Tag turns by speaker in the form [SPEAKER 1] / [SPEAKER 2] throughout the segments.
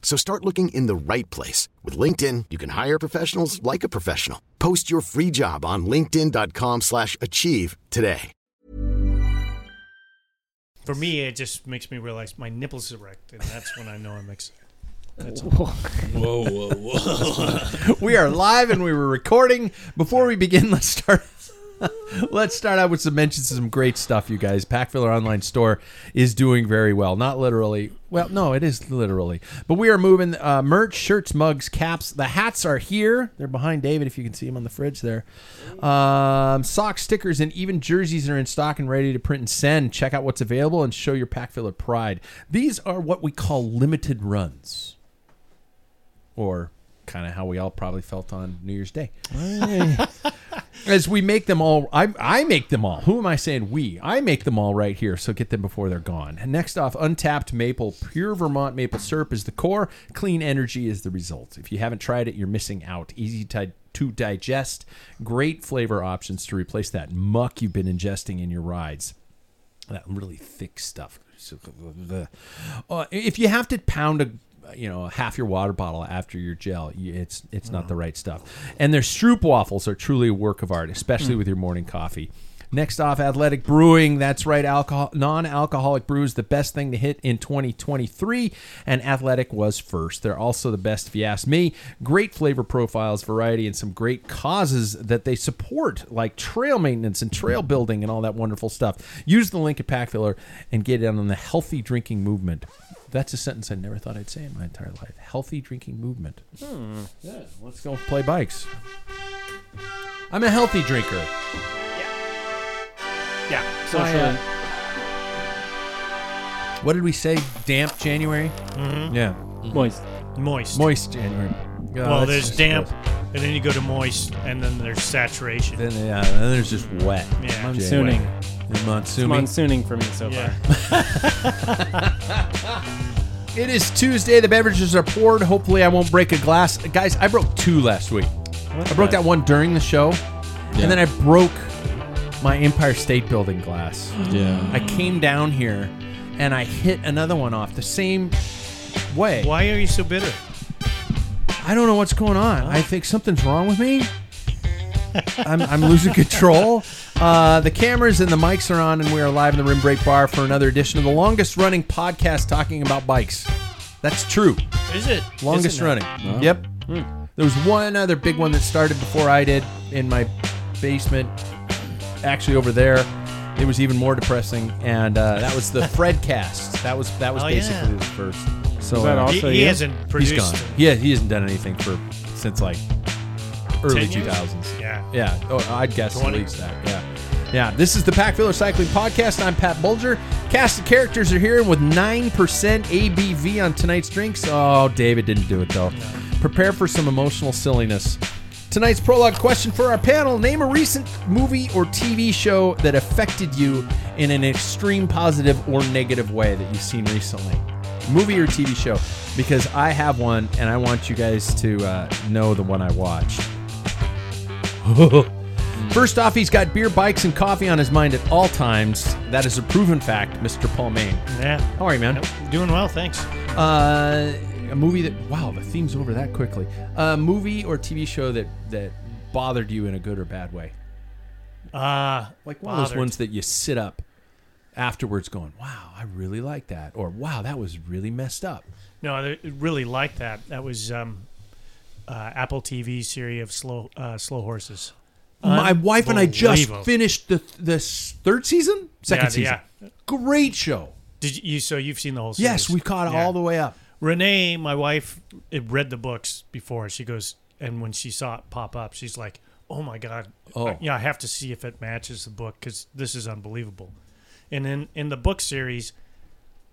[SPEAKER 1] So start looking in the right place. With LinkedIn, you can hire professionals like a professional. Post your free job on linkedin.com/achieve slash achieve today.
[SPEAKER 2] For me, it just makes me realize my nipples erect, and that's when I know I'm excited. That's
[SPEAKER 3] Whoa, whoa, whoa.
[SPEAKER 4] we are live and we were recording. Before we begin, let's start. Let's start out with some mentions of some great stuff, you guys. Packfiller Online Store is doing very well. Not literally. Well, no, it is literally. But we are moving uh, merch, shirts, mugs, caps. The hats are here. They're behind David, if you can see them on the fridge there. Um, socks, stickers, and even jerseys are in stock and ready to print and send. Check out what's available and show your Packfiller pride. These are what we call limited runs or kind of how we all probably felt on New Year's Day. As we make them all, I, I make them all. Who am I saying we? I make them all right here, so get them before they're gone. Next off, untapped maple, pure Vermont maple syrup is the core, clean energy is the result. If you haven't tried it, you're missing out. Easy to, to digest, great flavor options to replace that muck you've been ingesting in your rides that really thick stuff. Uh, if you have to pound a you know half your water bottle after your gel, you- it's it's not the right stuff. And their stroop waffles are truly a work of art, especially with your morning coffee. Next off, Athletic Brewing. That's right, alcohol non-alcoholic brews the best thing to hit in 2023, and Athletic was first. They're also the best, if you ask me. Great flavor profiles, variety, and some great causes that they support, like trail maintenance and trail building and all that wonderful stuff. Use the link at Packfiller and get in on the healthy drinking movement. That's a sentence I never thought I'd say in my entire life. Healthy drinking movement. Yeah, let's go play bikes. I'm a healthy drinker.
[SPEAKER 2] Oh, yeah.
[SPEAKER 4] I,
[SPEAKER 2] Socially,
[SPEAKER 4] uh, what did we say? Damp January?
[SPEAKER 2] Mm-hmm.
[SPEAKER 4] Yeah.
[SPEAKER 5] Mm-hmm.
[SPEAKER 3] Moist.
[SPEAKER 2] moist.
[SPEAKER 4] Moist January. God,
[SPEAKER 2] well,
[SPEAKER 4] that's
[SPEAKER 2] there's
[SPEAKER 4] just
[SPEAKER 2] damp,
[SPEAKER 4] gross.
[SPEAKER 2] and then you go to moist, and then there's saturation.
[SPEAKER 4] Then, yeah, then there's just wet.
[SPEAKER 2] yeah.
[SPEAKER 3] Monsooning.
[SPEAKER 4] And Monsoon.
[SPEAKER 3] Monsooning for me so
[SPEAKER 2] Yeah.
[SPEAKER 3] far.
[SPEAKER 4] It is Tuesday. The beverages are poured. Hopefully, I won't break a glass. Guys, I broke two last week. I broke that one during the show, and then I broke my Empire State Building glass.
[SPEAKER 3] Yeah.
[SPEAKER 4] I came down here and I hit another one off the same way.
[SPEAKER 2] Why are you so bitter?
[SPEAKER 4] I don't know what's going on. I think something's wrong with me. I'm, I'm losing control. Uh, the cameras and the mics are on, and we are live in the Rim Break Bar for another edition of the longest running podcast talking about bikes. That's true.
[SPEAKER 2] Is it
[SPEAKER 4] Longest
[SPEAKER 2] Isn't it? Hmm.
[SPEAKER 4] running. Yep. There was one other big one that started before I did in my basement, actually over there. It was even more depressing, and uh, that was the Fredcast. That was that was
[SPEAKER 2] Oh,
[SPEAKER 4] basically
[SPEAKER 2] yeah.
[SPEAKER 4] the first. So
[SPEAKER 3] that
[SPEAKER 4] uh,
[SPEAKER 3] all?
[SPEAKER 2] He,
[SPEAKER 3] Also
[SPEAKER 2] he
[SPEAKER 3] you?
[SPEAKER 2] hasn't
[SPEAKER 4] he's
[SPEAKER 2] produced.
[SPEAKER 4] gone. He has, he hasn't done anything for since like early
[SPEAKER 2] 10 years?
[SPEAKER 4] 2000s.
[SPEAKER 2] Yeah.
[SPEAKER 4] Yeah. Oh, I'd guess at
[SPEAKER 2] 20.
[SPEAKER 4] least that. Yeah. Yeah. This is the Pack Filler Cycling Podcast. I'm Pat Bulger. Cast of characters are here and with 9% ABV on tonight's drinks. Oh, David didn't do it though. Prepare for some emotional silliness. Tonight's prologue question for our panel Name a recent movie or TV show that affected you in an extreme positive or negative way that you've seen recently. Movie or TV show? Because I have one and I want you guys to uh, know the one I watched. First off, he's got beer, bikes, and coffee on his mind at all times. That is a proven fact, Mr. Paul Maine.
[SPEAKER 2] Yeah.
[SPEAKER 4] How are you, man?
[SPEAKER 2] Nope, Doing well, thanks.
[SPEAKER 4] Uh, a movie that wow, the theme's over that quickly. A movie or TV show that that bothered you in a good or bad way.
[SPEAKER 2] Uh,
[SPEAKER 4] Like one of those
[SPEAKER 2] Bothered.
[SPEAKER 4] ones that you sit up afterwards, going, "Wow, I really like that," or "Wow, that was really messed up."
[SPEAKER 2] no, I really like that. That was um, uh, Apple TV series of slow uh, slow horses.
[SPEAKER 4] My wife and I just
[SPEAKER 2] Unbelievable.
[SPEAKER 4] finished the the s- third season, second
[SPEAKER 2] Yeah,
[SPEAKER 4] season.
[SPEAKER 2] yeah.
[SPEAKER 4] Great show.
[SPEAKER 2] Did you? So you've seen the whole? Series.
[SPEAKER 4] Yes, we caught
[SPEAKER 2] Yeah.
[SPEAKER 4] all the way up.
[SPEAKER 2] Renee, my wife, it read the books before. She goes, and when she saw it pop up, she's like, "Oh my god!
[SPEAKER 4] Oh.
[SPEAKER 2] yeah, I have to see if it matches the book because this is unbelievable." And in in the book series,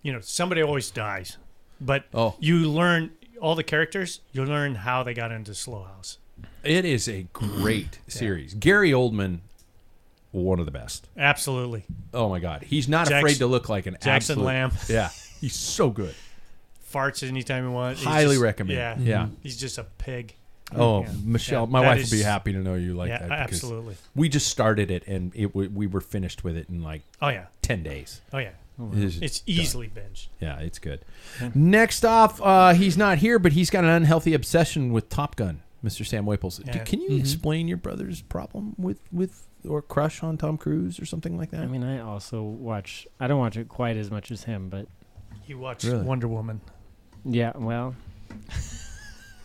[SPEAKER 2] you know, somebody always dies, but
[SPEAKER 4] Oh.
[SPEAKER 2] you learn all the characters. You learn how they got into Slow House.
[SPEAKER 4] It is a great series. Gary Oldman, one of the best.
[SPEAKER 2] Absolutely,
[SPEAKER 4] Oh my God, he's not
[SPEAKER 2] Jackson-
[SPEAKER 4] afraid to look like an
[SPEAKER 2] Jackson
[SPEAKER 4] absolute-
[SPEAKER 2] Lamb.
[SPEAKER 4] Yeah, he's so good.
[SPEAKER 2] farts anytime you want. He's
[SPEAKER 4] Highly
[SPEAKER 2] just-
[SPEAKER 4] recommend.
[SPEAKER 2] Yeah, Mm-hmm.
[SPEAKER 4] Yeah.
[SPEAKER 2] He's just a pig.
[SPEAKER 4] Oh,
[SPEAKER 2] Yeah.
[SPEAKER 4] Michelle,
[SPEAKER 2] Yeah,
[SPEAKER 4] my
[SPEAKER 2] that
[SPEAKER 4] wife
[SPEAKER 2] is-
[SPEAKER 4] would be happy to know you like
[SPEAKER 2] Yeah,
[SPEAKER 4] that. because
[SPEAKER 2] absolutely.
[SPEAKER 4] We just started it, and it w- we were finished with it in like
[SPEAKER 2] Oh yeah,
[SPEAKER 4] ten days.
[SPEAKER 2] oh yeah.
[SPEAKER 4] It is-
[SPEAKER 2] It's easily binged.
[SPEAKER 4] yeah, it's good. Next off, uh, he's not here, but he's got an unhealthy obsession with Top Gun. Mr. Sam Waples, D-
[SPEAKER 2] Yeah.
[SPEAKER 4] can
[SPEAKER 5] Mm-hmm.
[SPEAKER 4] you explain your brother's problem with with or crush on Tom Cruise or something like that?
[SPEAKER 5] I mean, I also watch. I don't watch it quite as much as him, but
[SPEAKER 2] You watch
[SPEAKER 4] Really?
[SPEAKER 2] Wonder Woman.
[SPEAKER 5] yeah, well,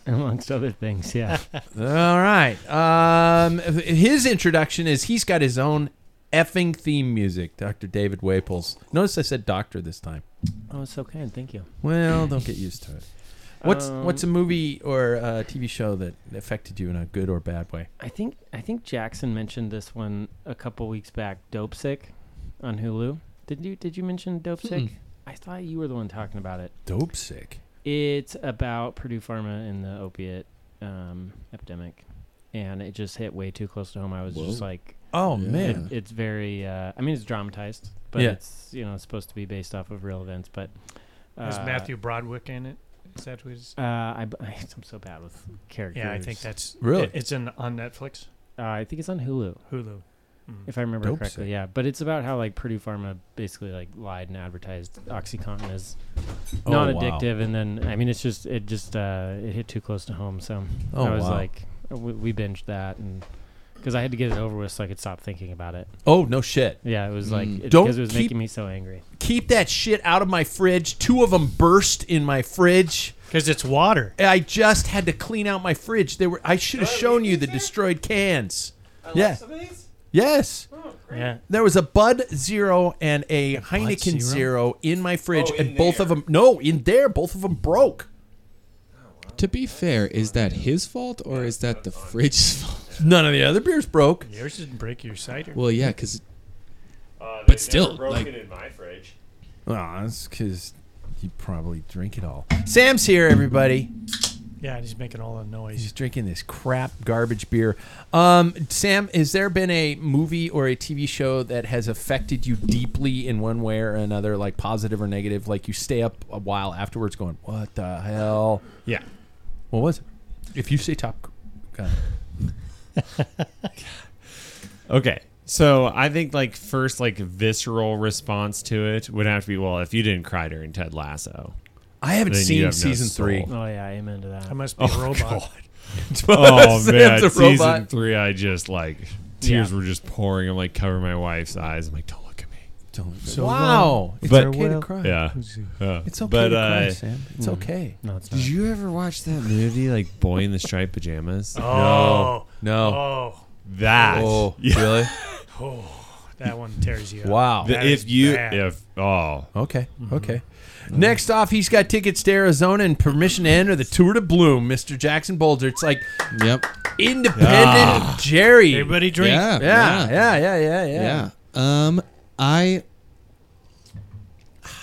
[SPEAKER 5] amongst other things, yeah.
[SPEAKER 4] All right. Um, his introduction is he's got his own effing theme music. Dr. David Waples. Notice I said doctor this time.
[SPEAKER 5] oh, it's so kind. Thank you.
[SPEAKER 4] Well, don't get used to it. What's
[SPEAKER 5] Um,
[SPEAKER 4] what's a movie or a TV show that affected you in a good or bad way?
[SPEAKER 5] I think I think Jackson mentioned this one a couple weeks back. Dope Sick on Hulu. Did you Did you mention
[SPEAKER 3] Hmm.
[SPEAKER 5] Dope Sick? I thought you were the one talking about it.
[SPEAKER 4] Dope sick.
[SPEAKER 5] It's about Purdue Pharma and the opiate um, epidemic, and it just hit way too close to home. I was just like,
[SPEAKER 4] Oh
[SPEAKER 6] Yeah.
[SPEAKER 4] man.
[SPEAKER 5] it's very. Uh, I mean, it's dramatized, but
[SPEAKER 4] Yeah.
[SPEAKER 5] it's you know it's supposed to be based off of real events. But uh,
[SPEAKER 2] Is Matthew Broderick in it? Is that who he's?
[SPEAKER 5] Uh, I, am so bad with characters.
[SPEAKER 2] Yeah, I think that's
[SPEAKER 4] Really?
[SPEAKER 2] it- it's in on Netflix,
[SPEAKER 5] Uh, I think it's on Hulu,
[SPEAKER 2] Hulu. Mm.
[SPEAKER 5] if I remember
[SPEAKER 4] Dope
[SPEAKER 5] correctly.
[SPEAKER 4] sick.
[SPEAKER 5] Yeah, but it's about how like Purdue Pharma basically like lied and advertised OxyContin as
[SPEAKER 4] Oh, wow.
[SPEAKER 5] non-addictive, and then I mean it's just it just uh, it hit too close to home. So
[SPEAKER 4] Oh,
[SPEAKER 5] I was
[SPEAKER 4] wow.
[SPEAKER 5] like, uh, we, we binged that, and because I had to get it over with so I could stop thinking about it.
[SPEAKER 4] Oh no shit.
[SPEAKER 5] Yeah, it was like it,
[SPEAKER 4] Mm. Don't
[SPEAKER 5] because it was
[SPEAKER 4] keep-
[SPEAKER 5] making me so angry.
[SPEAKER 4] Keep that shit out of my fridge. Two of them burst in my fridge.
[SPEAKER 2] Because it's water.
[SPEAKER 4] I just had to clean out my fridge. They were. I should have shown you the destroyed cans. yeah. Yes.
[SPEAKER 2] Yeah.
[SPEAKER 4] There was a Bud Zero and a Heineken Zero?
[SPEAKER 2] Zero?
[SPEAKER 4] in my fridge, and both of them. No, in there, both of them broke.
[SPEAKER 6] To be fair, is that his fault or is that the fridge's fault?
[SPEAKER 4] None of the other beers broke.
[SPEAKER 2] Yours didn't break your cider.
[SPEAKER 6] Well, yeah, because
[SPEAKER 7] Uh,
[SPEAKER 6] But
[SPEAKER 7] they've
[SPEAKER 6] still,
[SPEAKER 7] never broken
[SPEAKER 6] like-
[SPEAKER 7] in my fridge.
[SPEAKER 4] Well, that's because you probably drink it all. Sam's here, everybody.
[SPEAKER 2] yeah, and he's making all the
[SPEAKER 4] He's
[SPEAKER 2] noise.
[SPEAKER 4] drinking this crap garbage beer. Um, Sam, has there been a movie or a TV show that has affected you deeply in one way or another, like positive or negative? Like you stay up a while afterwards, going, "What the hell?"
[SPEAKER 2] Yeah.
[SPEAKER 4] What was it? If you say Top Gun,
[SPEAKER 7] Okay. So I think like first like visceral response to it would have to be well if you didn't cry during Ted Lasso.
[SPEAKER 4] I haven't
[SPEAKER 7] Then you
[SPEAKER 4] seen
[SPEAKER 7] have no
[SPEAKER 4] season
[SPEAKER 7] soul.
[SPEAKER 4] three.
[SPEAKER 5] Oh yeah, amen to that.
[SPEAKER 2] I must be a robot.
[SPEAKER 7] Oh man,
[SPEAKER 4] Sam's a
[SPEAKER 7] season
[SPEAKER 4] robot.
[SPEAKER 7] three, I just like tears were just pouring. I'm like covering my wife's eyes. I'm like, don't look at me.
[SPEAKER 2] So
[SPEAKER 4] wow, it's
[SPEAKER 7] But-
[SPEAKER 4] okay to cry.
[SPEAKER 7] Yeah, Yeah.
[SPEAKER 4] It's okay
[SPEAKER 7] But
[SPEAKER 4] to cry,
[SPEAKER 7] uh,
[SPEAKER 4] Sam. It's okay.
[SPEAKER 5] no, it's
[SPEAKER 7] did
[SPEAKER 5] not.
[SPEAKER 7] you ever watch that movie like Boy in the Striped Pajamas?
[SPEAKER 2] Oh.
[SPEAKER 4] No.
[SPEAKER 2] Oh,
[SPEAKER 7] that.
[SPEAKER 4] Oh,
[SPEAKER 7] Yeah.
[SPEAKER 4] really?
[SPEAKER 2] that one tears you up.
[SPEAKER 4] Wow.
[SPEAKER 2] That
[SPEAKER 7] if
[SPEAKER 2] is
[SPEAKER 7] you
[SPEAKER 2] bad.
[SPEAKER 7] if oh
[SPEAKER 4] Okay. Okay. Next off, he's got tickets to Arizona and permission to enter the Tour de Bloom, Mr. Jackson Boulder. It's like
[SPEAKER 8] Yep.
[SPEAKER 4] independent Jerry.
[SPEAKER 2] everybody drink.
[SPEAKER 8] Yeah.
[SPEAKER 4] yeah, yeah, yeah, yeah, yeah,
[SPEAKER 8] Yeah. Um, I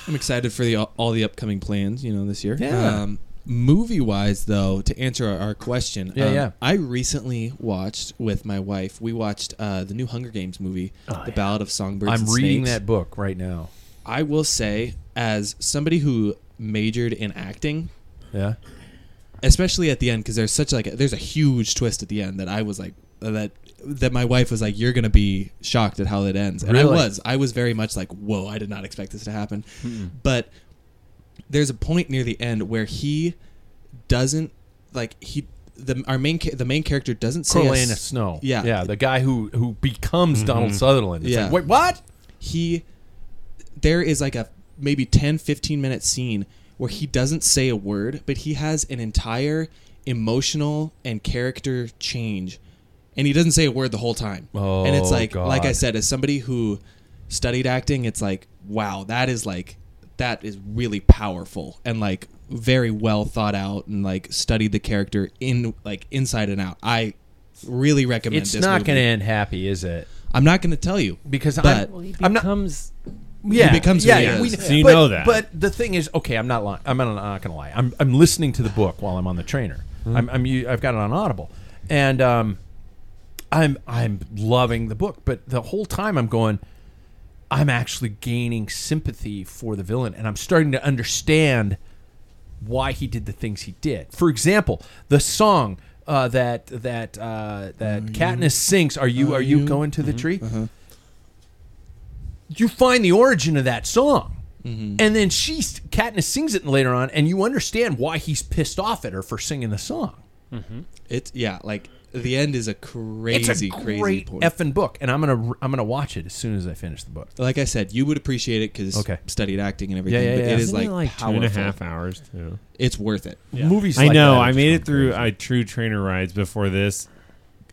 [SPEAKER 8] I'm excited for the all the upcoming plans. You know, this year.
[SPEAKER 4] Yeah.
[SPEAKER 8] Um, movie wise, though, to answer our, our question,
[SPEAKER 4] Yeah,
[SPEAKER 8] um,
[SPEAKER 4] yeah.
[SPEAKER 8] I recently watched with my wife. We watched uh, the new Hunger Games movie, The Ballad of Songbirds.
[SPEAKER 4] Oh, I'm
[SPEAKER 8] and
[SPEAKER 4] reading
[SPEAKER 8] Snakes.
[SPEAKER 4] that book right now.
[SPEAKER 8] I will say, as somebody who majored in acting,
[SPEAKER 4] Yeah.
[SPEAKER 8] especially at the end because there's such like a, there's a huge twist at the end that I was like that that my wife was like, "You're gonna be shocked at how that ends," and I
[SPEAKER 4] Really?
[SPEAKER 8] was. I was very much like, "Whoa, I did not expect this to happen."
[SPEAKER 4] Mm-mm.
[SPEAKER 8] But there's a point near the end where he doesn't like he the our main ca- the main character doesn't say a
[SPEAKER 4] Corleone
[SPEAKER 8] s-
[SPEAKER 4] Snow.
[SPEAKER 8] Yeah,
[SPEAKER 4] yeah, the guy who who becomes Donald Sutherland. It's like, wait, what?
[SPEAKER 8] He there is like a maybe 10 15 minute scene where he doesn't say a word, but he has an entire emotional and character change and he doesn't say a word the whole time.
[SPEAKER 4] Oh,
[SPEAKER 8] and it's like like I
[SPEAKER 4] God.
[SPEAKER 8] said as somebody who studied acting, it's like wow, that is like that is really powerful and like very well thought out and like studied the character in like inside and out. I really recommend
[SPEAKER 4] it's
[SPEAKER 8] this
[SPEAKER 4] not
[SPEAKER 8] movie.
[SPEAKER 4] going to end happy, is it?
[SPEAKER 8] I'm not going to tell you
[SPEAKER 4] because
[SPEAKER 8] but
[SPEAKER 9] Well, he
[SPEAKER 4] I'm not-
[SPEAKER 9] becomes.
[SPEAKER 4] Yeah,
[SPEAKER 8] He becomes who
[SPEAKER 4] yeah,
[SPEAKER 8] he
[SPEAKER 4] yeah,
[SPEAKER 8] is.
[SPEAKER 4] we-
[SPEAKER 5] So you
[SPEAKER 4] but-
[SPEAKER 5] know that.
[SPEAKER 4] But the thing is, okay, I'm not lying. I'm not, not going to lie. I'm I'm listening to the book while I'm on the trainer. I'm, I'm u- I've got it on Audible, and um, I'm I'm loving the book. But the whole time I'm going, I'm actually gaining sympathy for the villain, and I'm starting to understand why he did the things he did. For example, the song uh, that that uh, that Katniss sings, "Are you are you, going to the tree?" You find the origin of that song,
[SPEAKER 8] Mm-hmm.
[SPEAKER 4] and then she Katniss sings it later on, and you understand why he's pissed off at her for singing the song.
[SPEAKER 8] It's yeah, like the end is a crazy,
[SPEAKER 4] it's a
[SPEAKER 8] crazy
[SPEAKER 4] great
[SPEAKER 8] point.
[SPEAKER 4] effing book, and I'm gonna I'm gonna watch it as soon as I finish the book.
[SPEAKER 8] like I said, you would appreciate it because
[SPEAKER 4] Okay.
[SPEAKER 8] studied acting and everything.
[SPEAKER 4] Yeah, yeah,
[SPEAKER 8] but
[SPEAKER 4] yeah.
[SPEAKER 8] it is
[SPEAKER 5] Isn't
[SPEAKER 8] like,
[SPEAKER 5] it like two
[SPEAKER 8] powerful.
[SPEAKER 5] and a half hours too.
[SPEAKER 8] It's worth it.
[SPEAKER 4] Movies,
[SPEAKER 5] I
[SPEAKER 4] like
[SPEAKER 5] know.
[SPEAKER 4] that are
[SPEAKER 5] I
[SPEAKER 4] just
[SPEAKER 5] made
[SPEAKER 4] going
[SPEAKER 5] it through
[SPEAKER 4] crazy.
[SPEAKER 5] I true trainer rides before this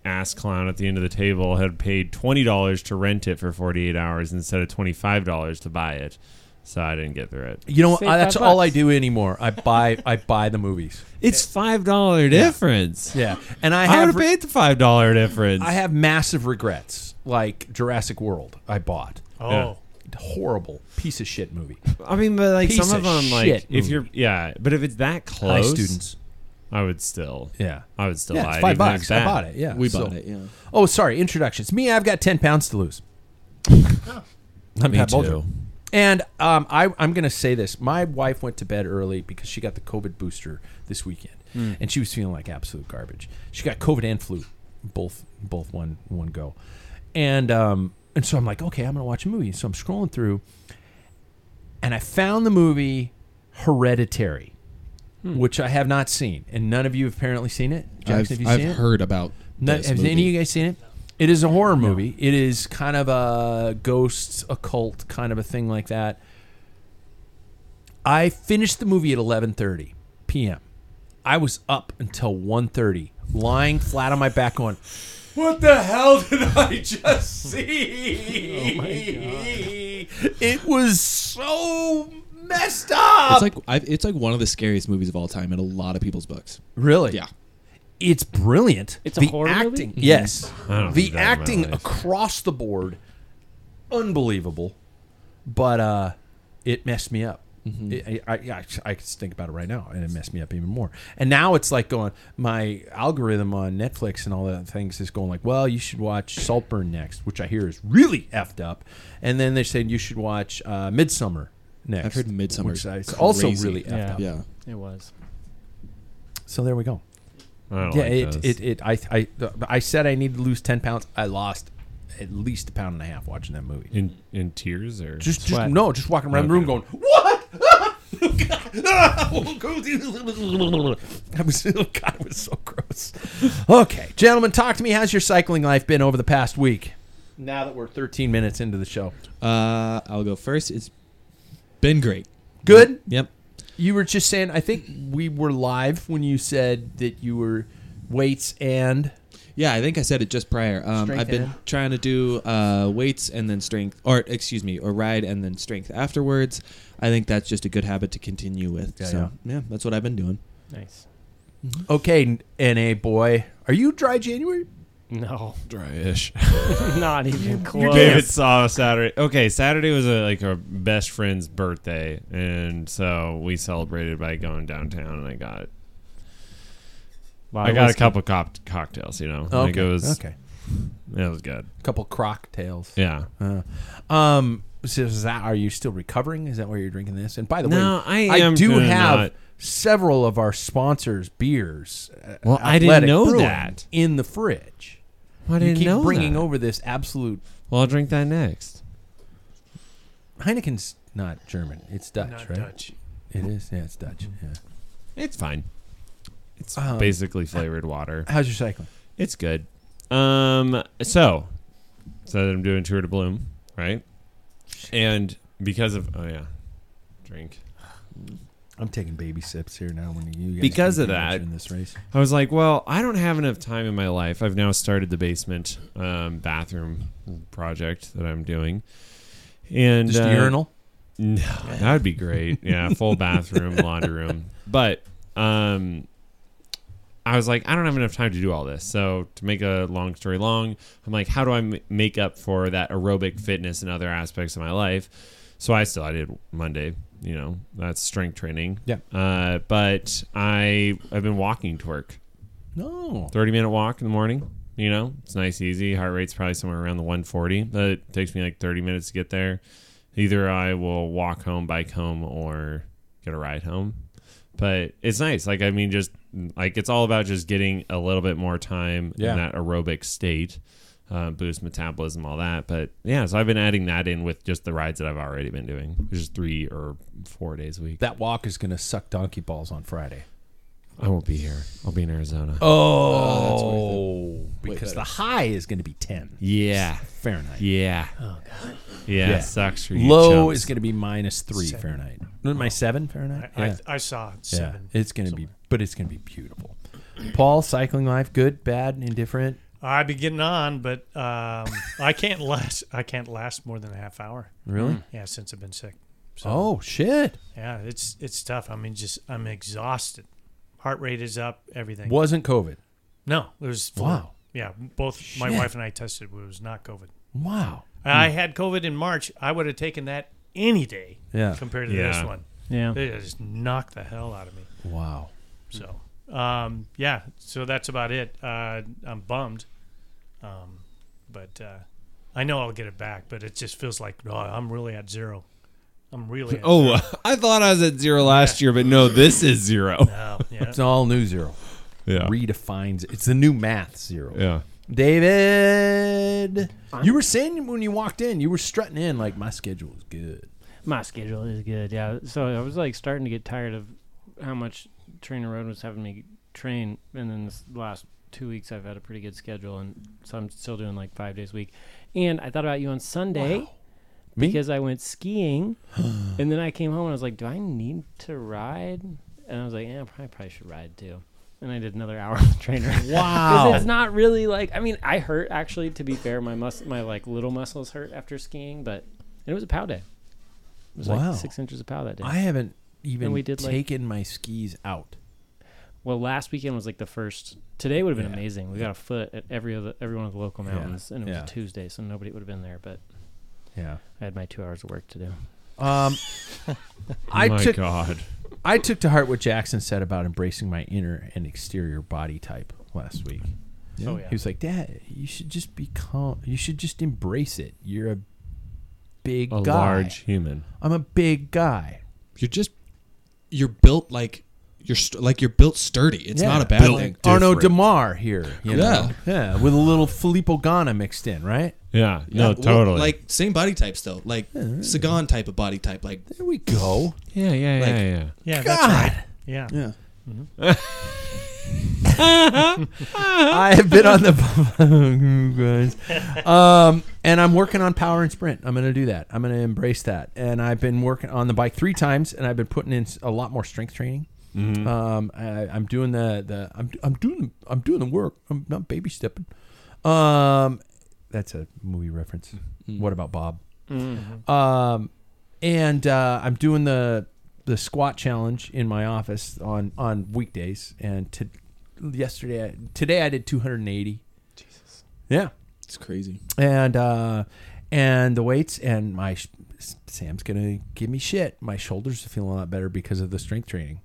[SPEAKER 5] ass clown at the end of the table had paid twenty dollars to rent it for forty eight hours instead of twenty five dollars to buy it. So I didn't get through it.
[SPEAKER 4] You know,
[SPEAKER 9] Save
[SPEAKER 4] I, that's
[SPEAKER 9] five
[SPEAKER 4] all I
[SPEAKER 9] bucks.
[SPEAKER 4] do anymore. I buy I buy the movies.
[SPEAKER 5] It's five dollar difference.
[SPEAKER 4] Yeah, and I
[SPEAKER 5] I would
[SPEAKER 4] have
[SPEAKER 5] have paid the five dollar difference.
[SPEAKER 4] I have massive regrets, like Jurassic World. I bought
[SPEAKER 2] Oh,
[SPEAKER 4] horrible piece of shit movie.
[SPEAKER 5] I mean, but like
[SPEAKER 4] Piece
[SPEAKER 5] some of
[SPEAKER 4] of
[SPEAKER 5] them, like
[SPEAKER 4] shit
[SPEAKER 5] if
[SPEAKER 4] movie.
[SPEAKER 5] you're, yeah, but if it's that close,
[SPEAKER 4] High students.
[SPEAKER 5] I would still,
[SPEAKER 4] Yeah.
[SPEAKER 5] I would still
[SPEAKER 4] yeah,
[SPEAKER 5] buy
[SPEAKER 4] it's
[SPEAKER 5] it.
[SPEAKER 4] five
[SPEAKER 5] even if
[SPEAKER 4] bucks.
[SPEAKER 5] it's
[SPEAKER 4] I
[SPEAKER 5] bad.
[SPEAKER 4] bought it. Yeah,
[SPEAKER 8] We
[SPEAKER 4] so-
[SPEAKER 8] bought it. Yeah.
[SPEAKER 4] Oh, sorry. Introductions. Me, I've got ten pounds to lose. I'm
[SPEAKER 5] Me
[SPEAKER 4] Pat Bolger.
[SPEAKER 5] too.
[SPEAKER 4] And um, I, I'm going to say this: my wife went to bed early because she got the COVID booster this weekend,
[SPEAKER 8] Hmm.
[SPEAKER 4] and she was feeling like absolute garbage. She got COVID and flu, both both one one go, and um, and so I'm like, okay, I'm going to watch a movie. So I'm scrolling through, and I found the movie Hereditary, which I have not seen, and none of you have apparently seen it.
[SPEAKER 8] Hmm. I've,
[SPEAKER 4] Jackson, have you
[SPEAKER 8] I've
[SPEAKER 4] seen it?
[SPEAKER 8] heard about.
[SPEAKER 4] No,
[SPEAKER 8] this
[SPEAKER 4] have
[SPEAKER 8] movie.
[SPEAKER 4] any of you guys seen it? It is a horror movie. It is kind of a ghosts, occult kind of a thing like that. I finished the movie at 11:30 p.m. I was up until 1:30, lying flat on my back, going, "What the hell did I just see?" oh my god! It was so messed up.
[SPEAKER 8] It's like i it's like one of the scariest movies of all time in a lot of people's books.
[SPEAKER 4] Really?
[SPEAKER 8] Yeah.
[SPEAKER 4] It's brilliant.
[SPEAKER 9] It's a
[SPEAKER 4] the
[SPEAKER 9] horror movie? Mm-hmm.
[SPEAKER 4] acting. Yes.
[SPEAKER 5] I don't
[SPEAKER 4] The
[SPEAKER 5] think that in my
[SPEAKER 4] acting
[SPEAKER 5] life.
[SPEAKER 4] across the board, unbelievable. But uh, it messed me up. It-
[SPEAKER 9] Mm-hmm.
[SPEAKER 4] I, I, I, I could think about it right now, and it messed me up even more. And now it's like going. My algorithm on Netflix and all that things is going like, well, you should watch Saltburn next, which I hear is really effed up. And then they said you should watch uh, Midsummer next.
[SPEAKER 8] I've heard Midsummer
[SPEAKER 4] which
[SPEAKER 8] is
[SPEAKER 4] is also
[SPEAKER 8] crazy.
[SPEAKER 4] really effed
[SPEAKER 9] Yeah.
[SPEAKER 4] up.
[SPEAKER 8] Yeah.
[SPEAKER 9] It was.
[SPEAKER 4] So there we go
[SPEAKER 5] I don't
[SPEAKER 4] yeah,
[SPEAKER 5] like
[SPEAKER 4] it,
[SPEAKER 5] those.
[SPEAKER 4] it, it, I, I, I said I need to lose 10 pounds. I lost at least a pound and a half watching that movie.
[SPEAKER 5] in in tears or
[SPEAKER 4] just, just
[SPEAKER 9] Sweat.
[SPEAKER 4] no, just walking around the room going,
[SPEAKER 5] Okay.
[SPEAKER 4] what? I was, oh God, it was so gross. Okay, gentlemen, talk to me. How's your cycling life been over the past week? Now that we're 13 minutes into the show,
[SPEAKER 8] Uh, I'll go first. It's been great.
[SPEAKER 4] good.
[SPEAKER 8] Yep.
[SPEAKER 4] You were just saying. I think we were live when you said that you were weights and
[SPEAKER 8] Yeah, I think I said it just prior. Um,
[SPEAKER 4] Strength
[SPEAKER 8] I've been
[SPEAKER 4] and-
[SPEAKER 8] trying to do uh, weights and then strength, or excuse me, or ride and then strength afterwards. I think that's just a good habit to continue with.
[SPEAKER 4] Yeah,
[SPEAKER 8] so yeah, that's what I've been doing.
[SPEAKER 9] Nice.
[SPEAKER 4] okay, na boy. Are you dry January?
[SPEAKER 9] No,
[SPEAKER 8] Dryish.
[SPEAKER 9] not even close.
[SPEAKER 4] Oh,
[SPEAKER 5] David saw uh, Saturday. Okay, Saturday was a, like our best friend's birthday, and so we celebrated by going downtown, and I got
[SPEAKER 9] Lot
[SPEAKER 5] I
[SPEAKER 9] of
[SPEAKER 5] got a
[SPEAKER 9] whiskey.
[SPEAKER 5] couple cop- cocktails, you know. Like, it was
[SPEAKER 4] Oh, okay.
[SPEAKER 5] it was good.
[SPEAKER 4] couple cocktails.
[SPEAKER 5] Yeah.
[SPEAKER 4] Uh, um, so is that are you still recovering? Is that why you're drinking this? And by the
[SPEAKER 5] No,
[SPEAKER 4] way,
[SPEAKER 5] I am
[SPEAKER 4] do
[SPEAKER 5] doing
[SPEAKER 4] have
[SPEAKER 5] not-
[SPEAKER 4] several of our sponsors' beers. uh,
[SPEAKER 5] Well, I didn't
[SPEAKER 4] Athletic
[SPEAKER 5] know
[SPEAKER 4] Brewing,
[SPEAKER 5] that.
[SPEAKER 4] in the fridge.
[SPEAKER 8] I
[SPEAKER 4] you
[SPEAKER 8] didn't
[SPEAKER 4] keep
[SPEAKER 8] know
[SPEAKER 4] bringing
[SPEAKER 8] that.
[SPEAKER 4] over this absolute
[SPEAKER 8] Well, I'll drink that next.
[SPEAKER 4] Heineken's not German. It's Dutch,
[SPEAKER 2] Not
[SPEAKER 4] right?
[SPEAKER 2] Dutch.
[SPEAKER 4] It is. Yeah, it's Dutch.
[SPEAKER 5] Mm-hmm.
[SPEAKER 4] Yeah.
[SPEAKER 8] It's fine. It's
[SPEAKER 4] Um,
[SPEAKER 8] basically flavored water.
[SPEAKER 4] How's your cycling?
[SPEAKER 8] It's good. Um, so, so that I'm doing Tour de Bloom, right? And because of oh yeah, drink.
[SPEAKER 4] I'm taking baby sips here now. When you guys
[SPEAKER 8] Because
[SPEAKER 4] keep
[SPEAKER 8] of that-
[SPEAKER 4] in this race,
[SPEAKER 8] I was like, well, I don't have enough time in my life. I've now started the basement um, bathroom project that I'm doing, and
[SPEAKER 4] just
[SPEAKER 8] uh,
[SPEAKER 4] a urinal.
[SPEAKER 8] No, that would be great. Yeah, full bathroom, laundry room. But um I was like, I don't have enough time to do all this. So to make a long story long, I'm like, how do I m- make up for that aerobic fitness and other aspects of my life? So I still I did Monday. You know, that's strength training.
[SPEAKER 4] Yeah.
[SPEAKER 8] Uh, but I I've been walking to work.
[SPEAKER 4] No.
[SPEAKER 8] 30 minute walk in the morning. You know, it's nice, easy. Heart rate's probably somewhere around the 140, but it takes me like 30 minutes to get there. Either I will walk home, bike home, or get a ride home. But it's nice. Like, I mean, just like it's all about just getting a little bit more time
[SPEAKER 4] Yeah.
[SPEAKER 8] in that aerobic state, uh, boost metabolism, all that. But yeah, so I've been adding that in with just the rides that I've already been doing, which is three or four days a week.
[SPEAKER 4] That walk is going to suck donkey balls on Friday.
[SPEAKER 8] I won't be here. I'll be in Arizona.
[SPEAKER 4] Oh, because the high is going to be 10
[SPEAKER 8] Yeah.
[SPEAKER 4] Fahrenheit.
[SPEAKER 8] Yeah. Oh god. Yeah,
[SPEAKER 4] Yeah.
[SPEAKER 8] sucks for you.
[SPEAKER 4] Low
[SPEAKER 8] chumps.
[SPEAKER 4] is going to be minus three
[SPEAKER 2] Seven.
[SPEAKER 4] Fahrenheit. Wasn't my seven Fahrenheit?
[SPEAKER 2] I, I, I saw seven.
[SPEAKER 4] It's going to be, but it's going to be beautiful. Paul, cycling life, good, bad, indifferent.
[SPEAKER 2] I be getting on, but um, I can't last. I can't last more than a half hour.
[SPEAKER 4] Really?
[SPEAKER 2] Yeah, since I've been sick. Mm, So,
[SPEAKER 4] Oh shit!
[SPEAKER 2] yeah, it's it's tough. I mean, just I'm exhausted. Heart rate is up. Everything.
[SPEAKER 4] Wasn't COVID?
[SPEAKER 2] No, it was flu.
[SPEAKER 4] Wow.
[SPEAKER 2] Yeah, both my wife and I tested. It was not COVID.
[SPEAKER 4] Wow.
[SPEAKER 2] I had COVID in March. I would have taken that any day.
[SPEAKER 4] Yeah.
[SPEAKER 2] Compared to
[SPEAKER 8] Yeah.
[SPEAKER 2] this one,
[SPEAKER 5] Yeah.
[SPEAKER 2] they just knocked the hell out of me.
[SPEAKER 4] Wow.
[SPEAKER 2] So, um, yeah, so that's about it. Uh, I'm bummed, um, but uh, I know I'll get it back. But it just feels like oh, I'm really at zero. I'm really at
[SPEAKER 8] Oh,
[SPEAKER 2] zero.
[SPEAKER 8] I thought I was at zero last year, but no, this is zero.
[SPEAKER 2] Oh, yeah.
[SPEAKER 4] It's all new zero.
[SPEAKER 8] Yeah.
[SPEAKER 4] Redefines. It's the new math zero.
[SPEAKER 8] Yeah.
[SPEAKER 4] David, you were saying when you walked in, you were strutting in like my schedule is good.
[SPEAKER 5] My schedule is good. Yeah. So I was like starting to get tired of how much Trainer Road was having me train, and then this last two weeks I've had a pretty good schedule, and so I'm still doing like five days a week. And I thought about you on Sunday
[SPEAKER 4] Me?
[SPEAKER 5] because I went skiing, and then I came home and I was like, "Do I need to ride?" And I was like, "Yeah, I probably should ride too." And I did another hour with the trainer.
[SPEAKER 4] Wow.
[SPEAKER 5] Because it's not really like I mean I hurt actually to be fair my mus- my like little muscles hurt after skiing but it was a pow day. It was
[SPEAKER 4] Wow.
[SPEAKER 5] like six inches of pow that day.
[SPEAKER 4] I haven't even
[SPEAKER 5] And we did, like-
[SPEAKER 4] taken my skis out.
[SPEAKER 5] well, last weekend was like the first. Today would have been amazing. We got a foot at every other every one of the local mountains, and it was
[SPEAKER 4] Yeah.
[SPEAKER 5] a Tuesday, so nobody would have been there. But
[SPEAKER 4] Yeah.
[SPEAKER 5] I had my two hours of work to do.
[SPEAKER 4] Um, I
[SPEAKER 8] My
[SPEAKER 4] took
[SPEAKER 8] God.
[SPEAKER 4] I took to heart what Jackson said about embracing my inner and exterior body type last week.
[SPEAKER 2] Oh, yeah.
[SPEAKER 4] He was like, "Dad, you should just become. You should just embrace it. You're a big
[SPEAKER 8] A
[SPEAKER 4] guy.
[SPEAKER 8] large human.
[SPEAKER 4] I'm a big guy.
[SPEAKER 10] You're just you're built like you're st- like you're built sturdy. It's
[SPEAKER 4] Yeah.
[SPEAKER 10] not a bad
[SPEAKER 4] Built
[SPEAKER 10] thing.
[SPEAKER 4] Arno Demar here. You know?
[SPEAKER 10] Yeah.
[SPEAKER 4] yeah, with a little Filippo Ganna mixed in, right?
[SPEAKER 8] Yeah. No,
[SPEAKER 10] Yeah, well,
[SPEAKER 8] totally.
[SPEAKER 10] like same body type still. Like Sagan type of body type. Like
[SPEAKER 4] There we go.
[SPEAKER 8] yeah, yeah,
[SPEAKER 10] like-
[SPEAKER 8] yeah, yeah.
[SPEAKER 2] yeah, that's
[SPEAKER 4] God,
[SPEAKER 2] right. Yeah.
[SPEAKER 10] yeah.
[SPEAKER 4] I have been on the guys. Um, and I'm working on power and sprint. I'm going to do that. I'm going to embrace that. And I've been working on the bike three times, and I've been putting in s- a lot more strength training. Um, I, I'm doing the, the I'm, I'm doing I'm doing the work. I'm not baby stepping. Um, that's a movie reference. What about Bob? Um, and uh, I'm doing the the squat challenge in my office on on weekdays. And to, yesterday, I, today I did 280. Jesus. Yeah,
[SPEAKER 10] It's crazy.
[SPEAKER 4] and uh, and the weights and my sh- Sam's gonna give me shit. My shoulders are feeling a lot better because of the strength training.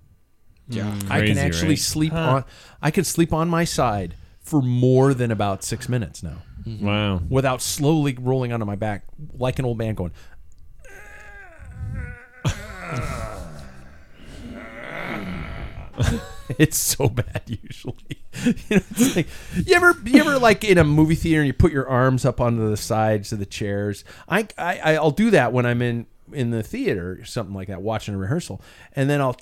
[SPEAKER 5] Mm,
[SPEAKER 10] Yeah.
[SPEAKER 4] I can
[SPEAKER 8] Crazy,
[SPEAKER 4] actually
[SPEAKER 8] right?
[SPEAKER 4] sleep on. I could sleep on my side for more than about six minutes now
[SPEAKER 8] Wow.
[SPEAKER 4] without slowly rolling onto my back like an old man going. it's so bad usually. you, know, it's like, you ever you ever like in a movie theater and you put your arms up onto the sides of the chairs. I, I I'll do that when I'm in in the theater or something like that watching a rehearsal, and then I'll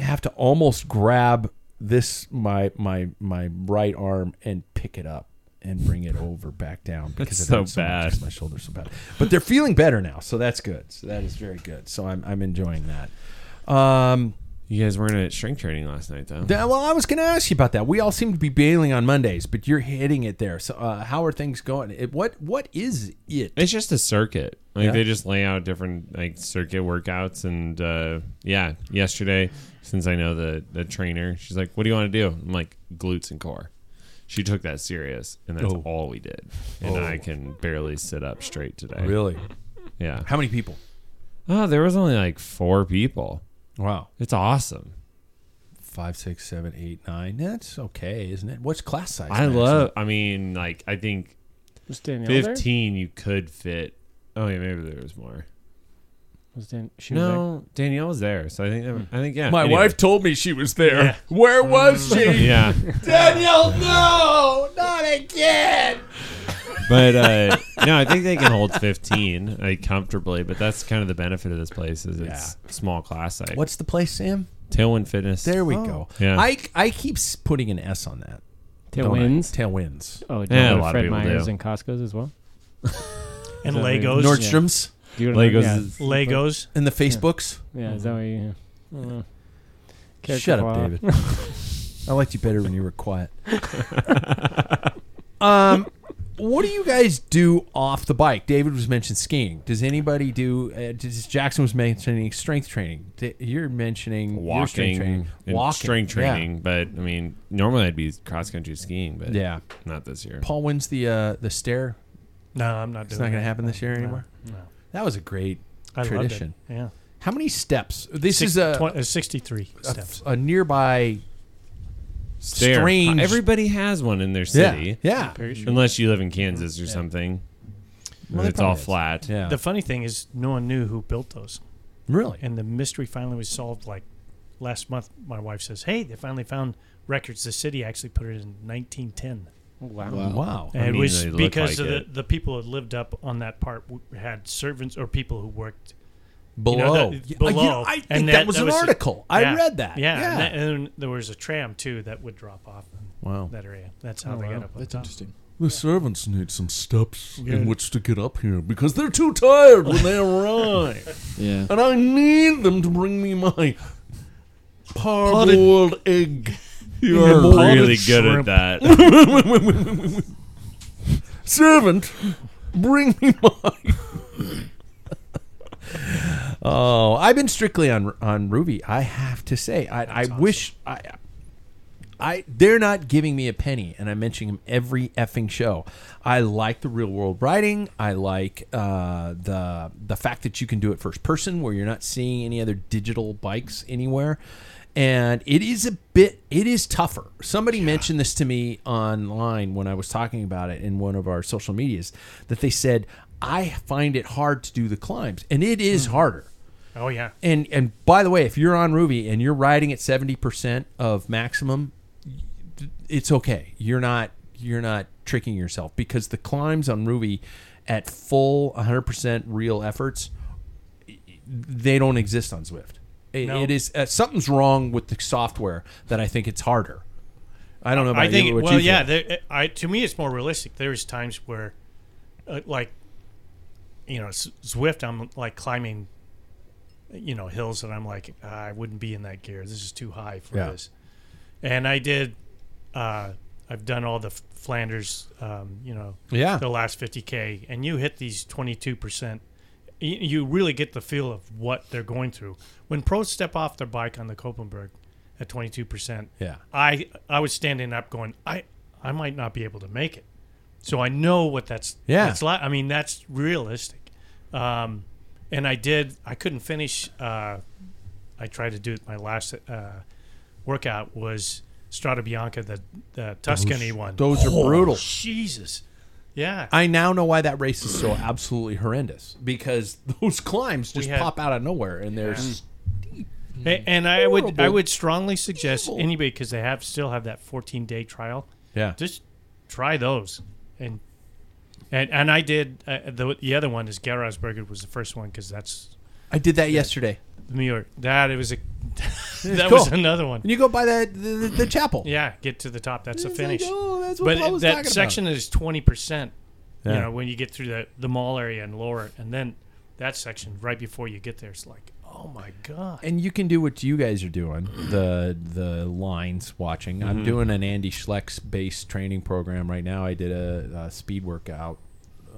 [SPEAKER 4] have to almost grab this my my my right arm and pick it up and bring it over back down because
[SPEAKER 5] That's
[SPEAKER 4] it
[SPEAKER 5] so
[SPEAKER 4] hurts much.
[SPEAKER 5] bad.
[SPEAKER 4] It's My shoulders so bad, but they're feeling better now, so that's good. So that is very good. So I'm I'm enjoying that. Um,
[SPEAKER 5] You guys weren't at strength training last night, though.
[SPEAKER 4] that- well, I was going to ask you about that. We all seem to be bailing on Mondays, but you're hitting it there. So uh, how are things going? It, what what is it?
[SPEAKER 5] It's just
[SPEAKER 8] Oh.
[SPEAKER 5] a circuit. Like
[SPEAKER 4] Yeah.
[SPEAKER 5] they just lay out different like circuit workouts and uh, yeah. Yesterday, since I know the the trainer, she's like, "What do you want to do?" I'm like, "Glutes and core." She took that serious, and that's
[SPEAKER 4] Oh.
[SPEAKER 5] all we did. And
[SPEAKER 4] Oh.
[SPEAKER 5] I can barely sit up straight today.
[SPEAKER 4] Really?
[SPEAKER 5] Yeah.
[SPEAKER 4] How many people?
[SPEAKER 5] Oh, there was only like four people.
[SPEAKER 4] Wow,
[SPEAKER 5] It's awesome.
[SPEAKER 4] five, six, seven, eight, nine. That's okay, isn't it? What's class size?
[SPEAKER 5] I
[SPEAKER 4] Max?
[SPEAKER 5] love. I mean, like I think
[SPEAKER 9] Was Danielle there?
[SPEAKER 5] fifteen you could fit. Oh yeah, maybe there was more.
[SPEAKER 9] Was Dan- she was there?
[SPEAKER 5] No, Danielle was there, so I think I think yeah.
[SPEAKER 4] My
[SPEAKER 5] Anyway. Mm.
[SPEAKER 4] wife told me she was there. Where was she?
[SPEAKER 5] Yeah.
[SPEAKER 4] Danielle, no, not again.
[SPEAKER 5] But uh, no, I think they can hold 15 like, comfortably. But that's kind of the benefit of this place is it's small class size.
[SPEAKER 4] What's the place, Sam?
[SPEAKER 5] Tailwind Fitness?
[SPEAKER 4] There we go.
[SPEAKER 5] Yeah.
[SPEAKER 4] I I keep s- putting an S on that.
[SPEAKER 9] Tail
[SPEAKER 4] don't I?
[SPEAKER 9] wins.
[SPEAKER 4] Tailwinds.
[SPEAKER 9] oh, do you
[SPEAKER 5] Yeah,
[SPEAKER 9] go
[SPEAKER 5] a
[SPEAKER 9] to
[SPEAKER 5] lot of
[SPEAKER 9] Fred
[SPEAKER 5] people
[SPEAKER 9] Meyer's
[SPEAKER 5] do.
[SPEAKER 9] and Costco's as well?
[SPEAKER 2] And
[SPEAKER 9] Is that
[SPEAKER 2] Legos.
[SPEAKER 9] what you-
[SPEAKER 4] Nordstrom's
[SPEAKER 9] Do you go to
[SPEAKER 5] Legos
[SPEAKER 9] yeah.
[SPEAKER 5] is-
[SPEAKER 2] Legos.
[SPEAKER 4] and the Facebooks.
[SPEAKER 9] Yeah, is that what you? Yeah. Uh, character
[SPEAKER 4] Mm. Shut
[SPEAKER 9] flaw.
[SPEAKER 4] up, David. I liked you better when you were quiet. um, what do you guys do off the bike? David was mentioned skiing. Does anybody do? Uh, does- Jackson was mentioning strength training. D- You're mentioning your strength
[SPEAKER 5] Walking,
[SPEAKER 4] training.
[SPEAKER 5] and
[SPEAKER 4] Walking.
[SPEAKER 5] strength
[SPEAKER 4] yeah.
[SPEAKER 5] training. But I mean, normally I'd be cross country skiing, but
[SPEAKER 4] Yeah.
[SPEAKER 5] not this year.
[SPEAKER 4] Paul wins the uh, the stair.
[SPEAKER 2] No, I'm not doing.
[SPEAKER 4] It's not going to happen this year anymore.
[SPEAKER 2] No,
[SPEAKER 4] That was a great
[SPEAKER 2] I loved it.
[SPEAKER 4] tradition.
[SPEAKER 2] Yeah.
[SPEAKER 4] How many steps? This
[SPEAKER 2] Six-
[SPEAKER 4] is a,
[SPEAKER 2] twen- uh, 63
[SPEAKER 4] a-
[SPEAKER 2] steps.
[SPEAKER 4] a nearby
[SPEAKER 5] Stair.
[SPEAKER 4] strange-
[SPEAKER 5] Everybody has one in
[SPEAKER 4] yeah,
[SPEAKER 5] their city,
[SPEAKER 4] Yeah.
[SPEAKER 5] unless you live in Kansas or something.
[SPEAKER 4] Well,
[SPEAKER 5] and
[SPEAKER 4] they
[SPEAKER 5] it's all
[SPEAKER 4] probably is.
[SPEAKER 5] flat.
[SPEAKER 4] Yeah.
[SPEAKER 2] The funny thing is, no one knew who built those,
[SPEAKER 4] really?
[SPEAKER 2] and the mystery finally was solved. Like last month, my wife says, "Hey, they finally found records. The city actually put it in 1910."
[SPEAKER 9] Wow.
[SPEAKER 4] wow.
[SPEAKER 2] And
[SPEAKER 5] mean,
[SPEAKER 2] it was
[SPEAKER 5] they look
[SPEAKER 2] because
[SPEAKER 5] like
[SPEAKER 2] of
[SPEAKER 5] it.
[SPEAKER 2] the, the people that lived up on that part w- had servants or people who worked you know,
[SPEAKER 4] below.
[SPEAKER 2] that-
[SPEAKER 4] Yeah,
[SPEAKER 2] below.
[SPEAKER 4] you know, I think
[SPEAKER 2] And
[SPEAKER 4] that, was an article. I
[SPEAKER 2] yeah,
[SPEAKER 4] read that.
[SPEAKER 2] Yeah,
[SPEAKER 4] Yeah.
[SPEAKER 2] And, then- and there was a tram too that would drop off in
[SPEAKER 4] wow.
[SPEAKER 2] that area. That's
[SPEAKER 9] Oh,
[SPEAKER 2] how they
[SPEAKER 9] wow.
[SPEAKER 2] got up. on
[SPEAKER 8] That's
[SPEAKER 2] top.
[SPEAKER 8] interesting.
[SPEAKER 11] The servants need some steps
[SPEAKER 2] Yeah.
[SPEAKER 11] in which to get up here because they're too tired when they arrive.
[SPEAKER 8] Yeah.
[SPEAKER 11] And I need them to bring me my parboiled egg.
[SPEAKER 5] You're
[SPEAKER 11] Your potted
[SPEAKER 5] really good
[SPEAKER 11] shrimp.
[SPEAKER 5] at that.
[SPEAKER 11] Servant, bring me my.
[SPEAKER 4] Oh, I've been strictly on on Ruby. I have to say, I, I wish I. I, they're not giving me a penny, and I'm mentioning them every effing show. I like the real world writing. I like uh, the the fact that you can do it first person, where you're not seeing any other digital bikes anywhere. And it is a bit, it is tougher. Somebody mentioned this to me online when I was talking about it in one of our social medias that they said I find it hard to do the climbs, and it is harder
[SPEAKER 2] Oh yeah,
[SPEAKER 4] and and by the way, if you're on Ruby and you're riding at seventy percent of maximum, it's okay. You're not you're not tricking yourself because the climbs on Ruby at full one hundred percent real efforts, they don't exist on Zwift. It,
[SPEAKER 2] No.
[SPEAKER 4] it is uh, something's wrong with the software that I think it's harder. I don't know about
[SPEAKER 2] I think.
[SPEAKER 4] you. What
[SPEAKER 2] well,
[SPEAKER 4] you
[SPEAKER 2] yeah.
[SPEAKER 4] think.
[SPEAKER 2] There, I to me, it's more realistic. There's times where, uh, like, you know, S- Zwift, I'm like climbing, you know, hills, and I'm like, "Ah, I wouldn't be in that gear. This is too high for
[SPEAKER 4] Yeah.
[SPEAKER 2] this. And I did. Uh, I've done all the F- Flanders, um, you know,
[SPEAKER 4] Yeah.
[SPEAKER 2] the last 50k, and you hit these 22 percent. You really get the feel of what they're going through when pros step off their bike on the Copenberg at 22 percent.
[SPEAKER 4] yeah.
[SPEAKER 2] I I was standing up going, I I might not be able to make it. So I know what that's
[SPEAKER 4] Yeah.
[SPEAKER 2] That's li I mean, that's realistic. Um, and I did. I couldn't finish. Uh, I tried to do it. My last uh, workout was Strada Bianca, the, the Tuscany one. Oh,
[SPEAKER 4] Those are brutal.
[SPEAKER 2] Jesus. Yeah.
[SPEAKER 4] I now know why that race is so absolutely horrendous because those climbs just
[SPEAKER 2] had-
[SPEAKER 4] pop out of nowhere and they're
[SPEAKER 2] Yeah. Mm.
[SPEAKER 4] steep.
[SPEAKER 2] A- And I would I
[SPEAKER 4] Horrible.
[SPEAKER 2] would strongly suggest anybody because they have still have that 14 day trial.
[SPEAKER 4] Yeah.
[SPEAKER 2] just try those and and and I did uh, the the other one is Gerard's Burger was the first one because that's
[SPEAKER 4] I did that yesterday.
[SPEAKER 2] New York that it was a that
[SPEAKER 4] cool.
[SPEAKER 2] was another one.
[SPEAKER 4] And you go by that the, the, the chapel.
[SPEAKER 2] Yeah, get to the top. That's the
[SPEAKER 4] It's
[SPEAKER 2] finish.
[SPEAKER 4] like, oh, that's what
[SPEAKER 2] but
[SPEAKER 4] Paul
[SPEAKER 2] it-
[SPEAKER 4] was talking
[SPEAKER 2] that
[SPEAKER 4] about.
[SPEAKER 2] section is twenty percent. You
[SPEAKER 4] Yeah.
[SPEAKER 2] know, when you get through the the mall area and lower, and then that section right before you get there is like, oh my god.
[SPEAKER 4] And you can do what you guys are doing. The the lines watching. I'm
[SPEAKER 2] Mhm.
[SPEAKER 4] doing an Andy Schleck's based training program right now. I did a, a speed workout,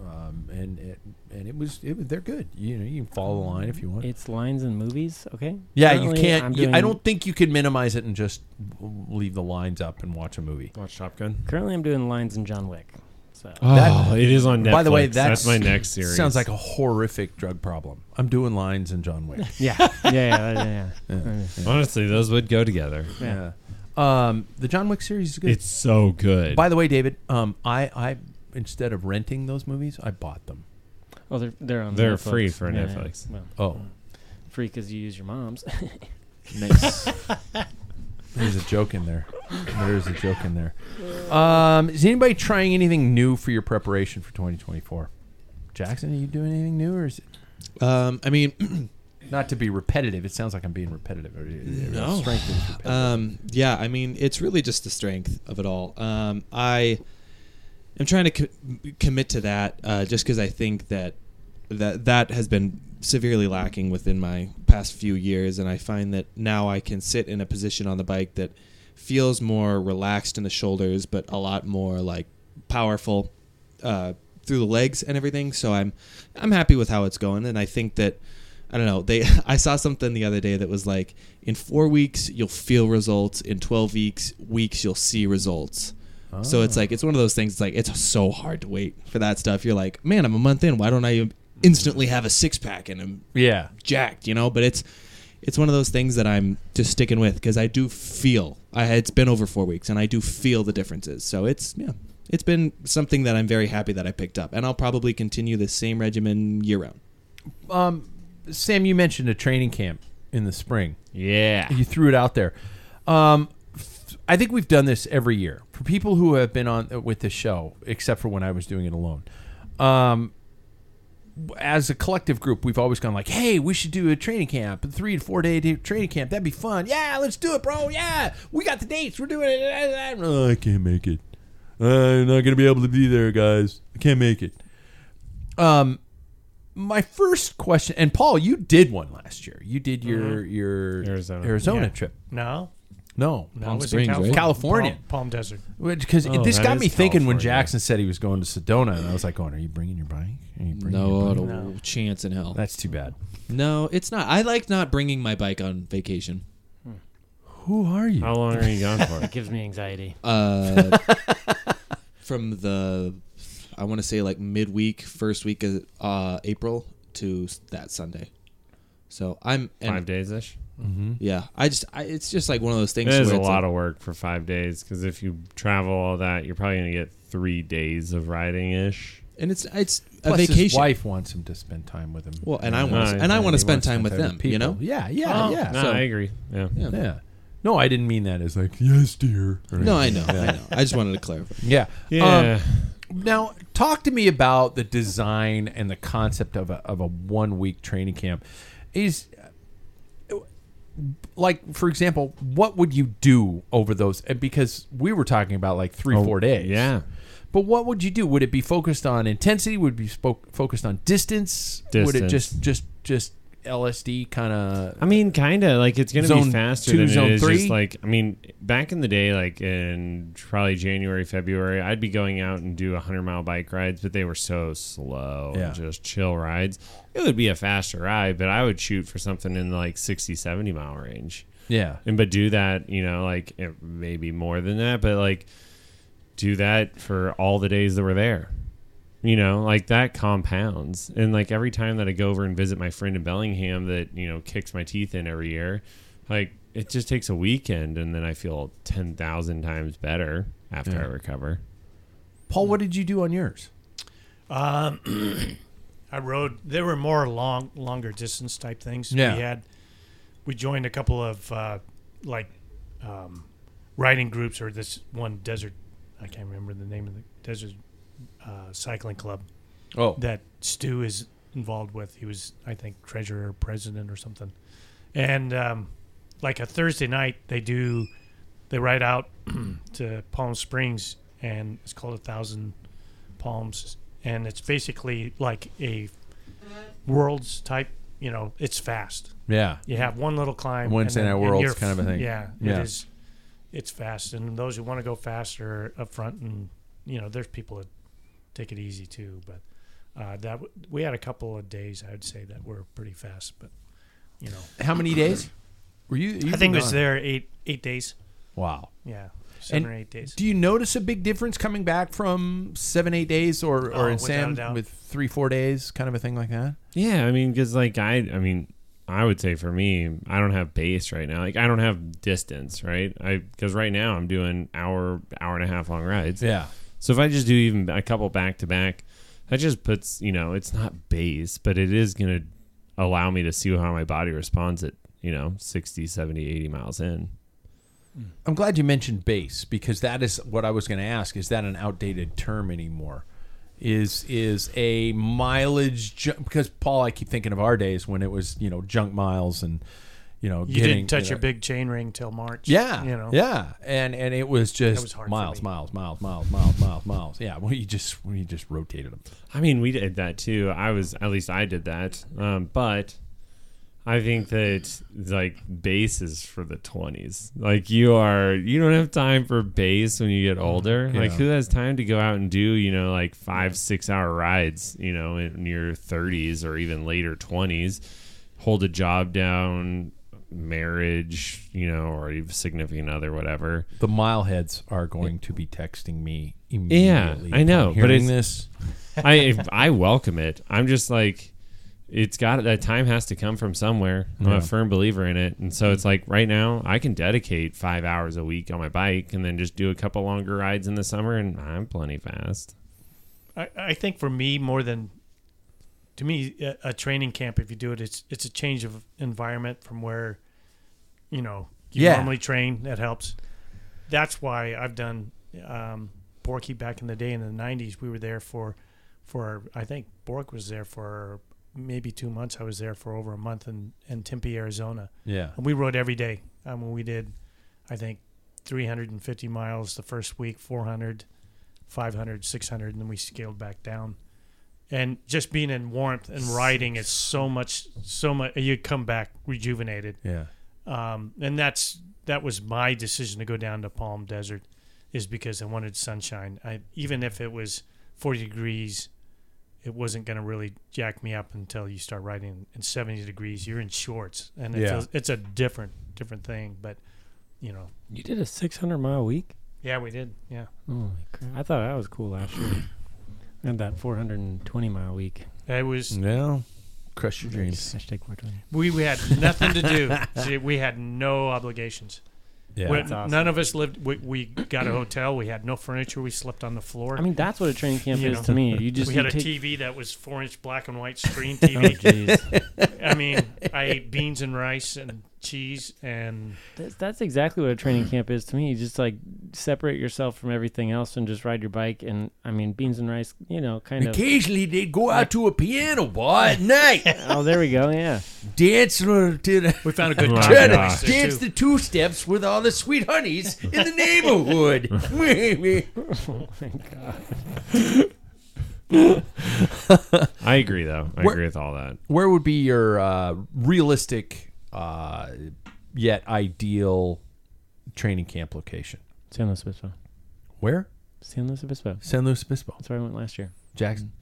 [SPEAKER 4] um, and it and it was it was they're good. You know you can follow the line if you want.
[SPEAKER 9] It's lines in movies, okay?
[SPEAKER 4] Yeah,
[SPEAKER 9] Currently,
[SPEAKER 4] you
[SPEAKER 9] I'm
[SPEAKER 4] can't. You, I
[SPEAKER 9] doing-
[SPEAKER 4] don't think you can minimize it and just w- leave the lines up and watch a movie.
[SPEAKER 5] Watch Top Gun.
[SPEAKER 9] Currently, I'm doing lines in John Wick. So
[SPEAKER 5] Oh, it is on
[SPEAKER 4] By the way,
[SPEAKER 5] Netflix.
[SPEAKER 4] that's,
[SPEAKER 5] That's my next series.
[SPEAKER 4] Sounds like a horrific drug problem. I'm doing lines and John Wick.
[SPEAKER 9] yeah, yeah, yeah, yeah, yeah.
[SPEAKER 5] Honestly, those would go together.
[SPEAKER 4] yeah. Um, the John Wick series is good.
[SPEAKER 5] It's so good.
[SPEAKER 4] By the way, David, um, I, I instead of renting those movies, I bought them.
[SPEAKER 9] Oh, they're they're on.
[SPEAKER 5] They're
[SPEAKER 9] Netflix.
[SPEAKER 5] free for
[SPEAKER 9] Yeah, yeah.
[SPEAKER 5] Netflix.
[SPEAKER 9] Well,
[SPEAKER 4] Oh,
[SPEAKER 9] free because you use your mom's.
[SPEAKER 4] nice. There's a joke in there. There's a joke in there. Um, is anybody trying anything new for your preparation for 2024? Jackson, are you doing anything new, or is it
[SPEAKER 8] Um, I mean,
[SPEAKER 4] not to be repetitive? It sounds like I'm being repetitive. Or- or- or
[SPEAKER 8] No.
[SPEAKER 4] strength is repetitive.
[SPEAKER 8] um, yeah, I mean, it's really just the strength of it all. Um, I am trying to co- commit to that uh, just because I think that that that has been severely lacking within my past few years, and I find that now I can sit in a position on the bike that feels more relaxed in the shoulders, but a lot more like powerful uh, through the legs and everything. So I'm I'm happy with how it's going, and I think that I don't know. They I saw something the other day that was like in four weeks you'll feel results, in twelve weeks weeks you'll see results. So it's like it's one of those things. It's like it's so hard to wait for that stuff. You're like, man, I'm a month in. Why don't I instantly have a six pack and I'm
[SPEAKER 4] yeah,
[SPEAKER 8] jacked, you know? But it's it's one of those things that I'm just sticking with because I do feel I it's been over four weeks and I do feel the differences. So it's yeah, it's been something that I'm very happy that I picked up, and I'll probably continue this same regimen year round.
[SPEAKER 4] um, Sam, you mentioned a training camp in the spring.
[SPEAKER 5] yeah.
[SPEAKER 4] You threw it out there. Um, f- I think we've done this every year for people who have been on uh, with the show, except for when I was doing it alone. Um, as a collective group, we've always gone like, "Hey, we should do a training camp, a three to four day t- training camp. That'd be fun. Yeah, let's do it, bro. Yeah, we got the dates. We're doing it.
[SPEAKER 11] "Oh, I can't make it. I'm Uh, not gonna be able to be there, guys. I can't make it.
[SPEAKER 4] Um, my first question, and Paul, you did one last year. You did your your
[SPEAKER 5] Arizona.
[SPEAKER 2] Yeah.
[SPEAKER 4] trip.
[SPEAKER 2] No,
[SPEAKER 4] No,
[SPEAKER 2] no,
[SPEAKER 8] Palm
[SPEAKER 2] it was
[SPEAKER 8] Springs,
[SPEAKER 2] in California.
[SPEAKER 8] right?
[SPEAKER 4] California.
[SPEAKER 2] Palm, Palm Desert.
[SPEAKER 4] Because
[SPEAKER 5] Oh,
[SPEAKER 4] this
[SPEAKER 5] that
[SPEAKER 4] got
[SPEAKER 5] is
[SPEAKER 4] me thinking when
[SPEAKER 5] California.
[SPEAKER 4] Jackson said he was going to Sedona, and I was like, "Going, are you bringing your bike? Are you bringing your
[SPEAKER 8] No,
[SPEAKER 4] bike?"
[SPEAKER 8] no chance in hell.
[SPEAKER 4] that's too bad."
[SPEAKER 8] No, it's not. I like not bringing my bike on vacation.
[SPEAKER 4] Who are you?
[SPEAKER 5] How long are you gone for?
[SPEAKER 9] It gives me anxiety.
[SPEAKER 8] Uh, from the, I want to say like midweek, first week of uh, April to s- that Sunday. So I'm and
[SPEAKER 5] Five days ish.
[SPEAKER 8] yeah. I just I, it's just like one of those
[SPEAKER 5] It
[SPEAKER 8] things.
[SPEAKER 5] is
[SPEAKER 8] where
[SPEAKER 5] a
[SPEAKER 8] it's
[SPEAKER 5] lot
[SPEAKER 8] like-
[SPEAKER 5] of work for five days because if you travel all that, you're probably going to get three days of riding ish.
[SPEAKER 8] and it's it's a
[SPEAKER 4] Plus,
[SPEAKER 8] vacation.
[SPEAKER 4] his wife wants him to spend time with him.
[SPEAKER 8] Well, and I
[SPEAKER 4] Yeah.
[SPEAKER 8] want
[SPEAKER 5] Nice.
[SPEAKER 8] to and I
[SPEAKER 5] And
[SPEAKER 8] want
[SPEAKER 4] He
[SPEAKER 8] to spend
[SPEAKER 4] wants
[SPEAKER 8] time with them.
[SPEAKER 4] people.
[SPEAKER 8] You know.
[SPEAKER 4] Yeah, yeah,
[SPEAKER 5] Oh,
[SPEAKER 4] yeah.
[SPEAKER 5] No,
[SPEAKER 4] So-
[SPEAKER 5] I agree. Yeah.
[SPEAKER 8] Yeah.
[SPEAKER 4] yeah. No, I didn't mean that as like.
[SPEAKER 11] Yes, dear.
[SPEAKER 8] No, I know. I know. I just wanted to clarify.
[SPEAKER 4] Yeah.
[SPEAKER 5] Yeah.
[SPEAKER 4] Um, now, talk to me about the design and the concept of a, of a one week training camp. Is like, for example, what would you do over those? and Because we were talking about like three,
[SPEAKER 5] Oh,
[SPEAKER 4] four days.
[SPEAKER 5] yeah.
[SPEAKER 4] But what would you do? Would it be focused on intensity? Would it be spoke, focused on distance? Would it
[SPEAKER 5] Distance.
[SPEAKER 4] just just just LSD kind of?
[SPEAKER 5] I mean, kind of like it's gonna
[SPEAKER 4] Zone
[SPEAKER 5] be faster
[SPEAKER 4] two,
[SPEAKER 5] than
[SPEAKER 4] zone
[SPEAKER 5] it is.
[SPEAKER 4] three?
[SPEAKER 5] Just like I mean, back in the day, like in probably January, February, I'd be going out and do hundred mile bike rides, but they were so slow
[SPEAKER 4] Yeah.
[SPEAKER 5] and just chill rides. It would be a faster ride, but I would shoot for something in the like 60, 70 mile range,
[SPEAKER 4] Yeah.
[SPEAKER 5] and but do that, you know, like it- maybe more than that, but like do that for all the days that were there. You know, like that compounds. And like every time that I go over and visit my friend in Bellingham that, you know, kicks my teeth in every year, like it just takes a weekend and then I feel 10,000 times better after I recover.
[SPEAKER 4] Paul, what did you do on yours?
[SPEAKER 2] I rode. There were more long, longer distance type things.
[SPEAKER 4] Yeah.
[SPEAKER 2] We had we joined a couple of uh, like um, riding groups or this one desert. I can't remember the name of the desert uh, cycling club.
[SPEAKER 4] Oh.
[SPEAKER 2] that Stu is involved with. He was, I think, treasurer, or president, or something. And um, like a Thursday night, they do they ride out to Palm Springs, and it's called a Thousand Palms, and it's basically like a world's type. You know, it's fast.
[SPEAKER 4] Yeah.
[SPEAKER 2] you have one little climb.
[SPEAKER 4] Wednesday
[SPEAKER 2] and then-
[SPEAKER 4] Night
[SPEAKER 2] and
[SPEAKER 4] Worlds
[SPEAKER 2] you're-
[SPEAKER 4] kind of a thing.
[SPEAKER 2] Yeah,
[SPEAKER 4] Yeah.
[SPEAKER 2] it is. It's fast, and those who want to go faster up front, and you know, there's people that take it easy too. But uh, that w- we had a couple of days, I'd say, that were pretty fast. But you know,
[SPEAKER 4] How many days? Were you? you
[SPEAKER 2] I think it was
[SPEAKER 4] gone.
[SPEAKER 2] there eight eight days.
[SPEAKER 4] Wow.
[SPEAKER 2] Yeah, seven
[SPEAKER 4] And
[SPEAKER 2] or eight days.
[SPEAKER 4] Do you notice a big difference coming back from seven, eight days, or
[SPEAKER 2] Oh,
[SPEAKER 4] or
[SPEAKER 2] without
[SPEAKER 4] in
[SPEAKER 2] a
[SPEAKER 4] Sam
[SPEAKER 2] doubt.
[SPEAKER 4] with three, four days, kind of a thing like that?
[SPEAKER 5] Yeah, I mean, because like I, I mean, I would say for me, I don't have base right now. Like I don't have distance, right? I because right now I'm doing hour, hour and a half long rides.
[SPEAKER 4] Yeah.
[SPEAKER 5] So if I just do even a couple back to back, that just puts you know it's not base, but it is gonna allow me to see how my body responds at you know 60, 70, 80 miles in.
[SPEAKER 4] I'm glad you mentioned base because that is what I was going to ask. Is that an outdated term anymore? Is is a mileage ju- because Paul? I keep thinking of our days when it was you know junk miles and you know
[SPEAKER 2] You
[SPEAKER 4] getting
[SPEAKER 2] didn't touch
[SPEAKER 4] you know,
[SPEAKER 2] your big chain ring till March.
[SPEAKER 4] Yeah,
[SPEAKER 2] you know.
[SPEAKER 4] yeah, and and it was just
[SPEAKER 2] was hard for
[SPEAKER 4] miles,
[SPEAKER 2] me.
[SPEAKER 4] miles, miles, miles, miles, miles, miles. Yeah, well, you just well, you just rotated them.
[SPEAKER 5] I mean, we did that too. I was at least I did that, um, but I think that like base is for the twenties. Like you are, you don't have time for base when you get older. Like
[SPEAKER 4] Yeah.
[SPEAKER 5] who has time to go out and do you know like five six hour rides? You know, in your thirties or even later twenties, hold a job down, marriage, you know, or a significant other, whatever.
[SPEAKER 4] The mileheads are going to be texting me
[SPEAKER 5] Yeah,
[SPEAKER 4] immediately.
[SPEAKER 5] I know,
[SPEAKER 4] upon
[SPEAKER 5] but
[SPEAKER 4] hearing
[SPEAKER 5] it's-
[SPEAKER 4] this,
[SPEAKER 5] I I welcome it. I'm just like, it's got that time has to come from somewhere. I'm
[SPEAKER 4] Yeah.
[SPEAKER 5] a firm believer in it, and so it's like right now I can dedicate five hours a week on my bike, and then just do a couple longer rides in the summer, and I'm plenty fast.
[SPEAKER 2] I, I think for me more than to me a, a training camp if you do it it's it's a change of environment from where you know you
[SPEAKER 4] Yeah.
[SPEAKER 2] normally train that helps that's why i've done um borky back in the day in the 90s we were there for for i think bork was there for maybe two months i was there for over a month in in tempe arizona
[SPEAKER 4] Yeah.
[SPEAKER 2] and we rode every day i mean we did i think 350 miles the first week 400 500 600 and then we scaled back down and just being in warmth and riding is so much so much you come back rejuvenated
[SPEAKER 4] yeah,
[SPEAKER 2] um, and that's that was my decision to go down to palm desert is because i wanted sunshine I, even if it was 40 degrees it wasn't going to really jack me up until you start riding in 70 degrees you're in shorts and it
[SPEAKER 4] Yeah.
[SPEAKER 2] feels, it's a different different thing but you know
[SPEAKER 9] You did a 600 mile week?
[SPEAKER 2] yeah we did yeah
[SPEAKER 9] Oh my crap. I thought that was cool last year. I had that 420 mile week.
[SPEAKER 2] it was
[SPEAKER 4] yeah. Crush your dreams.
[SPEAKER 9] Hashtag 420.
[SPEAKER 2] we, we had nothing to do See, we had no obligations
[SPEAKER 4] Yeah,
[SPEAKER 2] We-
[SPEAKER 9] That's awesome.
[SPEAKER 2] None of us lived. We, we got a hotel. We had no furniture. We slept on the floor.
[SPEAKER 9] I mean, that's what a training camp
[SPEAKER 2] You
[SPEAKER 9] is
[SPEAKER 2] know.
[SPEAKER 9] to me. You just
[SPEAKER 2] we
[SPEAKER 9] you
[SPEAKER 2] had a
[SPEAKER 9] take-
[SPEAKER 2] TV that was four inch black and white screen
[SPEAKER 9] Oh,
[SPEAKER 2] TV.
[SPEAKER 9] jeez.
[SPEAKER 2] I mean, I ate beans and rice and cheese and
[SPEAKER 9] that's, that's exactly what a training camp is to me. You just like separate yourself from everything else and just ride your bike. And I mean, beans and rice, you know, kind of.
[SPEAKER 4] Occasionally, they'd go out to a piano bar at night,
[SPEAKER 9] Oh, there we go. Yeah.
[SPEAKER 4] dance to the
[SPEAKER 2] we found a good
[SPEAKER 5] Wow.
[SPEAKER 4] Try
[SPEAKER 2] time.
[SPEAKER 4] to
[SPEAKER 5] Yeah.
[SPEAKER 2] place there,
[SPEAKER 4] dance
[SPEAKER 2] too.
[SPEAKER 4] the two steps with all the sweet honeys in the neighborhood.
[SPEAKER 5] I agree, though. I
[SPEAKER 4] Where-
[SPEAKER 5] agree with all that.
[SPEAKER 4] Where would be your uh, realistic uh, yet ideal training camp location?
[SPEAKER 9] San Luis Obispo.
[SPEAKER 4] Where?
[SPEAKER 9] San Luis Obispo.
[SPEAKER 4] San Luis Obispo.
[SPEAKER 9] That's Mm-hmm. where I went last year.
[SPEAKER 4] Jackson.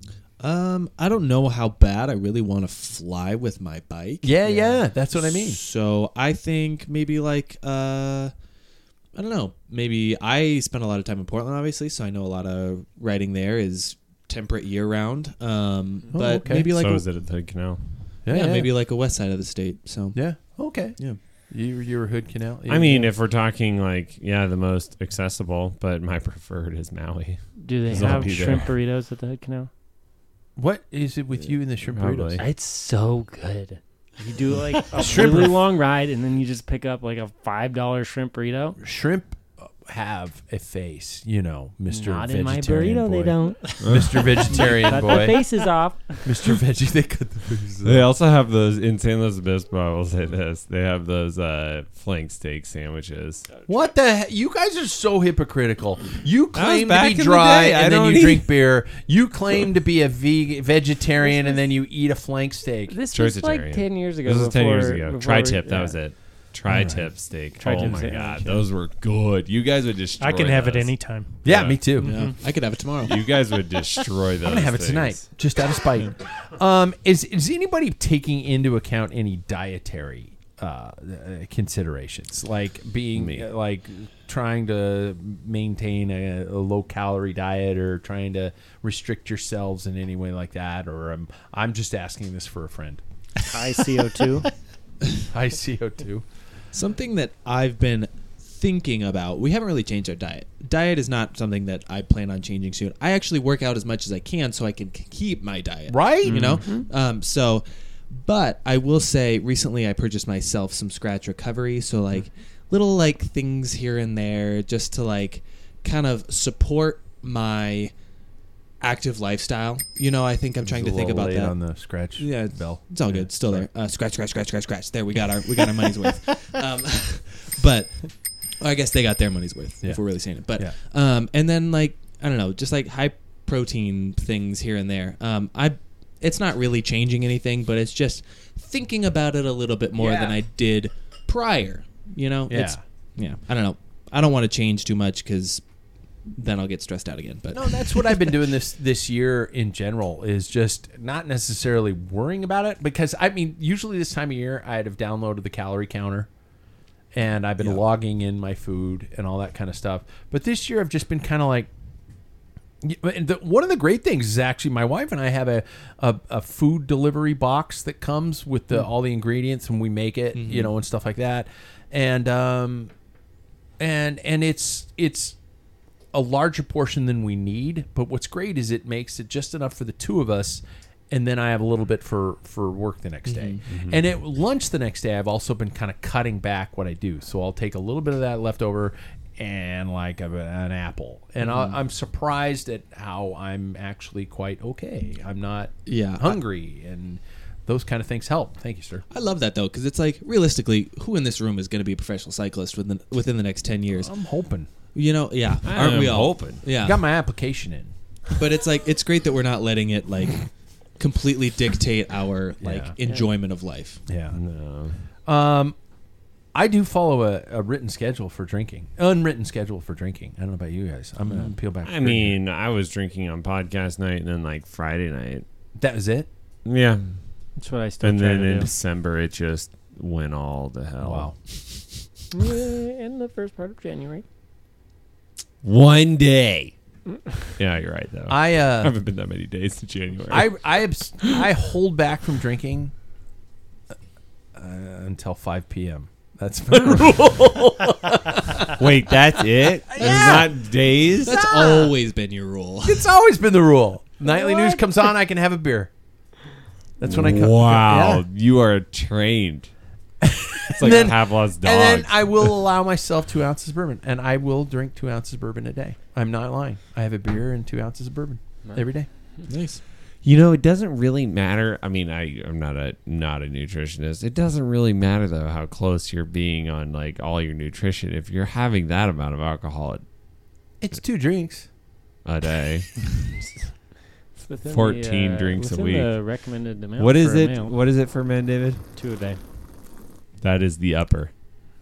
[SPEAKER 8] Um, I don't know how bad I really want to fly with my bike.
[SPEAKER 4] Yeah, yeah, that's what I mean.
[SPEAKER 8] So I think maybe like uh I don't know. Maybe I spent a lot of time in Portland obviously, so I know a lot of riding there is temperate year round. Um
[SPEAKER 4] Oh,
[SPEAKER 8] but
[SPEAKER 4] okay.
[SPEAKER 8] maybe like
[SPEAKER 5] so
[SPEAKER 8] a-
[SPEAKER 5] is it at the canal?
[SPEAKER 8] yeah, maybe like a west side of the state. So
[SPEAKER 4] Yeah. Okay.
[SPEAKER 8] Yeah.
[SPEAKER 4] You you were Hood Canal.
[SPEAKER 5] I mean, if we're talking like yeah, the most accessible, but my preferred is Maui.
[SPEAKER 9] Do they
[SPEAKER 5] Zombie
[SPEAKER 9] have
[SPEAKER 5] there.
[SPEAKER 9] shrimp burritos at the Hood Canal?
[SPEAKER 4] what is it with you and the shrimp burritos?
[SPEAKER 5] Probably.
[SPEAKER 9] It's so good. You do like a
[SPEAKER 4] Shrimp
[SPEAKER 9] really
[SPEAKER 4] are-
[SPEAKER 9] long ride, and then you just pick up like a five dollar shrimp burrito.
[SPEAKER 4] Shrimp have a face, you know, Mr.
[SPEAKER 9] Not in
[SPEAKER 4] Vegetarian
[SPEAKER 9] my burrito,
[SPEAKER 4] boy.
[SPEAKER 9] they don't.
[SPEAKER 4] Mr. Vegetarian
[SPEAKER 9] Cut the
[SPEAKER 4] boy.
[SPEAKER 9] faces off.
[SPEAKER 4] Mr. Veggie, they cut the faces off.
[SPEAKER 5] They also have those in San Luis Obispo. I will say this: they have those uh, flank steak sandwiches.
[SPEAKER 4] What the? He- you guys are so hypocritical. You claim
[SPEAKER 5] back
[SPEAKER 4] to
[SPEAKER 5] in
[SPEAKER 4] be
[SPEAKER 5] the
[SPEAKER 4] dry
[SPEAKER 5] day. I
[SPEAKER 4] and then
[SPEAKER 5] don't
[SPEAKER 4] you
[SPEAKER 5] eat-
[SPEAKER 4] drink beer. You claim to be a veg- vegetarian and then you eat a flank steak.
[SPEAKER 9] This was like ten years ago.
[SPEAKER 5] This was ten years
[SPEAKER 9] before-
[SPEAKER 5] ago.
[SPEAKER 9] before
[SPEAKER 5] Tri
[SPEAKER 9] we-
[SPEAKER 5] tip. That
[SPEAKER 9] yeah.
[SPEAKER 5] was it. Tri tip steak. oh
[SPEAKER 9] Tri-tip
[SPEAKER 5] my
[SPEAKER 9] sandwich,
[SPEAKER 5] god,
[SPEAKER 9] yeah.
[SPEAKER 5] those were good. You guys would destroy.
[SPEAKER 2] I can have it
[SPEAKER 5] those.
[SPEAKER 2] anytime.
[SPEAKER 4] Yeah, me too.
[SPEAKER 8] Yeah. I could have it tomorrow.
[SPEAKER 5] You guys would destroy those.
[SPEAKER 4] I'm gonna have
[SPEAKER 5] things.
[SPEAKER 4] it tonight, just out of spite. um, is is anybody taking into account any dietary uh, uh, considerations, like being
[SPEAKER 5] Me.
[SPEAKER 4] uh, like trying to maintain a, a low calorie diet or trying to restrict yourselves in any way like that? Or I'm I'm just asking this for a friend.
[SPEAKER 9] ICO2.
[SPEAKER 4] I CO two.
[SPEAKER 8] Something that I've been thinking about, we haven't really changed our diet. Diet is not something that I plan on changing soon. I actually work out as much as I can so I can k- keep my diet.
[SPEAKER 4] Right? Mm-hmm.
[SPEAKER 8] You know? Um, so, but I will say recently I purchased myself some scratch recovery. So,
[SPEAKER 4] Mm-hmm.
[SPEAKER 8] like, little like things here and there just to like kind of support my active lifestyle. You know, I think I'm trying to think about that.
[SPEAKER 4] on the scratch.
[SPEAKER 8] Yeah, it's,
[SPEAKER 4] bell.
[SPEAKER 8] It's all good. Still there. Uh, scratch, scratch, scratch, scratch, scratch. There, we got our we got our money's worth. Um, but well, I guess they got their money's worth
[SPEAKER 4] Yeah.
[SPEAKER 8] if we're really saying it. But
[SPEAKER 4] Yeah.
[SPEAKER 8] um, and then like I don't know, just like high protein things here and there. Um, I it's not really changing anything, but it's just thinking about it a little bit more than I did prior. You know,
[SPEAKER 4] Yeah.
[SPEAKER 8] It's- yeah. I don't know. I don't want to change too much because then I'll get stressed out again. But
[SPEAKER 4] No, that's what I've been doing this this year in general is just not necessarily worrying about it because I mean usually this time of year I'd have downloaded the calorie counter and I've been logging in my food and all that kind of stuff. But this year I've just been kind of like yeah, but- and the, one of the great things is actually my wife and I have a, a, a food delivery box that comes with the, all the ingredients and we make it, you know, and stuff like that. And um, and and it's it's a larger portion than we need. But what's great is it makes it just enough for the two of us, and then I have a little bit for for work the next day. And at lunch the next day, I've also been kind of cutting back what I do. So I'll take a little bit of that leftover and like a, an apple. And I, I'm surprised at how I'm actually quite okay. I'm not
[SPEAKER 8] Yeah, I-
[SPEAKER 4] hungry and. Those kind of things help. Thank you, sir.
[SPEAKER 8] I love that though, because it's like realistically, who in this room is going to be a professional cyclist within within the next ten years?
[SPEAKER 4] I'm hoping.
[SPEAKER 8] You know, yeah,
[SPEAKER 5] I
[SPEAKER 8] aren't we
[SPEAKER 5] am
[SPEAKER 8] all
[SPEAKER 5] hoping.
[SPEAKER 8] Yeah,
[SPEAKER 4] Got my application in.
[SPEAKER 8] but it's like it's great that we're not letting it like completely dictate our like
[SPEAKER 4] Yeah.
[SPEAKER 8] enjoyment of life.
[SPEAKER 4] Yeah.
[SPEAKER 5] No.
[SPEAKER 4] Um, I do follow a, a written schedule for drinking, unwritten schedule for drinking. I don't know about you guys. I'm gonna peel back. the
[SPEAKER 5] Mm. I
[SPEAKER 4] curtain here.
[SPEAKER 5] mean, I was drinking on podcast night and then like Friday night.
[SPEAKER 4] that was it.
[SPEAKER 5] Yeah,
[SPEAKER 9] That's what I still
[SPEAKER 5] and
[SPEAKER 9] try
[SPEAKER 5] then
[SPEAKER 9] to
[SPEAKER 5] in
[SPEAKER 9] do.
[SPEAKER 5] December it just went all to hell.
[SPEAKER 4] Wow.
[SPEAKER 9] in the first part of January.
[SPEAKER 5] One day. yeah, you're right though. I
[SPEAKER 4] I uh,
[SPEAKER 5] haven't been that many days in January.
[SPEAKER 4] I I abs- I hold back from drinking uh, until 5 p.m. That's my rule.
[SPEAKER 5] Wait, that's it? yeah. Not days?
[SPEAKER 8] That's always been your rule.
[SPEAKER 4] it's always been the rule. Nightly news comes on, I can have a beer. That's when I come.
[SPEAKER 5] Wow,
[SPEAKER 4] Yeah.
[SPEAKER 5] Oh, you are trained. It's like
[SPEAKER 4] then-
[SPEAKER 5] Pavlov's dog.
[SPEAKER 4] And then I will allow myself two ounces of bourbon, and I will drink two ounces of bourbon a day. I'm not lying. I have a beer and two ounces of bourbon every day.
[SPEAKER 8] nice.
[SPEAKER 5] you know, it doesn't really matter. I mean, I I'm not a not a nutritionist. It doesn't really matter though how close you're being on like all your nutrition if you're having that amount of alcohol
[SPEAKER 4] It's two drinks.
[SPEAKER 5] a, a day.
[SPEAKER 9] It's within
[SPEAKER 5] 14
[SPEAKER 9] the, uh,
[SPEAKER 5] drinks a
[SPEAKER 9] within
[SPEAKER 5] week.
[SPEAKER 9] The recommended amount.
[SPEAKER 5] what is
[SPEAKER 9] for a
[SPEAKER 5] it?
[SPEAKER 9] meal.
[SPEAKER 5] What is it for men, David?
[SPEAKER 9] Two a day.
[SPEAKER 5] That is the upper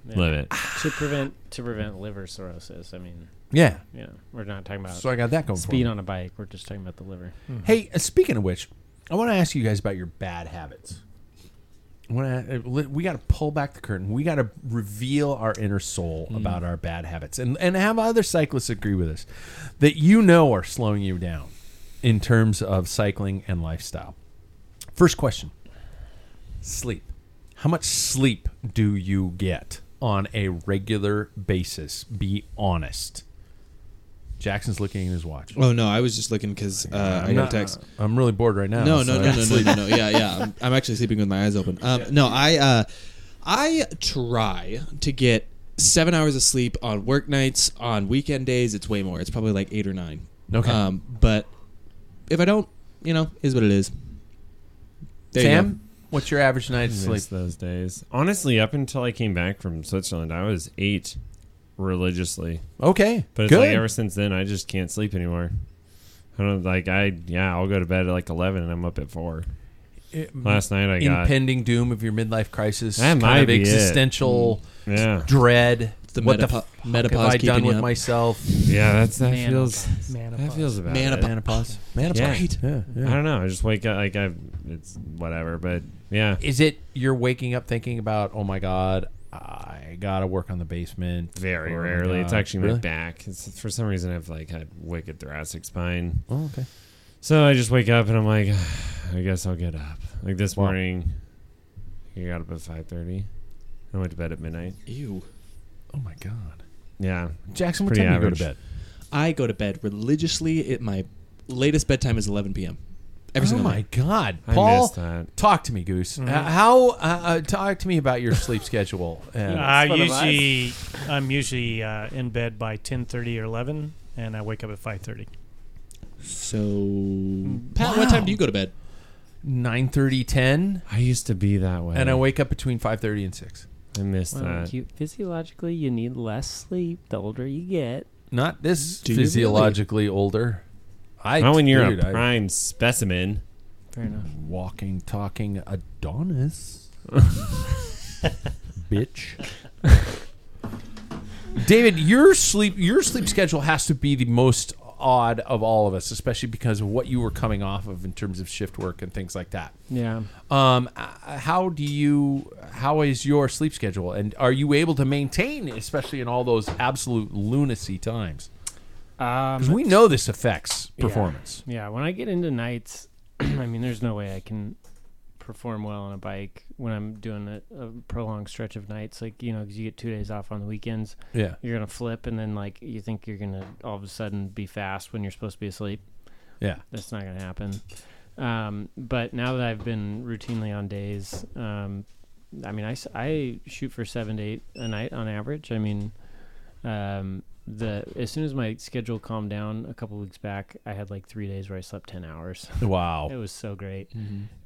[SPEAKER 9] Yeah.
[SPEAKER 5] limit.
[SPEAKER 9] to prevent to prevent liver cirrhosis. I mean,
[SPEAKER 4] Yeah.
[SPEAKER 9] you know, we're not talking about
[SPEAKER 4] So I got that going for me.
[SPEAKER 9] speed on a bike. We're just talking about the liver.
[SPEAKER 4] Hey, uh, speaking of which, I want to ask you guys about your bad habits. I want to, we got to pull back the curtain. We got to reveal our inner soul about our bad habits and, and have other cyclists agree with us that you know are slowing you down in terms of cycling and lifestyle. First question sleep. How much sleep do you get on a regular basis? Be honest. Jackson's looking at his watch.
[SPEAKER 8] Oh no, I was just looking because uh, I
[SPEAKER 4] I'm
[SPEAKER 8] got
[SPEAKER 4] not-
[SPEAKER 8] a text.
[SPEAKER 4] I'm really bored right now,
[SPEAKER 8] No,
[SPEAKER 4] so
[SPEAKER 8] no,
[SPEAKER 4] I
[SPEAKER 8] no,
[SPEAKER 4] gotta
[SPEAKER 8] no, no,
[SPEAKER 4] sleep.
[SPEAKER 8] no, no. Yeah, yeah. I'm, I'm actually sleeping with my eyes open. Um, no, I, uh, I try to get seven hours of sleep on work nights. On weekend days, it's way more. It's probably like eight or nine.
[SPEAKER 4] Okay.
[SPEAKER 8] Um, but if I don't, you know, is what it is. There you go.
[SPEAKER 4] Sam, what's your average night's
[SPEAKER 12] Miss
[SPEAKER 4] sleep?
[SPEAKER 12] those days. Honestly, up until I came back from Switzerland, I was eight religiously.
[SPEAKER 4] Okay,
[SPEAKER 12] But it's
[SPEAKER 4] good.
[SPEAKER 12] like ever since then, I just can't sleep anymore. I don't like I yeah. I'll go to bed at like eleven, and I'm up at four. Last night I got
[SPEAKER 4] impending doom of your midlife crisis,
[SPEAKER 12] That
[SPEAKER 4] kind
[SPEAKER 12] might
[SPEAKER 4] of
[SPEAKER 12] be it. Mm,
[SPEAKER 4] existential
[SPEAKER 12] Yeah.
[SPEAKER 4] dread.
[SPEAKER 8] It's the
[SPEAKER 4] what the
[SPEAKER 8] metapo-
[SPEAKER 4] fuck have
[SPEAKER 8] menopause
[SPEAKER 4] I done
[SPEAKER 8] keeping you
[SPEAKER 4] with
[SPEAKER 8] up.
[SPEAKER 4] myself?
[SPEAKER 12] yeah. That's that
[SPEAKER 5] Manopause.
[SPEAKER 12] feels that
[SPEAKER 2] Manopause.
[SPEAKER 12] feels about it.
[SPEAKER 8] Manopause.
[SPEAKER 4] uh, Menopause. Menopause.
[SPEAKER 12] Yeah.
[SPEAKER 8] Right.
[SPEAKER 4] Yeah, yeah.
[SPEAKER 12] I don't know. I just wake up like I it's whatever. But yeah,
[SPEAKER 4] Is it you're waking up thinking about? Oh my god, I gotta work on the basement.
[SPEAKER 12] very
[SPEAKER 4] Oh my
[SPEAKER 12] rarely. It's
[SPEAKER 4] God.
[SPEAKER 12] actually my
[SPEAKER 4] Really?
[SPEAKER 12] back. It's, for some reason I've like had wicked thoracic spine.
[SPEAKER 4] Oh, okay.
[SPEAKER 12] So I just wake up and I'm like, I guess I'll get up. Like this morning, I got up at five thirty. I went to bed at midnight.
[SPEAKER 8] Ew.
[SPEAKER 4] Oh my god,
[SPEAKER 12] Yeah,
[SPEAKER 4] Jackson, what
[SPEAKER 12] Pretty
[SPEAKER 4] time
[SPEAKER 12] average.
[SPEAKER 4] do you go to bed? Oh
[SPEAKER 8] I go to bed religiously. It my latest bedtime is 11 p.m. Every
[SPEAKER 4] oh
[SPEAKER 8] single
[SPEAKER 4] my
[SPEAKER 8] night.
[SPEAKER 4] god,
[SPEAKER 12] I
[SPEAKER 4] Paul,
[SPEAKER 12] missed that. Mm-hmm.
[SPEAKER 4] talk to me, Goose. Uh, how? Uh, uh, talk to me about your sleep schedule. Uh,
[SPEAKER 12] Ah.
[SPEAKER 2] I usually I'm usually uh, in bed by ten thirty or eleven, and I wake up at five thirty.
[SPEAKER 8] So, Pat, what time do you go to bed?
[SPEAKER 4] 9 10
[SPEAKER 12] I used to be that way,
[SPEAKER 4] and I wake up between five thirty and six.
[SPEAKER 12] I missed
[SPEAKER 5] Well,
[SPEAKER 12] that.
[SPEAKER 5] you, physiologically, you need less sleep the older you get.
[SPEAKER 4] Not this
[SPEAKER 8] Do you really?
[SPEAKER 4] physiologically older. I
[SPEAKER 12] Not when you're
[SPEAKER 4] dude,
[SPEAKER 12] a
[SPEAKER 4] I-
[SPEAKER 12] prime specimen.
[SPEAKER 5] Fair enough.
[SPEAKER 4] walking, talking Adonis. Bitch. David, your sleep your sleep schedule has to be the most odd of all of us, especially because of what you were coming off of in terms of shift work and things like that.
[SPEAKER 5] Yeah.
[SPEAKER 4] Um, uh, how do you? How is your sleep schedule, and are you able to maintain, especially in all those absolute lunacy times?
[SPEAKER 5] Um,
[SPEAKER 4] 'Cause we know this affects
[SPEAKER 5] Yeah.
[SPEAKER 4] performance.
[SPEAKER 5] Yeah, when I get into nights, I mean, there's no way I can perform well on a bike when I'm doing a, a prolonged stretch of nights. Like, you know, because you get two days off on the weekends,
[SPEAKER 4] Yeah,
[SPEAKER 5] you're going to flip, and then, like, you think you're going to all of a sudden be fast when you're supposed to be asleep.
[SPEAKER 4] yeah.
[SPEAKER 5] That's not going to happen. Um, but now that I've been routinely on days, um, I mean, I, s- I shoot for seven to eight a night on average. I mean, um, the as soon as my schedule calmed down a couple weeks back, I had like three days where I slept ten hours. It
[SPEAKER 4] Wow.
[SPEAKER 5] was so great,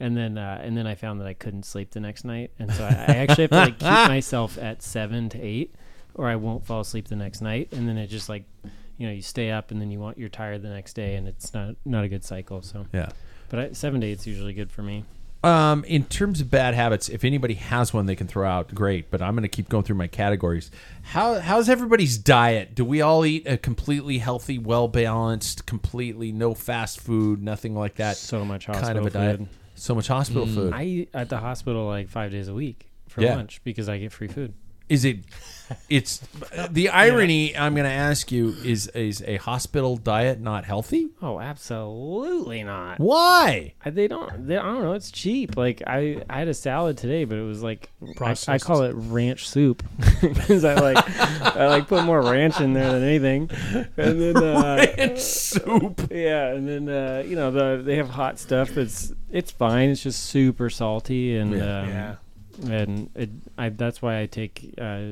[SPEAKER 5] and then uh, and then I found that I couldn't sleep the next night, and so I, I actually have to like keep myself at seven to eight, or I won't fall asleep the next night, and then it just like, you know, you stay up and then you want you're tired the next day, and it's not not a good cycle. So,
[SPEAKER 4] Yeah.
[SPEAKER 5] but I, seven to eight's usually good for me.
[SPEAKER 4] Um, in terms of bad habits, if anybody has one they can throw out, great. But I'm going to keep going through my categories. How how's everybody's diet? Do we all eat a completely healthy, well balanced, completely no fast food, nothing like that?
[SPEAKER 5] So much
[SPEAKER 4] kind of
[SPEAKER 5] hospital
[SPEAKER 4] a diet.
[SPEAKER 5] food. Mm.
[SPEAKER 4] So much hospital food.
[SPEAKER 5] I eat at the hospital like five days a week for
[SPEAKER 4] Yeah.
[SPEAKER 5] lunch because I get free food.
[SPEAKER 4] is it? It's the irony. I'm going to ask you is is a hospital diet not healthy?
[SPEAKER 5] Oh, absolutely not.
[SPEAKER 4] Why?
[SPEAKER 5] I- They don't. They, I don't know. It's cheap. Like I, I had a salad today, but it was like I, I
[SPEAKER 2] Processed.
[SPEAKER 5] call it ranch soup because I like I like put more ranch in there than anything. And then uh,
[SPEAKER 4] Soup.
[SPEAKER 5] yeah, and then uh, you know the they have hot stuff that's it's fine. It's just super salty and um, and it, I, that's why I take uh,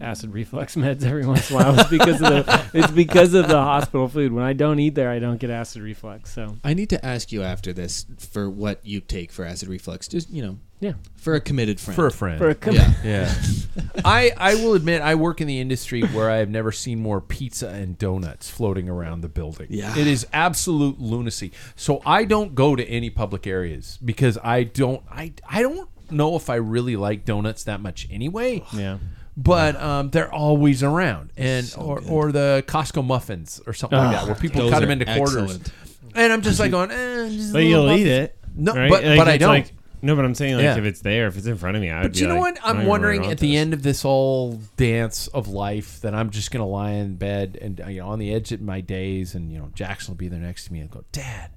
[SPEAKER 5] acid reflux meds every once in a while. It's because of the it's because of the hospital food. When I don't eat there, I don't get acid reflux. So
[SPEAKER 8] I need to ask you after this for what you take for acid reflux. Just you know,
[SPEAKER 5] yeah,
[SPEAKER 8] for a committed friend.
[SPEAKER 4] For a friend.
[SPEAKER 5] for a com-
[SPEAKER 8] yeah.
[SPEAKER 4] Yeah. I I will admit I work in the industry where I have never seen more pizza and donuts floating around the building.
[SPEAKER 8] Yeah.
[SPEAKER 4] It is absolute lunacy. So I don't go to any public areas because I don't I I don't know if I really like donuts that much anyway.
[SPEAKER 5] yeah.
[SPEAKER 4] But um, they're always around, and or, or the Costco muffins or something like that, where people
[SPEAKER 8] those
[SPEAKER 4] cut them
[SPEAKER 8] are
[SPEAKER 4] into quarters.
[SPEAKER 8] excellent.
[SPEAKER 4] And I'm just like going, eh, just a
[SPEAKER 12] But
[SPEAKER 4] little
[SPEAKER 12] you'll
[SPEAKER 4] muffin.
[SPEAKER 12] eat it.
[SPEAKER 4] No,
[SPEAKER 12] right?
[SPEAKER 4] but- but I
[SPEAKER 12] it's
[SPEAKER 4] don't.
[SPEAKER 12] Like, no, but I'm saying like
[SPEAKER 4] Yeah.
[SPEAKER 12] if it's there, if it's in front of me, I would.
[SPEAKER 4] But
[SPEAKER 12] be
[SPEAKER 4] you know
[SPEAKER 12] like,
[SPEAKER 4] what?
[SPEAKER 12] I don't
[SPEAKER 4] I'm
[SPEAKER 12] even
[SPEAKER 4] wondering
[SPEAKER 12] really
[SPEAKER 4] at the
[SPEAKER 12] want
[SPEAKER 4] end of this whole dance of life that I'm just gonna lie in bed and uh, you know on the edge of my days, and you know Jackson will be there next to me and go, Dad,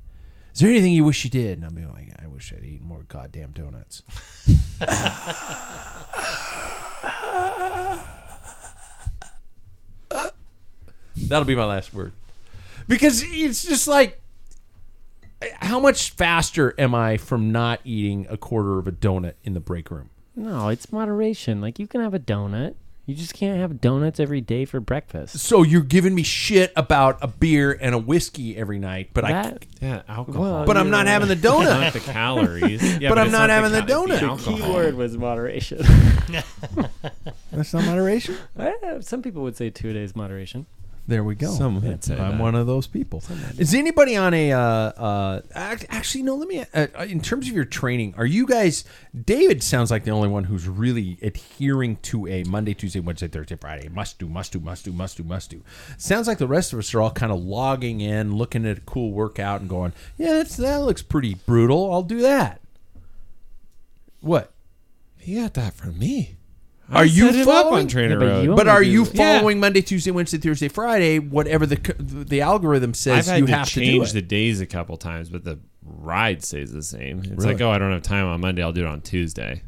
[SPEAKER 4] is there anything you wish you did? And I'll be like, I wish I'd eaten more goddamn donuts. That'll be my last word. Because it's just like, how much faster am I from not eating a quarter of a donut in the break room?
[SPEAKER 9] No, it's moderation. Like you can have a donut. You just can't have donuts every day for breakfast.
[SPEAKER 4] So you're giving me shit about a beer and a whiskey every night, but I
[SPEAKER 9] That-
[SPEAKER 5] Yeah, alcohol.
[SPEAKER 9] Well,
[SPEAKER 4] but I'm
[SPEAKER 9] you
[SPEAKER 4] not
[SPEAKER 9] know.
[SPEAKER 4] having the donut.
[SPEAKER 5] Not the calories. Yeah,
[SPEAKER 4] but,
[SPEAKER 5] but
[SPEAKER 4] I'm
[SPEAKER 5] it's
[SPEAKER 4] not,
[SPEAKER 5] not the
[SPEAKER 4] having the,
[SPEAKER 5] cal- it's the
[SPEAKER 4] donut.
[SPEAKER 5] alcohol.
[SPEAKER 9] Key word was moderation.
[SPEAKER 4] That's not moderation.
[SPEAKER 9] Eh, Some people would say two days moderation.
[SPEAKER 4] There we go.
[SPEAKER 5] Some would say
[SPEAKER 4] I'm
[SPEAKER 5] that.
[SPEAKER 4] one of those people. Is anybody on a uh, uh, ac- actually no? Let me. Uh, in terms of your training, are you guys? David sounds like the only one who's really adhering to a Monday, Tuesday, Wednesday, Thursday, Friday. Must do, must do, must do, must do, must do. Sounds like the rest of us are all kind of logging in, looking at a cool workout, and going, "Yeah, that's, that looks pretty brutal. I'll do that." What?
[SPEAKER 5] He got that from me.
[SPEAKER 4] Are you
[SPEAKER 5] set him up
[SPEAKER 4] following?
[SPEAKER 5] on Trainer
[SPEAKER 9] Yeah, but
[SPEAKER 5] Road?
[SPEAKER 9] you
[SPEAKER 4] But
[SPEAKER 9] only
[SPEAKER 4] are
[SPEAKER 9] do-
[SPEAKER 4] you
[SPEAKER 5] Yeah.
[SPEAKER 4] following Monday, Tuesday, Wednesday, Thursday, Friday, whatever the c- the algorithm
[SPEAKER 5] I've
[SPEAKER 4] says
[SPEAKER 5] had
[SPEAKER 4] you
[SPEAKER 5] to
[SPEAKER 4] have
[SPEAKER 5] change
[SPEAKER 4] to do?
[SPEAKER 5] the
[SPEAKER 4] it.
[SPEAKER 5] days a couple times, but the ride stays the same. It's
[SPEAKER 4] Really?
[SPEAKER 5] like, oh, I don't have time on Monday. I'll do it on Tuesday.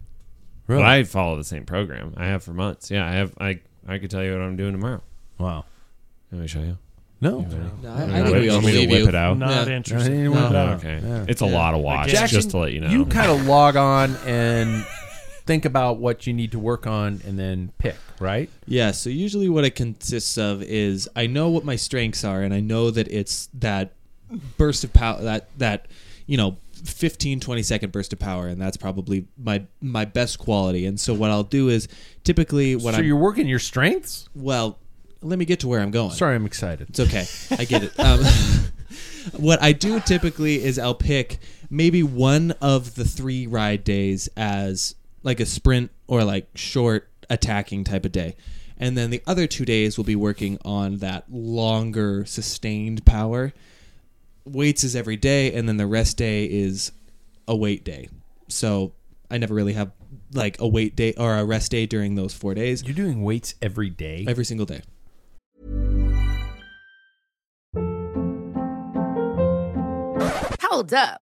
[SPEAKER 5] But I follow the same program I have for months. Yeah, I have. I I could tell you what I'm doing tomorrow.
[SPEAKER 4] Wow.
[SPEAKER 5] Let me show you.
[SPEAKER 4] No.
[SPEAKER 8] No, I, I think we all
[SPEAKER 5] want me to
[SPEAKER 8] believe
[SPEAKER 5] whip
[SPEAKER 8] you.
[SPEAKER 5] it out?
[SPEAKER 2] Not
[SPEAKER 8] Yeah.
[SPEAKER 2] interested.
[SPEAKER 5] Oh, okay, it's a lot of watch.
[SPEAKER 4] Jackson,
[SPEAKER 5] just to let you know,
[SPEAKER 4] You kind of log on and think about what you need to work on and then pick, right?
[SPEAKER 8] Yeah, so usually what it consists of is I know what my strengths are and I know that it's that burst of power that that you know 15 20 second burst of power and that's probably my my best quality and so what I'll do is typically when
[SPEAKER 4] so
[SPEAKER 8] I'm
[SPEAKER 4] you're working your strengths?
[SPEAKER 8] well let me get to where I'm going.
[SPEAKER 4] Sorry, I'm excited.
[SPEAKER 8] It's okay. I get it. Um, what I do typically is I'll pick maybe one of the three ride days as like a sprint or like short attacking type of day. And then the other two days will be working on that longer sustained power. Weights is every day, and then the rest day is a weight day. So I never really have like a weight day or a rest day during those four days.
[SPEAKER 4] You're doing weights every day.
[SPEAKER 8] Every single day.
[SPEAKER 13] Hold up.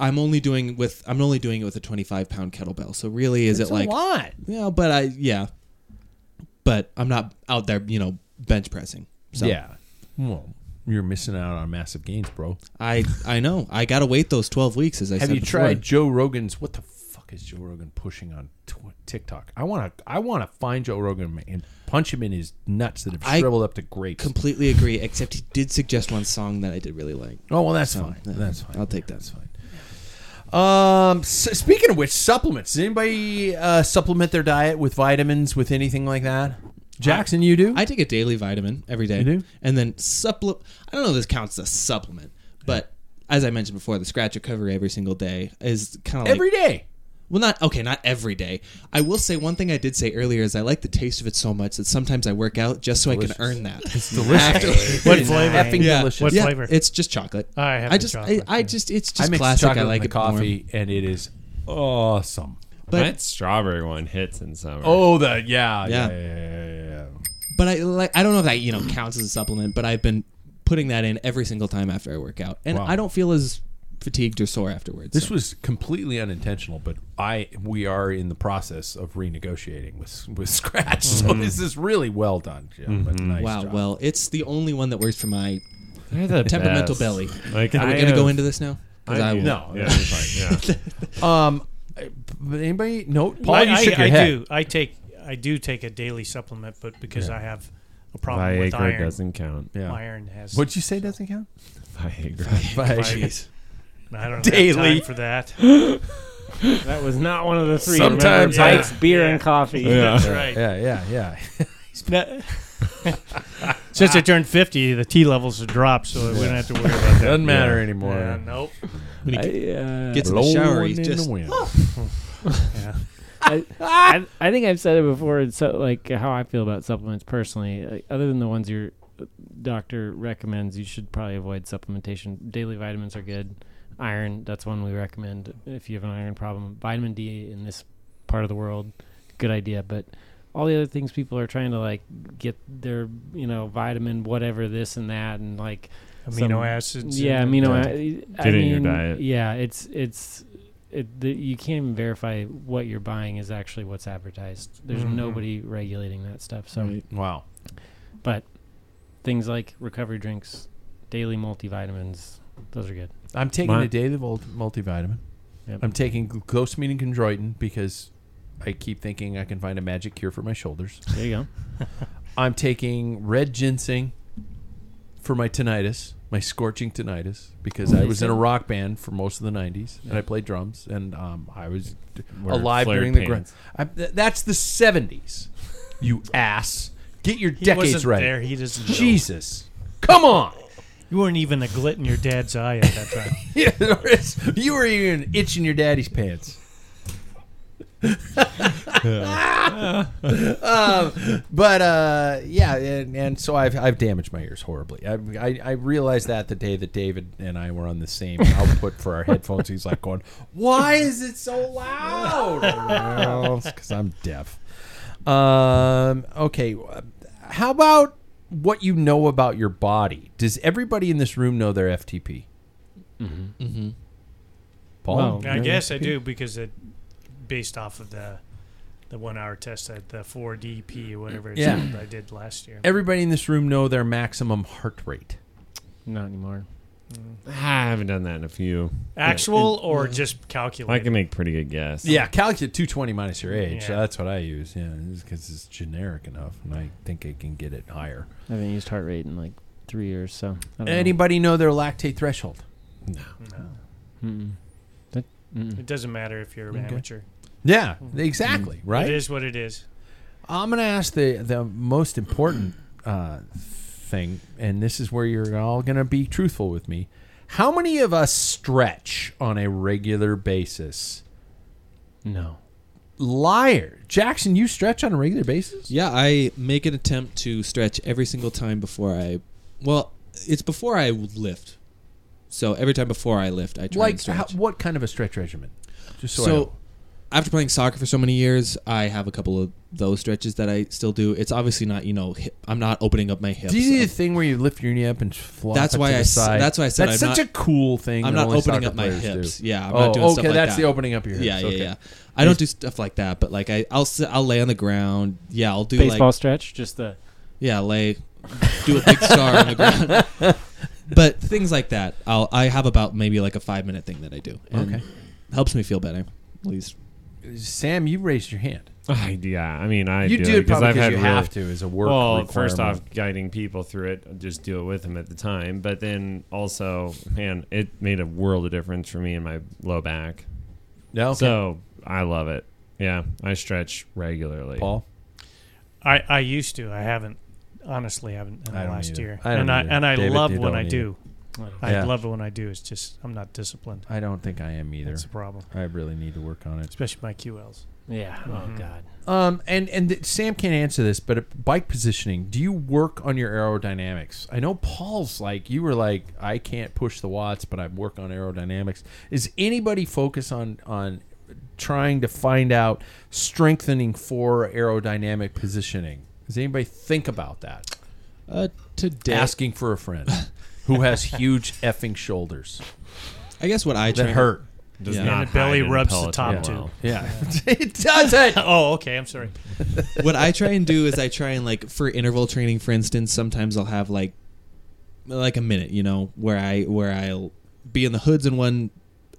[SPEAKER 8] I'm only doing with I'm only doing it with a 25 pound kettlebell. So really, is
[SPEAKER 4] It's
[SPEAKER 8] it like
[SPEAKER 4] a lot?
[SPEAKER 8] yeah? But I yeah, but I'm not out there you know bench pressing. So
[SPEAKER 4] Yeah. Well, you're missing out on massive gains, bro.
[SPEAKER 8] I I know I gotta wait those 12 weeks as I
[SPEAKER 4] Have
[SPEAKER 8] said
[SPEAKER 4] you
[SPEAKER 8] before.
[SPEAKER 4] tried Joe Rogan's? What the fuck is Joe Rogan pushing on tw- TikTok? I want to. I want to find Joe Rogan and punch him in his nuts that have
[SPEAKER 8] I
[SPEAKER 4] shriveled up to grapes.
[SPEAKER 8] Completely agree. Except he did suggest one song that I did really like.
[SPEAKER 4] oh well, that's
[SPEAKER 8] So,
[SPEAKER 4] fine.
[SPEAKER 8] yeah,
[SPEAKER 4] that's fine.
[SPEAKER 8] I'll take that.
[SPEAKER 4] That's fine. Um, s speaking of which, supplements. Does anybody uh, supplement their diet with vitamins with anything like that? Jackson, you do.
[SPEAKER 8] I take a daily vitamin every day.
[SPEAKER 4] You do?
[SPEAKER 8] And then supplement. I don't know if this counts as a supplement, but as I mentioned before, the scratch recovery every single day is kind of like
[SPEAKER 4] every day.
[SPEAKER 8] Well, not okay, not every day. I will say one thing I did say earlier is I like the taste of it so much that sometimes I work out just so I can earn that. It's delicious.
[SPEAKER 2] What flavor?
[SPEAKER 4] Effing
[SPEAKER 8] Yeah.
[SPEAKER 4] delicious.
[SPEAKER 2] What
[SPEAKER 8] yeah,
[SPEAKER 2] flavor?
[SPEAKER 8] it's just chocolate.
[SPEAKER 2] I have the
[SPEAKER 8] just,
[SPEAKER 2] chocolate,
[SPEAKER 8] I, I
[SPEAKER 2] yeah.
[SPEAKER 8] just, it's
[SPEAKER 4] I
[SPEAKER 8] just
[SPEAKER 4] mix
[SPEAKER 8] classic.
[SPEAKER 4] chocolate
[SPEAKER 8] I
[SPEAKER 4] in
[SPEAKER 8] like
[SPEAKER 4] the
[SPEAKER 8] it warm.
[SPEAKER 4] coffee, and it is awesome.
[SPEAKER 8] But
[SPEAKER 5] that strawberry one hits in summer.
[SPEAKER 4] Oh, the yeah,
[SPEAKER 8] Yeah.
[SPEAKER 4] yeah, yeah, yeah, yeah, yeah.
[SPEAKER 8] but I like I don't know if that you know counts as a supplement, but I've been putting that in every single time after I work out, and
[SPEAKER 4] Wow.
[SPEAKER 8] I don't feel as fatigued or sore afterwards.
[SPEAKER 4] This
[SPEAKER 8] so.
[SPEAKER 4] was completely unintentional, but I we are in the process of renegotiating with with Scratch, so this is really well done, Jim. But nice
[SPEAKER 8] wow.
[SPEAKER 4] job.
[SPEAKER 8] Well, it's the only one that works for my
[SPEAKER 5] They're the
[SPEAKER 8] temperamental
[SPEAKER 5] best.
[SPEAKER 8] belly.
[SPEAKER 5] Like
[SPEAKER 8] Are
[SPEAKER 5] I
[SPEAKER 8] we going to go
[SPEAKER 5] have-
[SPEAKER 8] into this now? 'Cause
[SPEAKER 5] I,
[SPEAKER 8] I will.
[SPEAKER 5] no, yeah, you're fine, yeah.
[SPEAKER 4] um, but anybody no Paul,
[SPEAKER 2] I,
[SPEAKER 4] Oh, you
[SPEAKER 2] I-
[SPEAKER 4] shook your
[SPEAKER 2] I
[SPEAKER 4] head.
[SPEAKER 2] do. I take. I do take a daily supplement, but because I have a problem with
[SPEAKER 14] Viagra
[SPEAKER 2] iron.
[SPEAKER 14] doesn't count. Yeah.
[SPEAKER 2] Iron has.
[SPEAKER 4] What'd you say doesn't count?
[SPEAKER 14] Viagra.
[SPEAKER 4] Viagra.
[SPEAKER 2] Jeez. I don't have
[SPEAKER 4] Daily.
[SPEAKER 2] time for that.
[SPEAKER 5] That was not one of the three.
[SPEAKER 4] Sometimes
[SPEAKER 5] remember?
[SPEAKER 4] I-
[SPEAKER 5] Bikes, beer, and coffee.
[SPEAKER 4] Yeah, yeah, yeah.
[SPEAKER 2] No- Since I turned 50, the T levels have dropped, so we don't have to worry about that.
[SPEAKER 4] Doesn't matter
[SPEAKER 2] Yeah.
[SPEAKER 4] anymore.
[SPEAKER 2] Yeah, nope.
[SPEAKER 8] When he
[SPEAKER 5] I, uh,
[SPEAKER 8] gets in the shower, he's
[SPEAKER 4] in the
[SPEAKER 8] just
[SPEAKER 4] wind.
[SPEAKER 2] yeah.
[SPEAKER 5] I, I, I think I've said it before. It's so, like how I feel about supplements personally. Like, other than the ones your doctor recommends, you should probably avoid supplementation. Daily vitamins are good. Iron, that's one we recommend if you have an iron problem. Vitamin D in this part of the world, good idea. But all the other things people are trying to like get their you know vitamin whatever this and that and like
[SPEAKER 2] Amino acids
[SPEAKER 5] Yeah,
[SPEAKER 2] and- uh,
[SPEAKER 5] amino.
[SPEAKER 2] Yeah.
[SPEAKER 5] ac- I
[SPEAKER 14] Get it in your
[SPEAKER 5] mean,
[SPEAKER 14] diet.
[SPEAKER 5] Yeah, it's it's it, the, you can't even verify what you're buying is actually what's advertised. There's
[SPEAKER 2] Mhm.
[SPEAKER 5] nobody regulating that stuff. So
[SPEAKER 8] Right.
[SPEAKER 4] Wow.
[SPEAKER 5] But things like recovery drinks, daily multivitamins, those are good.
[SPEAKER 4] I'm taking
[SPEAKER 5] My-
[SPEAKER 4] a daily vul- multivitamin.
[SPEAKER 5] Yep.
[SPEAKER 4] I'm taking glucosamine and chondroitin because I keep thinking I can find a magic cure for my shoulders.
[SPEAKER 5] There you go.
[SPEAKER 4] I'm taking red ginseng for my tinnitus, my scorching tinnitus, because I was in a rock band for most of the '90s and I played drums and um, I was d-
[SPEAKER 14] Wear
[SPEAKER 4] alive
[SPEAKER 14] flared
[SPEAKER 4] during the grind.
[SPEAKER 14] pants.
[SPEAKER 4] I- th- That's the '70s, you ass. Get your
[SPEAKER 2] He
[SPEAKER 4] decades
[SPEAKER 2] wasn't
[SPEAKER 4] right.
[SPEAKER 2] there, he doesn't know.
[SPEAKER 4] Jesus, come on.
[SPEAKER 2] You weren't even a glit in your dad's eye at that time.
[SPEAKER 4] Yeah, Norris, you were even an itch in your daddy's pants. um, but uh, yeah, and, and so I've, I've damaged my ears horribly. I, I I realized that the day that David and I were on the same output for our headphones. He's like going, "Why is it so loud?" well, because I'm deaf. Um, okay, uh, how about what you know about your body? Does everybody in this room know their FTP?
[SPEAKER 8] Mm-hmm.
[SPEAKER 4] Paul?
[SPEAKER 8] Well,
[SPEAKER 2] I guess I do because it based off of the the one hour test at the four DP or whatever it's
[SPEAKER 4] Yeah.
[SPEAKER 2] called I did last year.
[SPEAKER 4] Everybody in this room know their maximum heart rate.
[SPEAKER 5] Not anymore.
[SPEAKER 14] I haven't done that in a few.
[SPEAKER 2] Actual or just
[SPEAKER 14] I
[SPEAKER 2] calculated?
[SPEAKER 14] can make a pretty good guess.
[SPEAKER 4] Yeah, calculate 220 minus your age.
[SPEAKER 2] Yeah.
[SPEAKER 4] That's what I use. Yeah, because it's generic enough, and I think I can get it higher.
[SPEAKER 5] I haven't used heart rate in like three years. So I don't
[SPEAKER 4] Anybody know their lactate threshold?
[SPEAKER 5] Know. Mm-mm. That- mm-mm.
[SPEAKER 2] It doesn't matter if you're an
[SPEAKER 4] Okay.
[SPEAKER 2] amateur.
[SPEAKER 4] Yeah, exactly. Right.
[SPEAKER 2] It is what it is.
[SPEAKER 4] I'm going to ask the the most important uh, thing, and this is where you're all going to be truthful with me. How many of us stretch on a regular basis?
[SPEAKER 5] No.
[SPEAKER 4] Liar, Jackson, you stretch on a regular basis?
[SPEAKER 8] Yeah, I make an attempt to stretch every single time before I. Well, it's before I lift. So every time before I lift, I try and
[SPEAKER 4] like,
[SPEAKER 8] stretch.
[SPEAKER 4] how, what kind of a stretch regimen? Just so, I know.
[SPEAKER 8] so after playing soccer for so many years, I have a couple of those stretches that I still do. It's obviously not, you know, hip, I'm not opening up my hips.
[SPEAKER 4] Do you do
[SPEAKER 8] I'm-
[SPEAKER 4] the thing where you lift your knee up and flop
[SPEAKER 8] That's
[SPEAKER 4] it
[SPEAKER 8] why
[SPEAKER 4] to
[SPEAKER 8] I
[SPEAKER 4] the
[SPEAKER 8] s-
[SPEAKER 4] side?
[SPEAKER 8] that's why I said
[SPEAKER 4] that's
[SPEAKER 8] I'm
[SPEAKER 4] such
[SPEAKER 8] not-
[SPEAKER 4] a cool thing.
[SPEAKER 8] I'm
[SPEAKER 4] that
[SPEAKER 8] not
[SPEAKER 4] only
[SPEAKER 8] opening
[SPEAKER 4] soccer
[SPEAKER 8] up my
[SPEAKER 4] players do.
[SPEAKER 8] hips. Yeah, I'm
[SPEAKER 4] oh,
[SPEAKER 8] not doing
[SPEAKER 4] okay,
[SPEAKER 8] stuff like
[SPEAKER 4] that's
[SPEAKER 8] that.
[SPEAKER 4] the opening up your hips.
[SPEAKER 8] Yeah,
[SPEAKER 4] okay.
[SPEAKER 8] yeah, yeah. I don't do stuff like that, but like I, I'll s- I'll lay on the ground. Yeah, I'll do
[SPEAKER 5] Baseball
[SPEAKER 8] like
[SPEAKER 5] stretch, just the
[SPEAKER 8] yeah, lay, do a big star on the ground. But things like that, I'll I have about maybe like a five minute thing that I do. and
[SPEAKER 4] Okay.
[SPEAKER 8] helps me feel better. At least
[SPEAKER 4] Sam, you raised your hand.
[SPEAKER 14] I, yeah, I mean, I
[SPEAKER 4] You
[SPEAKER 14] do,
[SPEAKER 4] do it
[SPEAKER 14] because
[SPEAKER 4] probably
[SPEAKER 14] I've
[SPEAKER 4] 'cause
[SPEAKER 14] had
[SPEAKER 4] you
[SPEAKER 14] really-
[SPEAKER 4] have to as a work
[SPEAKER 14] Well, first
[SPEAKER 4] requirement.
[SPEAKER 14] off, guiding people through it, I just do it with them at the time. But then also, man, it made a world of difference for me in my low back.
[SPEAKER 4] No,
[SPEAKER 14] So I love it. Yeah, I stretch regularly.
[SPEAKER 4] Paul.
[SPEAKER 2] I, I used to. I haven't honestly haven't in the
[SPEAKER 4] I don't
[SPEAKER 2] last
[SPEAKER 4] either.
[SPEAKER 2] year.
[SPEAKER 4] I don't
[SPEAKER 2] and I
[SPEAKER 4] either.
[SPEAKER 2] and I
[SPEAKER 4] David,
[SPEAKER 2] love
[SPEAKER 4] you
[SPEAKER 2] when
[SPEAKER 4] don't
[SPEAKER 2] I
[SPEAKER 4] either.
[SPEAKER 2] do. I
[SPEAKER 4] Yeah.
[SPEAKER 2] love it when I do. It's just I'm not disciplined.
[SPEAKER 4] I don't think I am either.
[SPEAKER 2] That's a problem.
[SPEAKER 4] I really need to work on it.
[SPEAKER 2] Especially my QLs.
[SPEAKER 5] yeah.
[SPEAKER 14] Mm-hmm.
[SPEAKER 5] Oh God.
[SPEAKER 4] Um, and and th- Sam can't answer this, but at bike positioning. Do you work on your aerodynamics? I know Paul's like you were like I can't push the watts, but I work on aerodynamics. Is anybody focus on on trying to find out strengthening for aerodynamic positioning? Does anybody think about that?
[SPEAKER 8] uh, today,
[SPEAKER 4] Asking for a friend who has huge effing shoulders
[SPEAKER 8] I guess what I try
[SPEAKER 4] that hurt.
[SPEAKER 14] Does
[SPEAKER 8] Yeah.
[SPEAKER 14] not
[SPEAKER 2] And the belly
[SPEAKER 14] hide in
[SPEAKER 2] rubs
[SPEAKER 14] Peloton
[SPEAKER 2] the top
[SPEAKER 14] well.
[SPEAKER 2] too.
[SPEAKER 4] Yeah, it doesn't.
[SPEAKER 2] Oh, okay. I'm sorry.
[SPEAKER 8] what I try and do is I try and like for interval training, for instance, sometimes I'll have like like a minute, you know, where I where I'll be in the hoods in one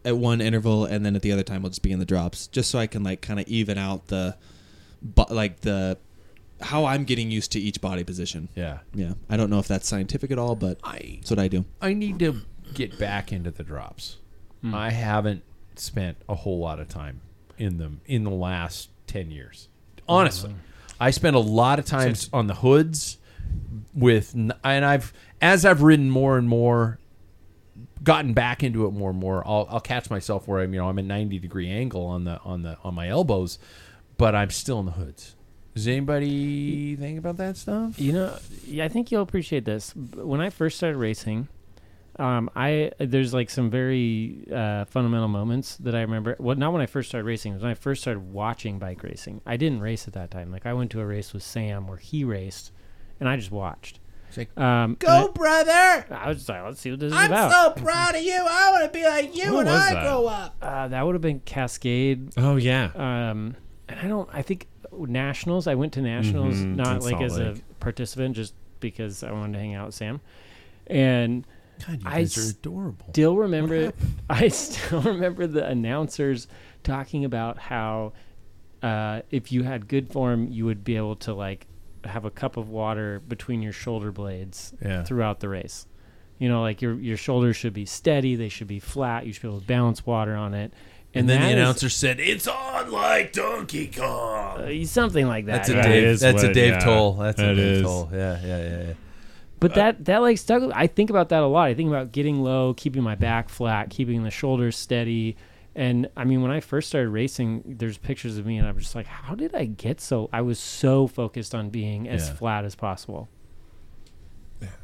[SPEAKER 8] at one interval, and then at the other time I'll just be in the drops, just so I can like kind of even out the, but like the how I'm getting used to each body position.
[SPEAKER 4] Yeah,
[SPEAKER 8] yeah. I don't know if that's scientific at all, but that's what I do.
[SPEAKER 4] I need to get back into the drops.
[SPEAKER 9] Hmm.
[SPEAKER 4] I haven't spent a whole lot of time in them in the last 10 years. Honestly, I spent a lot of time
[SPEAKER 11] Since-
[SPEAKER 4] on the hoods with n- and I've as I've ridden more and more gotten back into it more and more. I'll, I'll catch myself where I'm, you know, I'm a 90 degree angle on the on the on my elbows, but I'm still in the hoods. Does anybody think about that stuff?
[SPEAKER 9] You know, yeah, I think you'll appreciate this. B- When I first started racing, um, I there's like some very uh, fundamental moments that I remember. Well, not when I first started racing. It was when I first started watching bike racing. I didn't race at that time. Like I went to a race with Sam where he raced, and I just watched.
[SPEAKER 4] like,
[SPEAKER 9] um,
[SPEAKER 4] Go,
[SPEAKER 9] and
[SPEAKER 4] brother!
[SPEAKER 9] I, I was just like, let's see what this is
[SPEAKER 4] I'm
[SPEAKER 9] about.
[SPEAKER 4] so proud of you. I want to be like you
[SPEAKER 9] When
[SPEAKER 4] when
[SPEAKER 9] was
[SPEAKER 4] I
[SPEAKER 9] that?
[SPEAKER 4] grow up.
[SPEAKER 9] Uh, that would have been Cascade.
[SPEAKER 5] Oh yeah.
[SPEAKER 9] Um, and I don't. I think nationals. I went to nationals
[SPEAKER 5] Mhm, in
[SPEAKER 9] not like
[SPEAKER 5] Salt
[SPEAKER 9] as a
[SPEAKER 5] Lake.
[SPEAKER 9] participant, just because I wanted to hang out with Sam. And
[SPEAKER 4] God, you
[SPEAKER 9] I
[SPEAKER 4] guys are adorable.
[SPEAKER 9] still remember. I still remember the announcers talking about how uh, if you had good form, you would be able to like have a cup of water between your shoulder blades
[SPEAKER 4] Yeah.
[SPEAKER 9] throughout the race. You know, like your your shoulders should be steady, they should be flat, you should be able to balance water on it.
[SPEAKER 4] And then the
[SPEAKER 9] that is-
[SPEAKER 4] announcer said, "It's on like Donkey Kong."
[SPEAKER 9] Uh, something like that.
[SPEAKER 4] That's a
[SPEAKER 9] yeah.
[SPEAKER 4] Dave. that's a Dave Toll. That's a
[SPEAKER 5] That
[SPEAKER 4] Dave
[SPEAKER 5] is.
[SPEAKER 4] Toll. Yeah, yeah, yeah. yeah.
[SPEAKER 5] Uh,
[SPEAKER 9] But that that like stuck. with- I think about that a lot. I think about getting low, keeping my back flat, keeping the shoulders steady. And I mean, when I first started racing, there's pictures of me, and I'm just like, how did I get so? I was so focused on being as
[SPEAKER 5] Yeah.
[SPEAKER 9] flat as possible.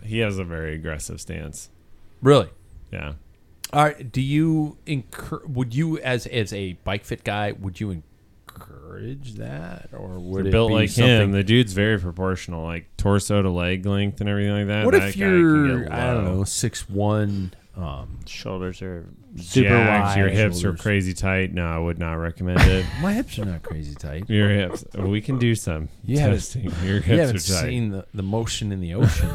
[SPEAKER 5] He has a very aggressive stance.
[SPEAKER 4] Really?
[SPEAKER 5] Yeah.
[SPEAKER 4] All right. Do you incur? Would you, as as a bike fit guy, would you encourage that, or would
[SPEAKER 5] They're
[SPEAKER 4] it
[SPEAKER 5] built
[SPEAKER 4] be
[SPEAKER 5] like him.
[SPEAKER 4] something-
[SPEAKER 5] The dude's very proportional, like torso to leg length and everything like that.
[SPEAKER 4] What
[SPEAKER 5] That
[SPEAKER 4] if
[SPEAKER 5] guy can
[SPEAKER 4] you're?
[SPEAKER 5] get
[SPEAKER 4] I don't
[SPEAKER 5] low.
[SPEAKER 4] know. Six one. Um,
[SPEAKER 9] Shoulders are
[SPEAKER 4] super
[SPEAKER 5] Jacked,
[SPEAKER 4] wide.
[SPEAKER 5] Your hips
[SPEAKER 4] Shoulders.
[SPEAKER 5] are crazy tight. No, I would not recommend it.
[SPEAKER 4] My hips are not crazy tight.
[SPEAKER 5] Your hips. We can do some
[SPEAKER 4] You haven't-
[SPEAKER 5] testing. Your
[SPEAKER 4] you
[SPEAKER 5] hips
[SPEAKER 4] haven't
[SPEAKER 5] are tight.
[SPEAKER 4] seen the, the motion in the ocean.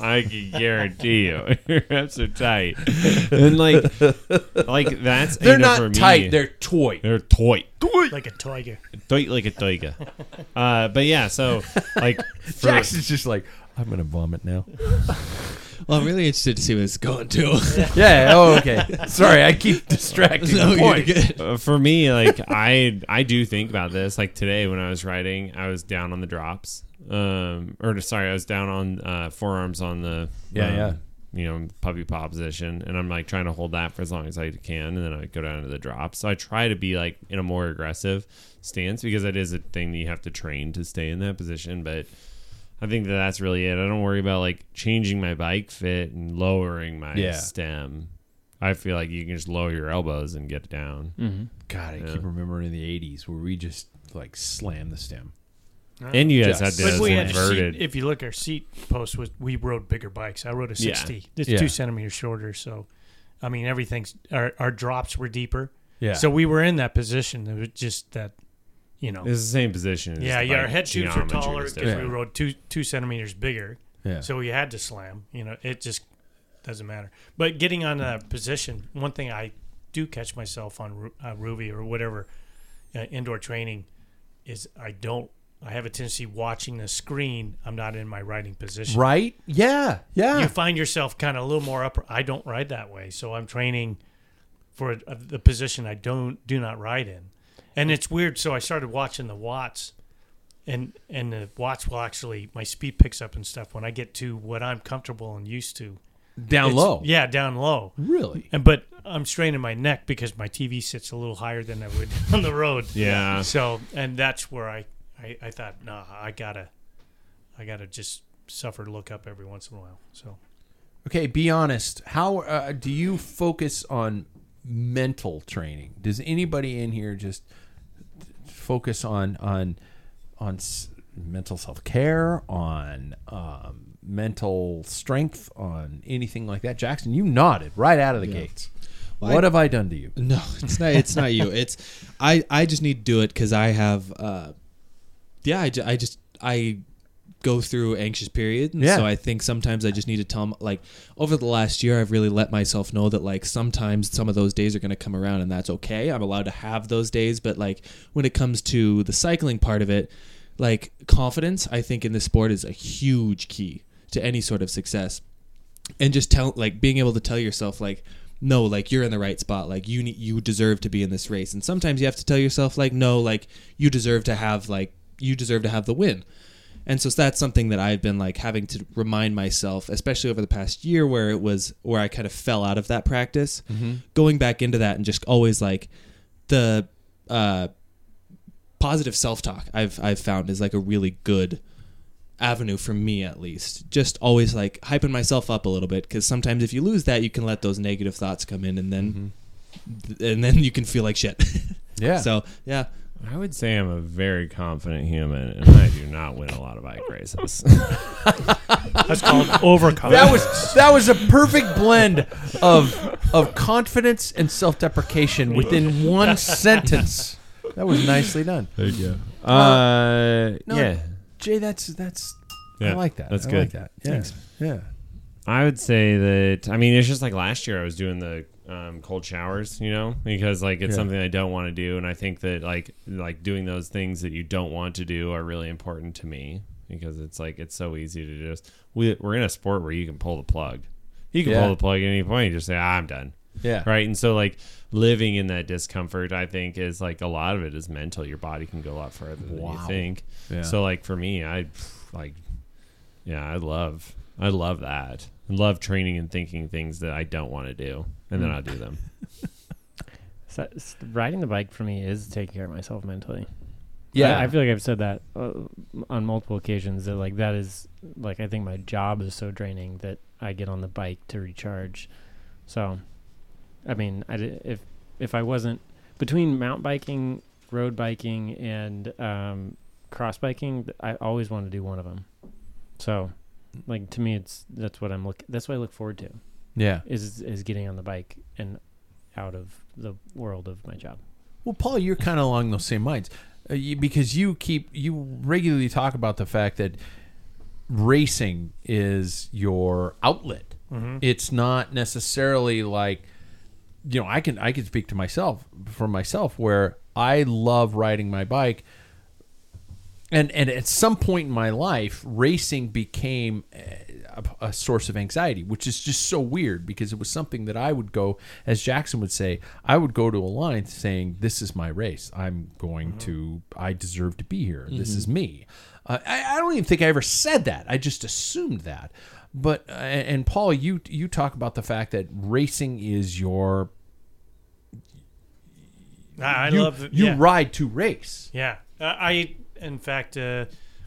[SPEAKER 5] I can guarantee you, your hips are tight. And like, like that's
[SPEAKER 4] They're
[SPEAKER 5] you know,
[SPEAKER 4] not
[SPEAKER 5] for me-
[SPEAKER 4] tight, they're toy.
[SPEAKER 5] They're toy.
[SPEAKER 2] Like a tiger.
[SPEAKER 5] Tight like a tiger. Uh, but yeah, so like for-
[SPEAKER 4] Jackson's just like, I'm gonna vomit now.
[SPEAKER 8] Well, I'm really interested to see where it's going to.
[SPEAKER 4] Yeah, oh, okay. Sorry, I keep distracting the
[SPEAKER 8] you're
[SPEAKER 4] point.
[SPEAKER 8] good.
[SPEAKER 5] Uh, for me, like I I do think about this. Like today when I was riding, I was down on the drops. Um, or sorry, I was down on uh, forearms on the
[SPEAKER 4] Yeah,
[SPEAKER 5] um,
[SPEAKER 4] yeah.
[SPEAKER 5] You know, puppy paw position, and I'm like trying to hold that for as long as I can, and then I go down to the drops. So I try to be like in a more aggressive stance because that is a thing that you have to train to stay in that position. But I think that that's really it. I don't worry about like changing my bike fit and lowering my
[SPEAKER 4] Yeah.
[SPEAKER 5] stem. I feel like you can just lower your elbows and get down.
[SPEAKER 4] God, I
[SPEAKER 5] Yeah.
[SPEAKER 4] keep remembering the '80s where we just like slam the stem.
[SPEAKER 5] And you guys had
[SPEAKER 4] Just
[SPEAKER 5] this
[SPEAKER 2] But we had a
[SPEAKER 5] inverted.
[SPEAKER 2] seat, if you look, our seat post was we rode bigger bikes. I rode a
[SPEAKER 5] Yeah.
[SPEAKER 2] sixty. It's
[SPEAKER 4] Yeah.
[SPEAKER 2] two centimeters shorter, so I mean everything's our, our drops were deeper.
[SPEAKER 4] Yeah.
[SPEAKER 2] So we were in that position. It was just that, you know.
[SPEAKER 5] It's the same position. it's
[SPEAKER 2] yeah,
[SPEAKER 5] just,
[SPEAKER 2] yeah. Our
[SPEAKER 5] like,
[SPEAKER 2] head shoots were
[SPEAKER 5] geometry is
[SPEAKER 2] taller because
[SPEAKER 5] different.
[SPEAKER 2] we rode two two centimeters bigger.
[SPEAKER 4] Yeah.
[SPEAKER 2] So we had to slam. You know, it just doesn't matter. But getting on that position, one thing I do catch myself on Ru- uh, Ruby or whatever uh, indoor training is I don't. I have a tendency watching the screen. I'm not in my riding position.
[SPEAKER 4] Right? Yeah, yeah.
[SPEAKER 2] You find yourself kind of a little more upper. I don't ride that way, so I'm training for a, the position I don't do not ride in, and it's weird. So I started watching the watts, and and the watts will actually my speed picks up and stuff when I get to what I'm comfortable and used to.
[SPEAKER 4] Down
[SPEAKER 2] It's-
[SPEAKER 4] low.
[SPEAKER 2] yeah, down low.
[SPEAKER 4] Really?
[SPEAKER 2] And but I'm straining my neck because my TV sits a little higher than I would on the road.
[SPEAKER 5] Yeah.
[SPEAKER 2] So and that's where I I, I thought nah I gotta I gotta just suffer to look up every once in a while. So.
[SPEAKER 4] Okay, be honest. How uh, do you focus on mental training? Does anybody in here just focus on on on s- mental self care, on um, mental strength, on anything like that? Jackson, you nodded right out of the gates.
[SPEAKER 8] Well,
[SPEAKER 4] what
[SPEAKER 8] I-
[SPEAKER 4] have I done to you?
[SPEAKER 8] No, it's not. It's not you. It's I. I just need to do it because I have. Uh, yeah, I, ju- I just I go through anxious period, and
[SPEAKER 4] Yeah.
[SPEAKER 8] so I think sometimes I just need to tell m- like over the last year I've really let myself know that like sometimes some of those days are going to come around, and that's okay. I'm allowed to have those days, but like when it comes to the cycling part of it. like confidence i think in this sport is a huge key to any sort of success and just tell like being able to tell yourself like no like you're in the right spot like you need you deserve to be in this race and sometimes you have to tell yourself like no like you deserve to have like you deserve to have the win and so that's something that I've been like having to remind myself, especially over the past year where it was where I kind of fell out of that practice,
[SPEAKER 4] Mhm.
[SPEAKER 8] going back into that and just always like the uh, positive self talk I've I've found is like a really good avenue for me at least. Just always like hyping myself up a little bit because sometimes if you lose that, you can let those negative thoughts come in and then
[SPEAKER 5] Mm-hmm.
[SPEAKER 8] th- and then you can feel like shit.
[SPEAKER 4] Yeah.
[SPEAKER 8] So yeah.
[SPEAKER 5] I would say I'm a very confident human, and I do not win a lot of bike races. That's
[SPEAKER 4] That was that was a perfect blend of of confidence and self deprecation within one sentence. That was nicely done.
[SPEAKER 5] There you go. Uh,
[SPEAKER 4] no,
[SPEAKER 5] yeah.
[SPEAKER 4] Jay, that's that's I
[SPEAKER 5] Yeah,
[SPEAKER 4] like that.
[SPEAKER 5] That's
[SPEAKER 4] I
[SPEAKER 5] good.
[SPEAKER 4] Like that. Yeah.
[SPEAKER 5] Thanks.
[SPEAKER 4] Yeah.
[SPEAKER 5] I would say that I mean it's just like last year I was doing the um, cold showers, you know, because like it's
[SPEAKER 4] Yeah.
[SPEAKER 5] something I don't want to do, and I think that like like doing those things that you don't want to do are really important to me because it's like it's so easy to just we, we're in a sport where you can pull the plug, you can
[SPEAKER 4] Yeah.
[SPEAKER 5] pull the plug at any point, you just say ah, I'm done,
[SPEAKER 4] Yeah.
[SPEAKER 5] right, and so like living in that discomfort I think is like a lot of it is mental. Your body can go a lot further than
[SPEAKER 4] Wow.
[SPEAKER 5] you think.
[SPEAKER 4] Yeah.
[SPEAKER 5] So like for me, I like yeah, I love I love that. I love training and thinking things that I don't want to do, and then I'll do them.
[SPEAKER 9] So, s- riding the bike for me is taking care of myself mentally.
[SPEAKER 4] Yeah.
[SPEAKER 9] I, I feel like I've said that uh, on multiple occasions that like that is like I think my job is so draining that I get on the bike to recharge. So, I mean, I di- if if I wasn't between mountain biking, road biking, and um, cross biking, th- I always want to do one of them. So, like to me, it's that's what I'm look. That's what I look forward to.
[SPEAKER 4] Yeah.
[SPEAKER 9] is is getting on the bike and out of the world of my job.
[SPEAKER 5] Oh,
[SPEAKER 4] Well, Paul, you're kind of along those same lines uh, you, because you keep you regularly talk about the fact that racing is your outlet.
[SPEAKER 5] Mm-hmm.
[SPEAKER 2] Mhm.
[SPEAKER 4] It's not necessarily like you know I can I can speak to myself for myself where I love riding my bike and and at some point in my life, racing became a, a source of anxiety, which is just so weird because it was something that I would go, as Jackson would say, I would go to a line saying, "This is my race. I'm
[SPEAKER 2] Mm-hmm.
[SPEAKER 4] going to. I deserve to be here. This is
[SPEAKER 11] Mhm.
[SPEAKER 4] me." Uh, I, I don't even think I ever said that. I just assumed that. But uh, and Paul, you you talk about the fact that racing is your
[SPEAKER 2] I, I
[SPEAKER 4] you,
[SPEAKER 2] love it.
[SPEAKER 4] you
[SPEAKER 2] yeah.
[SPEAKER 4] ride to race.
[SPEAKER 2] Yeah, uh, I in fact, uh,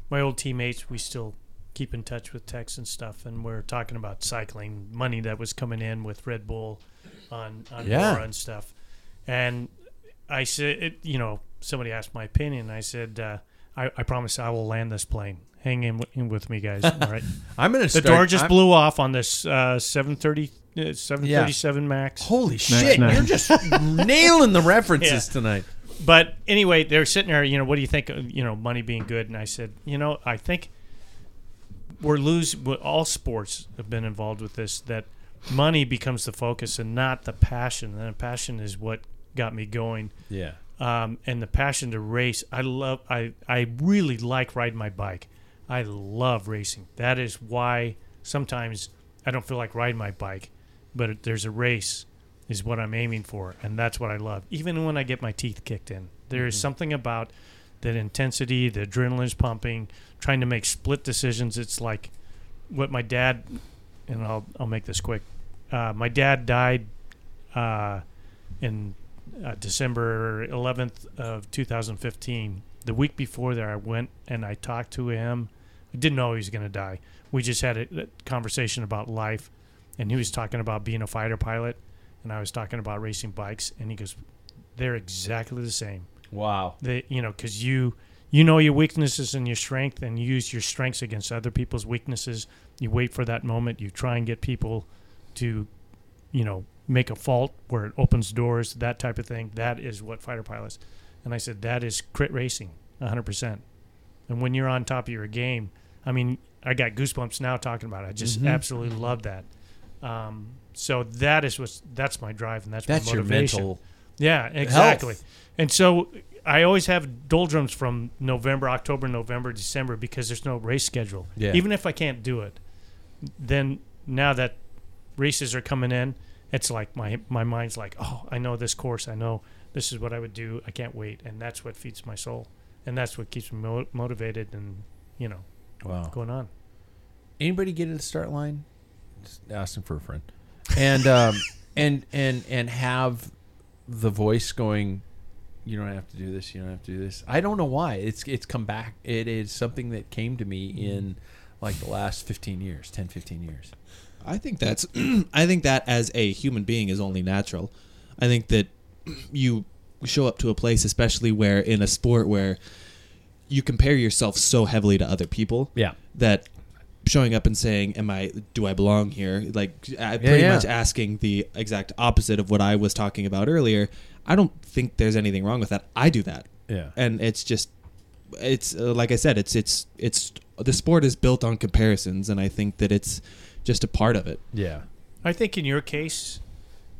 [SPEAKER 2] my old teammates, we still keep in touch with texts and stuff, and we're talking about cycling money that was coming in with Red Bull on on
[SPEAKER 4] Yeah.
[SPEAKER 2] Bora and stuff. And I said, it, you know, somebody asked my opinion. I said, uh, I, I promise I will land this plane. Hang in, w- in with me, guys. All right.
[SPEAKER 4] I'm gonna
[SPEAKER 2] The
[SPEAKER 4] start-
[SPEAKER 2] door just
[SPEAKER 4] I'm-
[SPEAKER 2] blew off on this uh, 730, uh, 737 max.
[SPEAKER 4] Holy shit! You're just nailing the references
[SPEAKER 2] Yeah.
[SPEAKER 4] tonight.
[SPEAKER 2] But anyway, they're sitting there. You know, what do you think? of, You know, money being good. And I said, you know, I think we're lose. we- All sports have been involved with this. That money becomes the focus and not the passion. And the passion is what got me going.
[SPEAKER 4] Yeah.
[SPEAKER 2] Um, and the passion to race. I love. I I really like riding my bike. I love racing. That is why sometimes I don't feel like riding my bike, but if there's a race is what I'm aiming for, and that's what I love. Even when I get my teeth kicked in, there is something about that intensity, the adrenaline's pumping, trying to make split decisions. It's like what my dad, and I'll I'll make this quick. Uh, my dad died uh, in uh, December 11th of 2015. The week before there, I went and I talked to him. I didn't know he was going to die. We just had a, a conversation about life, and he was talking about being a fighter pilot, and I was talking about racing bikes, and he goes, "They're exactly the same."
[SPEAKER 4] Wow.
[SPEAKER 2] They, you know, because you you know your weaknesses and your strength, and you use your strengths against other people's weaknesses. You wait for that moment. You try and get people to, you know, make a fault where it opens doors, that type of thing. That is what fighter pilots. And I said that is crit racing, 100. percent And when you're on top of your game, I mean, I got goosebumps now talking about it. I just
[SPEAKER 4] Mhm.
[SPEAKER 2] absolutely love that. Um, so that is what's that's my drive and that's,
[SPEAKER 4] That's
[SPEAKER 2] my
[SPEAKER 4] your
[SPEAKER 2] motivation.
[SPEAKER 4] mental
[SPEAKER 2] yeah,
[SPEAKER 4] health.
[SPEAKER 2] exactly. And so I I always have doldrums from November, October, November, December because there's no race schedule.
[SPEAKER 4] Yeah.
[SPEAKER 2] Even if I can't do it, then now that races are coming in, it's like my my mind's like, oh, I know this course. I know this is what I would do. I can't wait, and that's what feeds my soul, and that's what keeps me mo- motivated and you know,
[SPEAKER 4] Wow.
[SPEAKER 2] going on.
[SPEAKER 4] Anybody get to the start line? Just asking for a friend. And um, and and and have the voice going. You don't have to do this. You don't have to do this. I don't know why. It's it's come back. It is something that came to me in like the last 15 years, 10, 15 years.
[SPEAKER 8] I think that's I think that as a human being is only natural. I think that you show up to a place especially where in a sport where you compare yourself so heavily to other people.
[SPEAKER 4] Yeah.
[SPEAKER 8] That showing up and saying am I do I belong here? Like I
[SPEAKER 4] Yeah,
[SPEAKER 8] pretty
[SPEAKER 4] yeah.
[SPEAKER 8] much asking the exact opposite of what I was talking about earlier. I don't think there's anything wrong with that. I do that.
[SPEAKER 4] Yeah.
[SPEAKER 8] And it's just it's uh, like I said, it's it's it's the sport is built on comparisons, and I think that it's just a part of it.
[SPEAKER 4] Yeah.
[SPEAKER 2] I think in your case,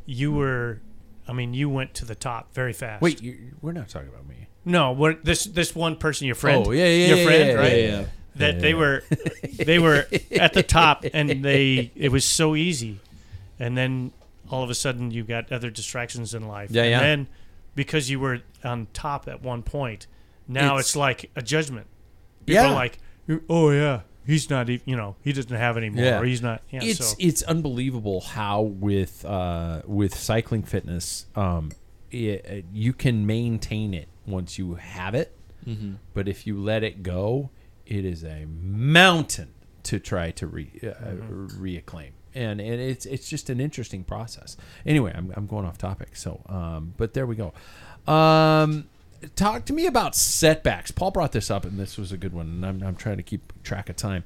[SPEAKER 2] you were, I mean, you went to the top very fast.
[SPEAKER 4] Wait, you, we're not talking about me.
[SPEAKER 2] No, what this this one person, your friend.
[SPEAKER 4] Oh, yeah, yeah,
[SPEAKER 2] your
[SPEAKER 4] yeah,
[SPEAKER 2] friend,
[SPEAKER 4] yeah,
[SPEAKER 2] right?
[SPEAKER 4] yeah, yeah.
[SPEAKER 2] That
[SPEAKER 4] Yeah,
[SPEAKER 2] they
[SPEAKER 4] yeah.
[SPEAKER 2] were they were at the top and they it was so easy. And then all of a sudden you got other distractions in life.
[SPEAKER 4] Yeah,
[SPEAKER 2] and
[SPEAKER 4] yeah.
[SPEAKER 2] then because you were on top at one point, now it's,
[SPEAKER 4] It's-
[SPEAKER 2] like a judgment. People
[SPEAKER 4] Yeah.
[SPEAKER 2] are like, oh yeah, he's not even, you know, he doesn't have any more or he's not yeah,
[SPEAKER 4] it's
[SPEAKER 2] so
[SPEAKER 4] it's unbelievable how with uh, with cycling fitness, um, it, uh, you can maintain it once you have it,
[SPEAKER 8] Mhm.
[SPEAKER 4] but if you let it go, it is a mountain to try to re, uh,
[SPEAKER 2] Mm-hmm.
[SPEAKER 4] reacclaim. And, and it's it's just an interesting process. Anyway, I'm, I'm going off topic. So, um, but there we go. Um, talk to me about setbacks. Paul brought this up, and this was a good one. And I'm, I'm trying to keep track of time.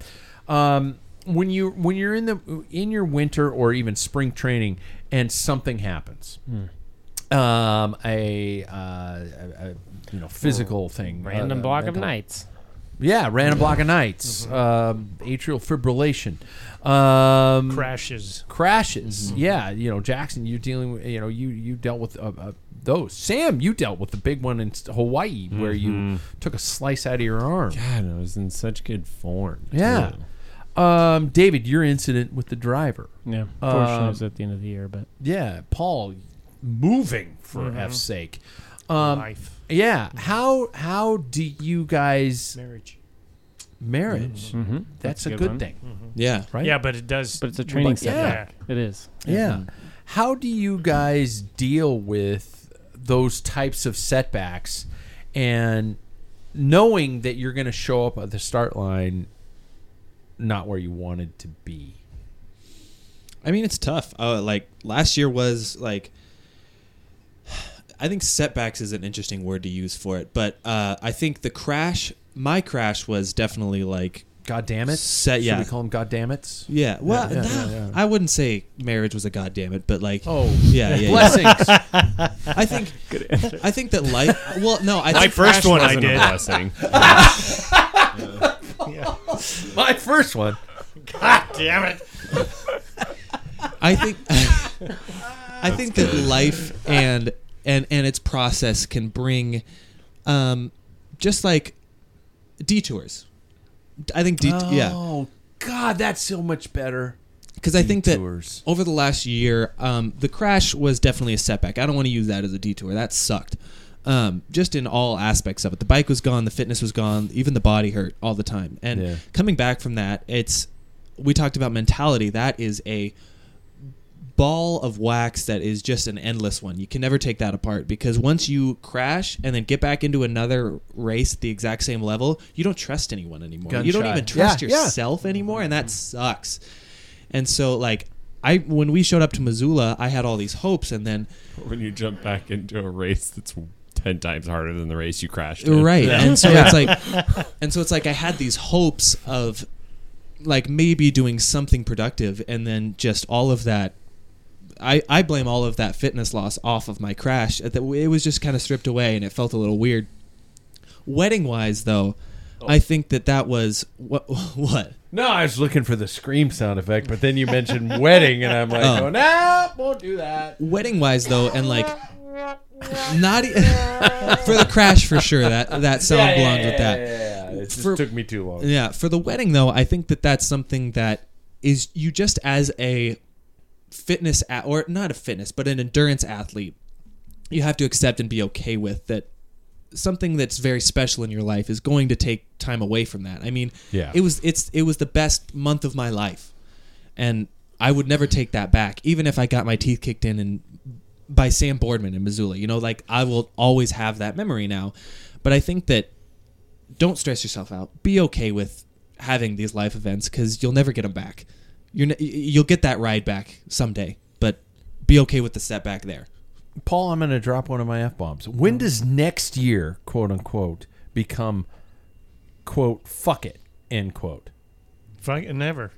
[SPEAKER 4] Um, when you when you're in the in your winter or even spring training, and something happens,
[SPEAKER 9] Hmm.
[SPEAKER 4] um, a, uh, a, a you know physical thing,
[SPEAKER 9] Hmm. Random
[SPEAKER 4] uh,
[SPEAKER 9] block of
[SPEAKER 4] mental-
[SPEAKER 9] nights. Mm-hmm.
[SPEAKER 4] yeah, random block of nights, um, atrial fibrillation, um,
[SPEAKER 2] Crashes.
[SPEAKER 4] crashes. Yeah, you know, Jackson, you're dealing with, you know, you you dealt with uh, uh, those. Sam, you dealt with the big one in s- Hawaii where you
[SPEAKER 5] Mhm.
[SPEAKER 4] took a slice out of your arm.
[SPEAKER 5] God, I was in such good form.
[SPEAKER 4] Yeah.
[SPEAKER 5] too.
[SPEAKER 4] Um, David, your incident with the driver.
[SPEAKER 9] Yeah, fortunately, it
[SPEAKER 4] Um,
[SPEAKER 9] was at the end of the year, but
[SPEAKER 4] Yeah, Paul moving for
[SPEAKER 9] Mhm.
[SPEAKER 4] F's sake. Um,
[SPEAKER 2] Life.
[SPEAKER 4] Yeah. How how do you guys
[SPEAKER 2] marriage?
[SPEAKER 4] Marriage. Mm-hmm. That's, a good, Mm-hmm.
[SPEAKER 9] one.
[SPEAKER 4] thing.
[SPEAKER 9] Mhm.
[SPEAKER 8] Yeah.
[SPEAKER 4] Right.
[SPEAKER 2] Yeah, but it does
[SPEAKER 9] But it's a training
[SPEAKER 4] But- yeah.
[SPEAKER 9] setback. It is.
[SPEAKER 4] Yeah. How do you guys deal with those types of setbacks and knowing that you're going to show up at the start line not where you wanted to be?
[SPEAKER 8] I mean, it's tough. Uh, like last year was like, I think setbacks is an interesting word to use for it, but uh, I think the crash, my crash was definitely like,
[SPEAKER 4] God damn it.
[SPEAKER 8] set. Yeah,
[SPEAKER 4] Should we call them God damn it's?
[SPEAKER 8] yeah. Well,
[SPEAKER 4] Yeah, yeah,
[SPEAKER 8] nah,
[SPEAKER 4] yeah, yeah.
[SPEAKER 8] I wouldn't say marriage was a goddamn it, but like,
[SPEAKER 4] Oh.
[SPEAKER 8] yeah, yeah, yeah.
[SPEAKER 4] Blessings.
[SPEAKER 8] I think,
[SPEAKER 4] Good answer.
[SPEAKER 8] I think that life. Well, no, I
[SPEAKER 4] My
[SPEAKER 8] think
[SPEAKER 4] first
[SPEAKER 8] crash
[SPEAKER 4] one I
[SPEAKER 8] wasn't a
[SPEAKER 4] did.
[SPEAKER 8] blessing.
[SPEAKER 4] My first one.
[SPEAKER 2] God damn it.
[SPEAKER 8] I think I think that life and and and its process can bring um just like detours. I think det- yeah.
[SPEAKER 4] Oh, God, that's so much better.
[SPEAKER 8] Because I think that over the last year, um, the crash was definitely a setback. I don't want to use that as a detour. That sucked. Um, just in all aspects of it. The bike was gone, the fitness was gone, even the body hurt all the time. And
[SPEAKER 4] Yeah.
[SPEAKER 8] coming back from that, it's we talked about mentality. That is a ball of wax that is just an endless one. You can never take that apart because once you crash and then get back into another race at the exact same level, you don't trust anyone anymore.
[SPEAKER 4] Gun
[SPEAKER 8] you
[SPEAKER 4] shy.
[SPEAKER 8] don't even trust
[SPEAKER 4] Yeah, yeah.
[SPEAKER 8] yourself anymore, and that sucks. And so, like, I when we showed up to Missoula, I had all these hopes, and then
[SPEAKER 5] When you jump back into a race that's ten times harder than the race you crashed in.
[SPEAKER 8] right and so it's like and so it's like i had these hopes of like maybe doing something productive and then just all of that i i blame all of that fitness loss off of my crash It- it was just kind of stripped away and it felt a little weird wedding wise though
[SPEAKER 4] Oh.
[SPEAKER 8] i think that that was what what
[SPEAKER 4] No, I was looking for the scream sound effect, but then you mentioned wedding, and I'm like,
[SPEAKER 8] Oh.
[SPEAKER 4] oh, no, won't do that.
[SPEAKER 8] wedding wise though and like Not e- for the crash for sure. That that sound
[SPEAKER 4] Yeah, yeah,
[SPEAKER 8] belongs
[SPEAKER 4] yeah,
[SPEAKER 8] with that.
[SPEAKER 4] yeah, yeah, yeah. It just
[SPEAKER 8] For-
[SPEAKER 4] took me too long.
[SPEAKER 8] Yeah, for the wedding though, I think that that's something that is you just as a fitness a- or not a fitness, but an endurance athlete, you have to accept and be okay with that. Something that's very special in your life is going to take time away from that. I mean,
[SPEAKER 4] Yeah.
[SPEAKER 8] it was it's it was the best month of my life, and I would never take that back, even if I got my teeth kicked in and by Sam Boardman in Missoula. You know, like I will always have that memory now. But I think that don't stress yourself out. Be okay with having these life events because you'll never get them back. You're ne- you'll get that ride back someday, but be okay with the setback there.
[SPEAKER 4] Paul, I'm going to drop one of my f bombs. When does next year, quote unquote, become quote fuck it end quote?
[SPEAKER 2] Fuck, never.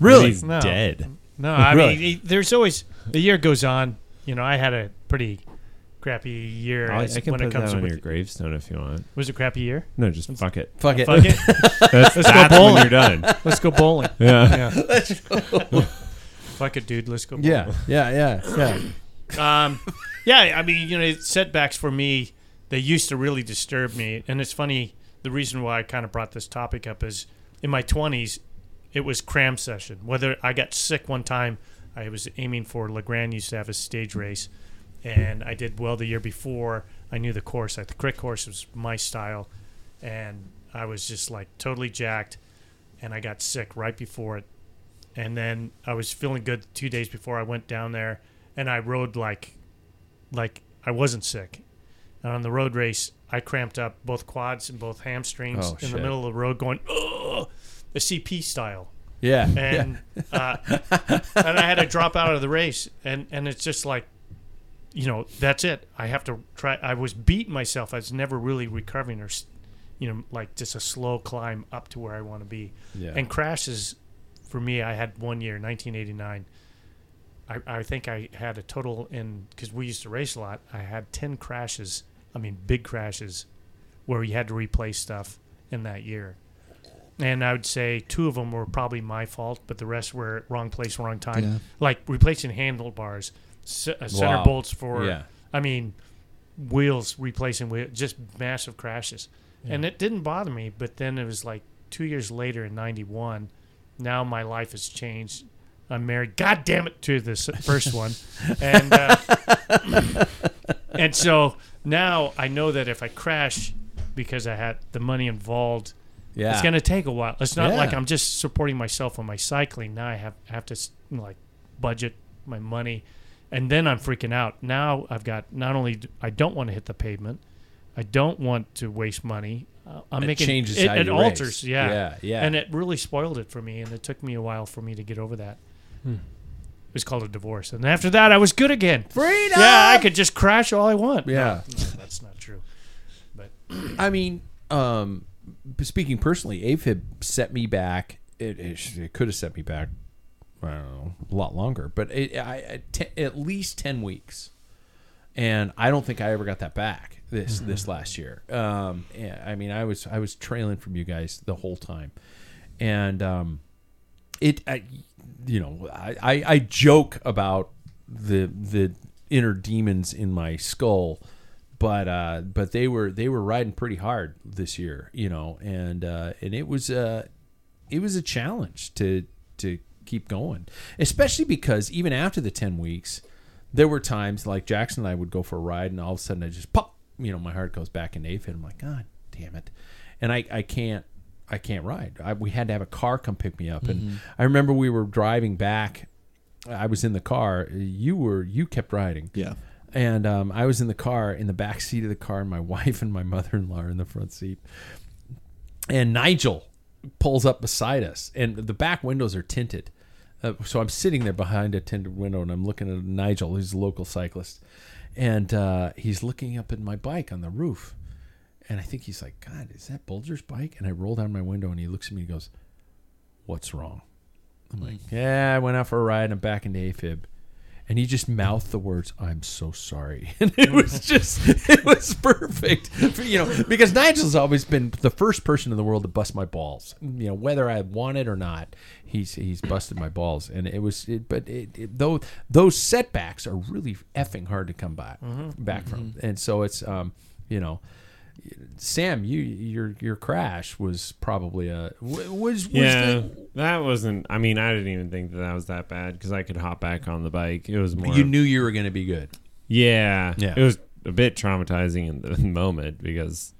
[SPEAKER 4] Really? He's dead.
[SPEAKER 2] No, I
[SPEAKER 4] Really?
[SPEAKER 2] mean, it- there's always the year goes on. You know, I had a pretty crappy year.
[SPEAKER 5] Oh, I,
[SPEAKER 2] as-
[SPEAKER 5] I can
[SPEAKER 2] when
[SPEAKER 5] put
[SPEAKER 2] it comes
[SPEAKER 5] that on
[SPEAKER 2] with-
[SPEAKER 5] your gravestone if you want.
[SPEAKER 2] Was it crappy year?
[SPEAKER 5] No, just fuck it.
[SPEAKER 4] Fuck it.
[SPEAKER 2] Fuck it. Let's
[SPEAKER 5] that's that's
[SPEAKER 2] go bowling.
[SPEAKER 5] when you're done.
[SPEAKER 2] Let's go bowling.
[SPEAKER 5] Yeah.
[SPEAKER 2] Let's go. Fuck it, dude. Let's go. Bowling.
[SPEAKER 4] Yeah, yeah, yeah,
[SPEAKER 2] yeah. um, yeah. I mean, you know, setbacks for me they used to really disturb me, and it's funny. The reason why I kind of brought this topic up is in my twenties, it was cram session. Whether I got sick one time, I was aiming for Legrand used to have a stage race, and I did well the year before. I knew the course. I, the crick course was my style, and I was just like totally jacked, and I got sick right before it, and then I was feeling good two days before I went down there, and I rode like, like I wasn't sick, and on the road race I cramped up both quads and both hamstrings
[SPEAKER 4] Oh,
[SPEAKER 2] in the
[SPEAKER 4] shit.
[SPEAKER 2] middle of the road going, Ugh! the CP style.
[SPEAKER 4] Yeah,
[SPEAKER 2] and Uh, and I had to drop out of the race, and and it's just like, you know, that's it. I have to try. I was beating myself. I was never really recovering, or, s- you know, like just a slow climb up to where I want to be.
[SPEAKER 4] Yeah.
[SPEAKER 2] And crashes, for me, I had one year, 1989. I, I think I had a total in because we used to race a lot. I had ten crashes. I mean, big crashes, where you had to replace stuff in that year. And I would say two of them were probably my fault, but the rest were wrong place, wrong time.
[SPEAKER 8] Yeah.
[SPEAKER 2] Like replacing handlebars, c- uh, center
[SPEAKER 4] Wow.
[SPEAKER 2] bolts for.
[SPEAKER 4] Yeah.
[SPEAKER 2] I mean, wheels replacing wheel, just massive crashes, and it didn't bother me. But then it was like two years later in '91. Now my life has changed. I'm married. God damn it to this first one, and uh, and so now I know that if I crash because I had the money involved,
[SPEAKER 4] Yeah.
[SPEAKER 2] it's going to take a while. It's not
[SPEAKER 4] Yeah.
[SPEAKER 2] like I'm just supporting myself on my cycling. Now I have have to s- like budget my money, and then I'm freaking out. Now I've got not only d- I don't want to hit the pavement, I don't want to waste money. Uh, I'm
[SPEAKER 4] It
[SPEAKER 2] making
[SPEAKER 4] changes
[SPEAKER 2] it,
[SPEAKER 4] how
[SPEAKER 2] it
[SPEAKER 4] you
[SPEAKER 2] alters,
[SPEAKER 4] race.
[SPEAKER 2] yeah,
[SPEAKER 4] Yeah, yeah.
[SPEAKER 2] and it really spoiled it for me, and it took me a while for me to get over that.
[SPEAKER 4] Hmm.
[SPEAKER 2] It was called a divorce, and after that, I was good again.
[SPEAKER 4] Freedom!
[SPEAKER 2] Yeah, I could just crash all I want. No,
[SPEAKER 4] Yeah.
[SPEAKER 2] no, that's not true. But
[SPEAKER 4] yeah. I mean, um, speaking personally, AFib set me back. It, it, sh- it could have set me back. I don't know, a lot longer, but it, I, I- te- at least ten weeks, and I don't think I ever got that back this
[SPEAKER 11] Mhm.
[SPEAKER 4] this last year. Um, yeah, I mean, I was I was trailing from you guys the whole time, and um, it I, you know I, I I joke about the the inner demons in my skull but uh but they were they were riding pretty hard this year you know and uh and it was uh it was a challenge to to keep going especially because even after the 10 weeks there were times like Jackson and I would go for a ride and all of a sudden I just pop you know my heart goes back in AFib I'm like god damn it and I I can't I can't ride I, we had to have a car come pick me up and
[SPEAKER 11] Mhm.
[SPEAKER 4] I remember we were driving back. I was in the car. You were you kept riding.
[SPEAKER 8] Yeah.
[SPEAKER 4] And um, I was in the car in the back seat of the car, and my wife and my mother in law are in the front seat. And Nigel pulls up beside us, and the back windows are tinted. Uh, so I'm sitting there behind a tinted window, and I'm looking at Nigel, who's a local cyclist, and uh, he's looking up at my bike on the roof. And I think he's like, God, is that Bulger's bike? And I roll down my window, and he looks at me and goes, What's wrong? I'm like, yeah, I went out for a ride and I'm back into AFib. and he just mouthed the words "I'm so sorry," and it was just it was perfect, you know, because Nigel's always been the first person in the world to bust my balls, you know, whether I want it or not, he's he's busted my balls, and it was, it, but it, it, though those setbacks are really effing hard to come by
[SPEAKER 8] Mhm.
[SPEAKER 4] back from, and so it's um, you know. Sam, you your your crash was probably a wa- was, was
[SPEAKER 5] yeah,
[SPEAKER 4] the-
[SPEAKER 5] that wasn't. I mean, I didn't even think that that was that bad because I could hop back on the bike. It was more.
[SPEAKER 4] you knew you were going to be good.
[SPEAKER 5] Yeah,
[SPEAKER 4] Yeah.
[SPEAKER 5] It was a bit traumatizing in the moment because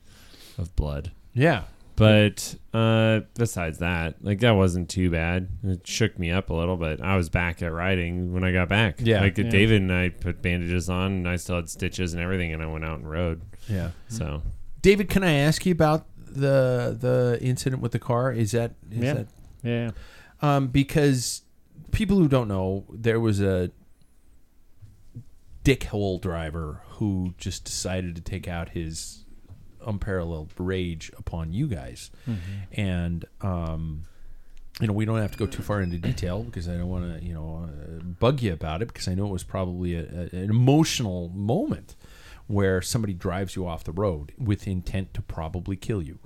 [SPEAKER 5] of blood.
[SPEAKER 4] Yeah.
[SPEAKER 5] but uh, besides that, like that wasn't too bad. It shook me up a little, but I was back at riding when I got back.
[SPEAKER 4] Yeah.
[SPEAKER 5] like
[SPEAKER 4] Yeah.
[SPEAKER 5] David and I put bandages on, and I still had stitches and everything, and I went out and rode.
[SPEAKER 4] Yeah.
[SPEAKER 5] so
[SPEAKER 4] David, can I ask you about the the incident with the car? Is that is
[SPEAKER 2] Yeah.
[SPEAKER 4] that
[SPEAKER 2] yeah?
[SPEAKER 4] Um, because people who don't know, there was a dickhole driver who just decided to take out his unparalleled rage upon you guys,
[SPEAKER 8] Mhm.
[SPEAKER 4] and um, you know we don't have to go too far into detail because I don't want to you know uh, bug you about it because I know it was probably a, a, an emotional moment where somebody drives you off the road with intent to probably kill you.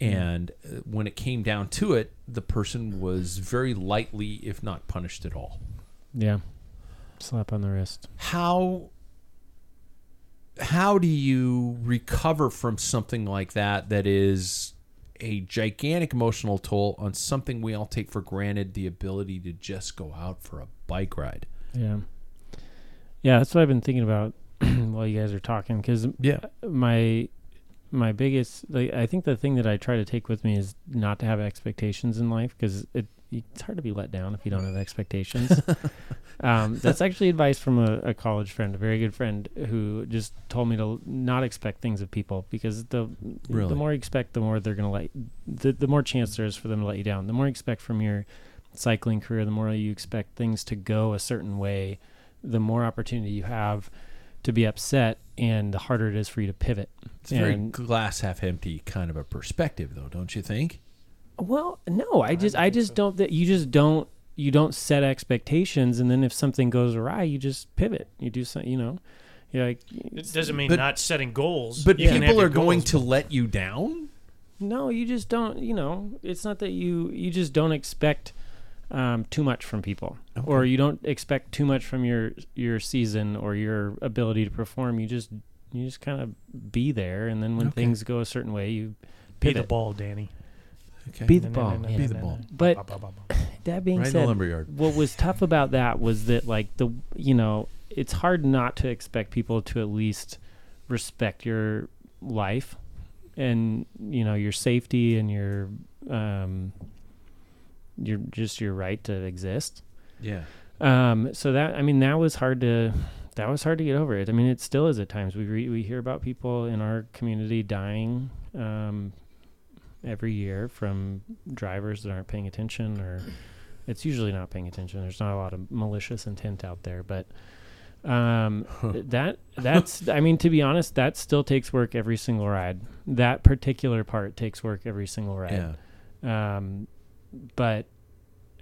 [SPEAKER 4] And uh, when it came down to it, the person was very lightly, if not punished at all.
[SPEAKER 2] Yeah. Slap on the wrist.
[SPEAKER 4] How how do you recover from something like that that is a gigantic emotional toll on something we all take for granted, the ability to just go out for a bike ride?
[SPEAKER 2] Yeah. Yeah, that's what I've been thinking about while you guys are talking because
[SPEAKER 4] yeah,
[SPEAKER 2] my my biggest like I think the thing that I try to take with me is not to have expectations in life because it it's hard to be let down if you don't have expectations. um, that's actually advice from a, a college friend, a very good friend who just told me to l- not expect things of people because the
[SPEAKER 4] Really?
[SPEAKER 2] the more you expect, the more they're gonna let the, the more chance there is for them to let you down. The more you expect from your cycling career, the more you expect things to go a certain way, the more opportunity you have to be upset and the harder it is for you to pivot.
[SPEAKER 4] It's a very
[SPEAKER 2] And-
[SPEAKER 4] glass half empty kind of a perspective, though, don't you think?
[SPEAKER 2] well, no, I just I just don't that you just don't you don't set expectations and then if something goes awry, you just pivot. You do something, you know. You're like
[SPEAKER 8] It doesn't mean
[SPEAKER 2] But-
[SPEAKER 8] not setting goals.
[SPEAKER 4] But
[SPEAKER 8] You can have
[SPEAKER 4] people
[SPEAKER 8] your
[SPEAKER 4] are going
[SPEAKER 8] goals.
[SPEAKER 4] to let you down.
[SPEAKER 2] No, you just don't. You know, it's not that you you just don't expect um, too much from people, or you don't expect too much from your your season or your ability to perform. You just you just kind of be there, and then when
[SPEAKER 8] Okay.
[SPEAKER 2] things go a certain way, you
[SPEAKER 8] Be the
[SPEAKER 2] pivot.
[SPEAKER 8] ball, Danny.
[SPEAKER 4] Okay.
[SPEAKER 2] Be the ball.
[SPEAKER 4] Be the ball.
[SPEAKER 2] But that being
[SPEAKER 4] Right in the
[SPEAKER 2] said,
[SPEAKER 4] lumberyard.
[SPEAKER 2] what was tough about that was that like the you know it's hard not to expect people to at least respect your life and you know your safety and your um your just your right to exist.
[SPEAKER 4] Yeah.
[SPEAKER 2] Um. So that I mean that was hard to that was hard to get over it. I mean it still is at times. We re, we hear about people in our community dying. Um, every year from drivers that aren't paying attention or it's usually not paying attention there's not a lot of malicious intent out there but um that that's i mean to be honest that still takes work every single ride that particular part takes work every single ride um but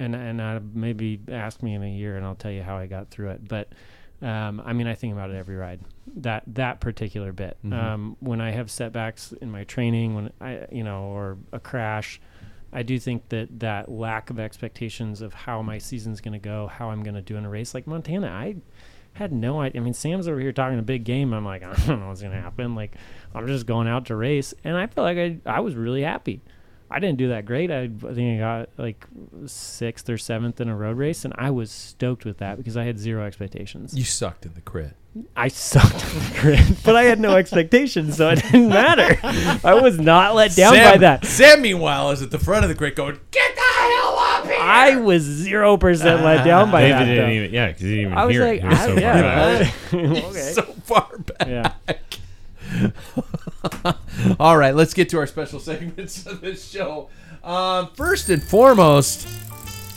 [SPEAKER 2] and and I maybe ask me in a year and I'll tell you how I got through it but um I mean I think about it every ride that that particular bit
[SPEAKER 8] Mhm.
[SPEAKER 2] um when I have setbacks in my training when I you know or a crash I do think that that lack of expectations of how my season's going to go how I'm going to do in a race like Montana I had no idea. I mean, Sam's over here talking a big game. I'm like, I don't know what's going to happen. Like, I'm just going out to race. And I feel like I, I was really happy. I didn't do that great. I, I think I got like sixth or seventh in a road race, and I was stoked with that because I had zero expectations.
[SPEAKER 4] You sucked in the crit.
[SPEAKER 2] I sucked in the crit, but I had no expectations, so it didn't matter. I was not let down
[SPEAKER 4] Sam,
[SPEAKER 2] by that.
[SPEAKER 4] Sam, meanwhile, is at the front of the crit going, get the hell up here!
[SPEAKER 2] I was zero percent let down by
[SPEAKER 5] David
[SPEAKER 2] that.
[SPEAKER 5] didn't
[SPEAKER 2] though.
[SPEAKER 5] even- yeah, 'cause he didn't even
[SPEAKER 2] I was
[SPEAKER 5] hear it.
[SPEAKER 2] like,
[SPEAKER 5] He was
[SPEAKER 2] I-
[SPEAKER 5] so far
[SPEAKER 2] yeah,
[SPEAKER 5] back.
[SPEAKER 2] I- okay.
[SPEAKER 4] so far back.
[SPEAKER 2] Yeah.
[SPEAKER 4] All right, let's get to our special segments of this show. Um, first and foremost,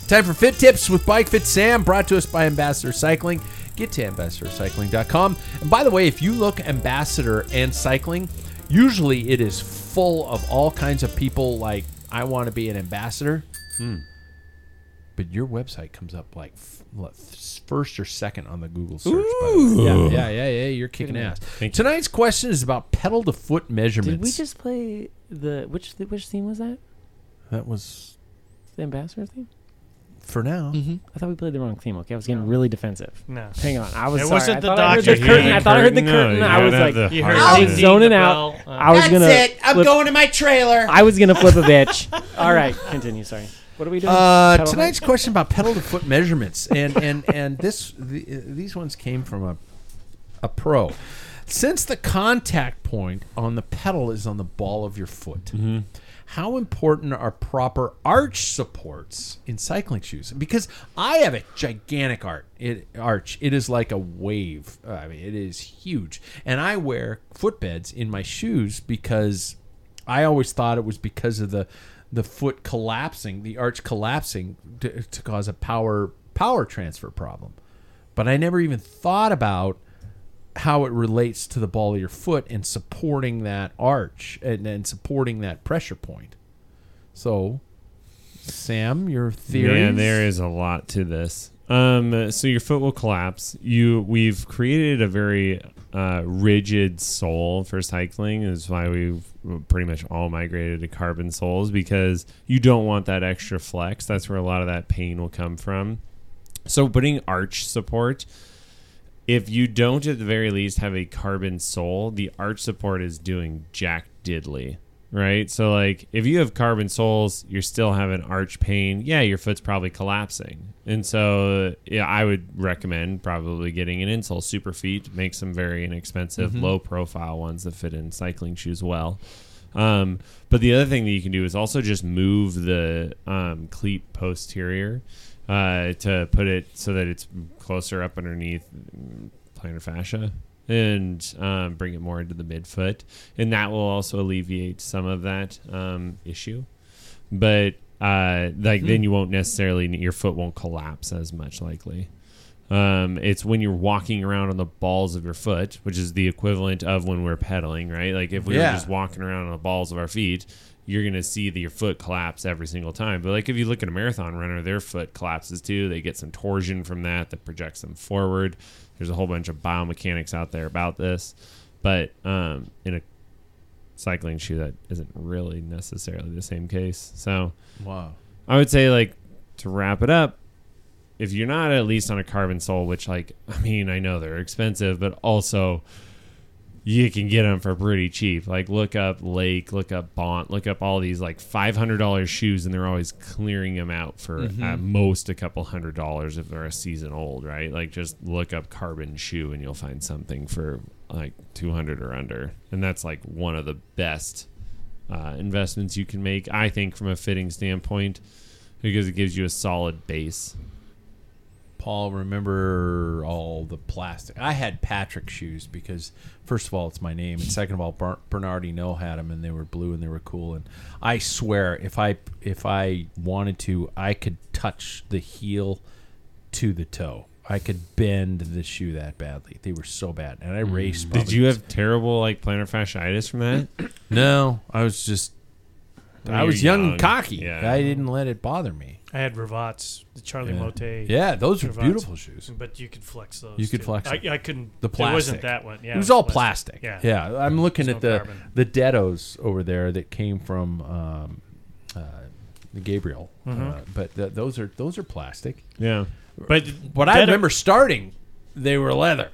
[SPEAKER 4] time for Fit Tips with Bike Fit Sam, brought to us by Ambassador Cycling. Get to ambassadorcycling.com. And by the way, if you look Ambassador and Cycling, usually it is full of all kinds of people like, I want to be an ambassador. Hmm. but your website comes up like f- what, th- first or second on the Google search. by the
[SPEAKER 8] Ooh.
[SPEAKER 4] way. Yeah,
[SPEAKER 8] Ooh.
[SPEAKER 4] yeah, yeah, yeah. You're kicking
[SPEAKER 9] minute.
[SPEAKER 4] ass. Tonight's question is about pedal to foot measurements.
[SPEAKER 9] Did we just play the which th- which theme was that?
[SPEAKER 4] That was
[SPEAKER 9] The ambassador theme.
[SPEAKER 4] for now.
[SPEAKER 9] I thought we played the wrong theme. Okay, I was getting really defensive.
[SPEAKER 2] No.
[SPEAKER 9] hang on. I was.
[SPEAKER 2] It
[SPEAKER 9] sorry.
[SPEAKER 2] wasn't
[SPEAKER 9] I
[SPEAKER 2] the
[SPEAKER 9] thought I heard
[SPEAKER 2] doctor.
[SPEAKER 9] the
[SPEAKER 2] You
[SPEAKER 9] curtain.
[SPEAKER 2] heard
[SPEAKER 9] I
[SPEAKER 2] the
[SPEAKER 9] thought I heard the
[SPEAKER 2] curtain.
[SPEAKER 9] curtain.
[SPEAKER 2] No,
[SPEAKER 9] I
[SPEAKER 2] you
[SPEAKER 9] was
[SPEAKER 2] had
[SPEAKER 9] like,
[SPEAKER 2] the You heart heard
[SPEAKER 9] I was
[SPEAKER 2] beat.
[SPEAKER 9] zoning
[SPEAKER 2] the
[SPEAKER 9] out.
[SPEAKER 2] bell.
[SPEAKER 9] I was
[SPEAKER 12] That's
[SPEAKER 9] gonna.
[SPEAKER 12] it. I'm
[SPEAKER 9] flip-
[SPEAKER 12] going to my trailer.
[SPEAKER 9] I was gonna flip a bitch. All right, continue. Sorry. What are we doing?
[SPEAKER 4] Uh,
[SPEAKER 9] Pedal
[SPEAKER 4] tonight's
[SPEAKER 9] height?
[SPEAKER 4] question about pedal to foot measurements, and and and this the, uh, these ones came from a a pro. Since the contact point on the pedal is on the ball of your foot, how important are proper arch supports in cycling shoes? Because I have a gigantic art it, arch. It is like a wave. I mean, it is huge, and I wear footbeds in my shoes because I always thought it was because of the the foot collapsing, the arch collapsing to, to cause a power power transfer problem. But I never even thought about how it relates to the ball of your foot and supporting that arch and, and supporting that pressure point. So, Sam, your theory.
[SPEAKER 5] Yeah, there is a lot to this. Um, so your foot will collapse. You, we've created a very uh, rigid sole for cycling. Is why we've pretty much all migrated to carbon soles because you don't want that extra flex. That's where a lot of that pain will come from. So putting arch support if you don't at the very least have a carbon sole, the arch support is doing jack diddly, right? So like if you have carbon soles, you're still having arch pain. Yeah, your foot's probably collapsing, and so yeah, I would recommend probably getting an insole. Superfeet make some very inexpensive,
[SPEAKER 8] Mhm.
[SPEAKER 5] low profile ones that fit in cycling shoes well. Um, but the other thing that you can do is also just move the um, cleat posterior uh, to put it so that it's closer up underneath mm, plantar fascia and um, bring it more into the midfoot. And that will also alleviate some of that um, issue. But uh, like then you won't necessarily your foot won't collapse as much likely. Um, it's when you're walking around on the balls of your foot, which is the equivalent of when we're pedaling, right? Like if we
[SPEAKER 4] Yeah.
[SPEAKER 5] were just walking around on the balls of our feet, you're gonna see that your foot collapse every single time. But like if you look at a marathon runner, their foot collapses too. They get some torsion from that that projects them forward. There's a whole bunch of biomechanics out there about this, but um, in a cycling shoe, that isn't really necessarily the same case. So
[SPEAKER 4] Wow.
[SPEAKER 5] I would say like to wrap it up, if you're not at least on a carbon sole, which like I mean I know they're expensive, but also you can get them for pretty cheap. Like look up Lake, look up Bont, look up all these like five hundred dollars shoes, and they're always clearing them out for
[SPEAKER 8] Mhm.
[SPEAKER 5] at most a couple hundred dollars if they're a season old, right? Like just look up carbon shoe and you'll find something for like two hundred or under, and that's like one of the best uh, investments you can make, I think, from a fitting standpoint, because it gives you a solid base.
[SPEAKER 4] Paul, remember all the plastic. I had Patrick shoes because, first of all, it's my name, and second of all, Bar- Bernardino had them, and they were blue and they were cool. And I swear, if I if I wanted to, I could touch the heel to the toe. I could bend the shoe that badly. They were so bad, and I raced.
[SPEAKER 5] Mm. Did
[SPEAKER 4] probably-
[SPEAKER 5] you have terrible like plantar fasciitis from that?
[SPEAKER 4] no, I was just.
[SPEAKER 5] Well,
[SPEAKER 4] I
[SPEAKER 5] you're
[SPEAKER 4] was young,
[SPEAKER 5] young.
[SPEAKER 4] and cocky.
[SPEAKER 5] Yeah.
[SPEAKER 4] I didn't let it bother me.
[SPEAKER 2] I had Ravats, the Charlie
[SPEAKER 4] Yeah.
[SPEAKER 2] Mote.
[SPEAKER 4] Yeah, those are
[SPEAKER 2] Ravats.
[SPEAKER 4] beautiful shoes.
[SPEAKER 2] But you could flex those.
[SPEAKER 4] You could
[SPEAKER 2] too.
[SPEAKER 4] flex.
[SPEAKER 2] I,
[SPEAKER 4] them.
[SPEAKER 2] I couldn't.
[SPEAKER 4] The plastic.
[SPEAKER 2] It wasn't that one. Yeah,
[SPEAKER 4] it was all plastic. Yeah.
[SPEAKER 2] Yeah.
[SPEAKER 4] I'm looking
[SPEAKER 2] There's
[SPEAKER 4] at
[SPEAKER 2] no
[SPEAKER 4] the
[SPEAKER 2] carbon.
[SPEAKER 4] the Dettos over there that came from um, uh, the Gabriel,
[SPEAKER 2] Mhm.
[SPEAKER 4] uh, but th- those are those are plastic.
[SPEAKER 5] Yeah.
[SPEAKER 2] But
[SPEAKER 4] what I
[SPEAKER 2] Detto-
[SPEAKER 4] remember starting, they were leather.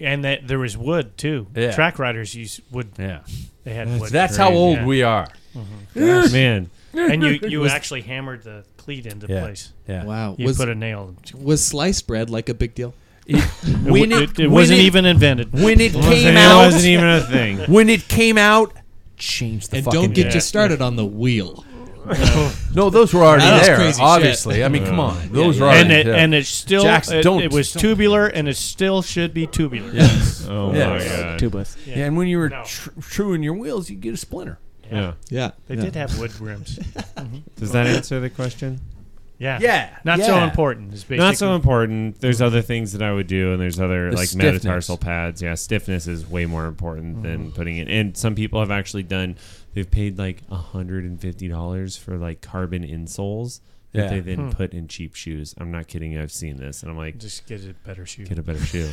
[SPEAKER 2] and that there was wood too.
[SPEAKER 4] Yeah.
[SPEAKER 2] Track riders used wood.
[SPEAKER 4] Yeah,
[SPEAKER 2] they had
[SPEAKER 4] That's-
[SPEAKER 2] wood.
[SPEAKER 4] that's how old we are.
[SPEAKER 2] Mhm.
[SPEAKER 4] Gosh, man.
[SPEAKER 2] and you you
[SPEAKER 8] Was-
[SPEAKER 2] actually hammered the cleat into place.
[SPEAKER 8] Wow.
[SPEAKER 2] you put a nail.
[SPEAKER 8] Was sliced bread like a big deal?
[SPEAKER 2] When it- it- it when wasn't it- even invented.
[SPEAKER 4] When it
[SPEAKER 2] Wasn't-
[SPEAKER 4] came
[SPEAKER 2] it
[SPEAKER 4] out,
[SPEAKER 2] wasn't even a thing.
[SPEAKER 4] When it came out, change the
[SPEAKER 8] And
[SPEAKER 4] fucking
[SPEAKER 8] don't get
[SPEAKER 4] game.
[SPEAKER 8] you started on the wheel.
[SPEAKER 4] No, those were already
[SPEAKER 8] That was
[SPEAKER 4] there.
[SPEAKER 8] crazy shit.
[SPEAKER 4] Obviously, I mean, come on, those were already
[SPEAKER 2] and it,
[SPEAKER 4] there.
[SPEAKER 2] and it's still
[SPEAKER 4] Jackson,
[SPEAKER 2] it,
[SPEAKER 4] don't
[SPEAKER 2] it was tubular and it still should be tubular.
[SPEAKER 4] Yes.
[SPEAKER 5] Oh,
[SPEAKER 2] Yes.
[SPEAKER 4] Tubeless. Yeah. and when you were tr- truing your wheels, you get a splinter.
[SPEAKER 5] Yeah.
[SPEAKER 8] Yeah.
[SPEAKER 2] They
[SPEAKER 8] Yeah.
[SPEAKER 2] did have wood rims. Mhm.
[SPEAKER 5] Does that answer the question?
[SPEAKER 2] Yeah. Not so important. Is basically
[SPEAKER 5] Not so important. There's other things that I would do, and there's other
[SPEAKER 2] The
[SPEAKER 5] like
[SPEAKER 2] stiffness.
[SPEAKER 5] metatarsal pads. Yeah, stiffness is way more important than putting it. And some people have actually done. They've paid like hundred and fifty dollars for like carbon insoles. that
[SPEAKER 8] Yeah.
[SPEAKER 5] they then
[SPEAKER 8] Hmm.
[SPEAKER 5] put in cheap shoes. I'm not kidding. I've seen this, and I'm like,
[SPEAKER 8] Just get a better shoe.
[SPEAKER 5] Get a better shoe.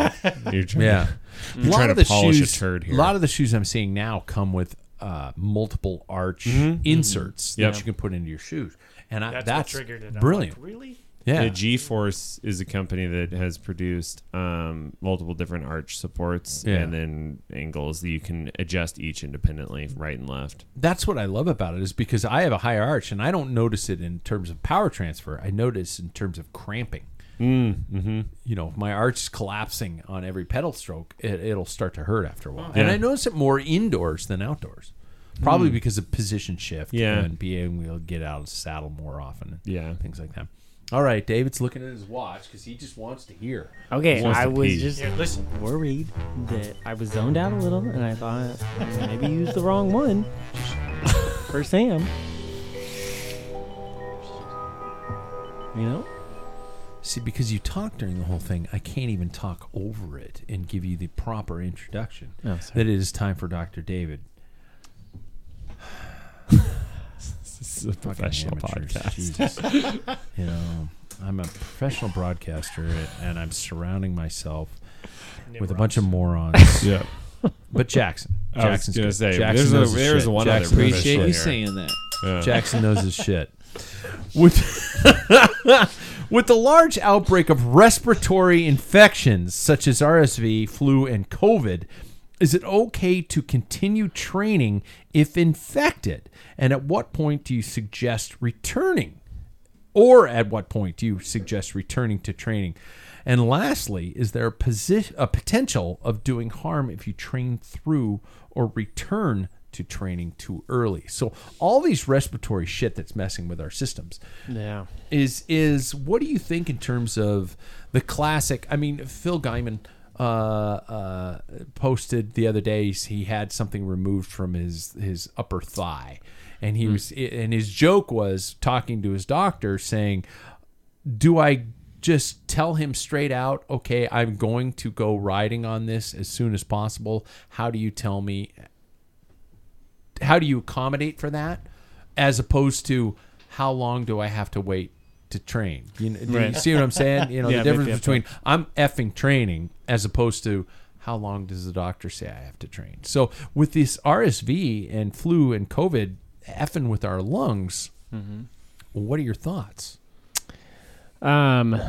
[SPEAKER 5] you're trying,
[SPEAKER 4] yeah.
[SPEAKER 5] you're trying to polish
[SPEAKER 4] shoes,
[SPEAKER 5] a turd here.
[SPEAKER 4] A lot of the shoes I'm seeing now come with uh, multiple arch
[SPEAKER 5] Mhm.
[SPEAKER 4] inserts
[SPEAKER 5] Mhm. Yep.
[SPEAKER 4] that you can put into your shoes, and I,
[SPEAKER 8] Mm-hmm. That's what
[SPEAKER 4] that's,
[SPEAKER 8] triggered it. I'm like,
[SPEAKER 4] Brilliant,
[SPEAKER 8] really?
[SPEAKER 4] Yeah.
[SPEAKER 5] The G-Force is a company that has produced um, multiple different arch supports
[SPEAKER 4] Yeah.
[SPEAKER 5] and then angles that you can adjust each independently, right and left.
[SPEAKER 4] That's what I love about it is because I have a high arch and I don't notice it in terms of power transfer. I notice in terms of cramping.
[SPEAKER 5] Mm, mm-hmm.
[SPEAKER 4] You know, if my arch is collapsing on every pedal stroke, it, it'll start to hurt after a while.
[SPEAKER 5] Yeah.
[SPEAKER 4] And I notice it more indoors than outdoors, probably
[SPEAKER 5] Mm.
[SPEAKER 4] because of position shift
[SPEAKER 5] Yeah.
[SPEAKER 4] and being able to get out of the saddle more often. And
[SPEAKER 5] Yeah.
[SPEAKER 4] things like that. All right, David's looking at his watch because he just wants to hear.
[SPEAKER 2] Okay,
[SPEAKER 4] He wants
[SPEAKER 2] I
[SPEAKER 4] to
[SPEAKER 2] was
[SPEAKER 4] pee.
[SPEAKER 2] just worried that I was zoned out a little, and I thought I maybe used the wrong one for Sam. You know?
[SPEAKER 4] See, because you talk during the whole thing, I can't even talk over it and give you the proper introduction.
[SPEAKER 2] Oh,
[SPEAKER 4] that it is time for Dr. David.
[SPEAKER 5] this is a
[SPEAKER 4] Fucking
[SPEAKER 5] professional
[SPEAKER 4] amateurs,
[SPEAKER 5] podcast.
[SPEAKER 4] Jesus. you know, I'm a professional broadcaster and I'm surrounding myself with a bunch of morons.
[SPEAKER 5] Yeah.
[SPEAKER 4] But Jackson.
[SPEAKER 5] I was
[SPEAKER 4] Jackson's
[SPEAKER 5] gonna
[SPEAKER 4] good.
[SPEAKER 5] say,
[SPEAKER 4] Jackson
[SPEAKER 5] there's a-
[SPEAKER 4] knows his
[SPEAKER 5] there's
[SPEAKER 4] shit.
[SPEAKER 5] one other
[SPEAKER 4] Jackson knows his
[SPEAKER 5] Appreciate
[SPEAKER 4] shit.
[SPEAKER 5] you saying that. Yeah.
[SPEAKER 4] Jackson knows his shit. With, with the large outbreak of respiratory infections such as RSV, flu, and COVID, is it okay to continue training if infected? And at what point do you suggest returning? Or at what point do you suggest returning to training? And lastly, is there a, posi- a potential of doing harm if you train through or return to training too early? So all these respiratory shit that's messing with our systems
[SPEAKER 2] Yeah.
[SPEAKER 4] is is what do you think in terms of the classic? I mean, Phil Guyman uh, uh, posted the other day s- he had something removed from his his upper thigh, and he was and his joke was talking to his doctor saying, "Do I?" Just tell him straight out, okay, I'm going to go riding on this as soon as possible. How do you tell me how do you accommodate for that as opposed to how long do I have to wait to train? You, know, do you
[SPEAKER 8] Right.
[SPEAKER 4] see what I'm saying? You know,
[SPEAKER 8] Yeah,
[SPEAKER 4] the difference
[SPEAKER 8] fifty up
[SPEAKER 4] between I'm effing training as opposed to how long does the doctor say I have to train? So with this RSV and flu and COVID effing with our lungs,
[SPEAKER 8] Mm-hmm.
[SPEAKER 2] Mhm.
[SPEAKER 4] what are your thoughts?
[SPEAKER 2] Um.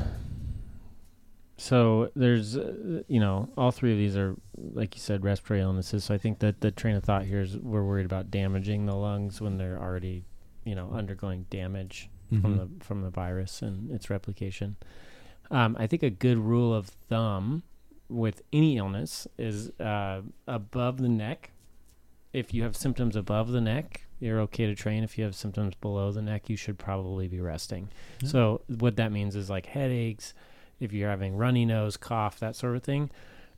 [SPEAKER 2] So there's, uh, you know, all three of these are, like you said, respiratory illnesses. So I think that the train of thought here is we're worried about damaging the lungs when they're already, you
[SPEAKER 4] Mm-hmm.
[SPEAKER 2] know, undergoing damage from the
[SPEAKER 4] Mhm.
[SPEAKER 2] from the virus and its replication. Um, I think a good rule of thumb with any illness is uh, above the neck. If you have symptoms above the neck, you're okay to train. If you have symptoms below the neck, you should probably be resting.
[SPEAKER 15] Yeah.
[SPEAKER 2] So what that means is like headaches, if you're having runny nose, cough, that sort of thing.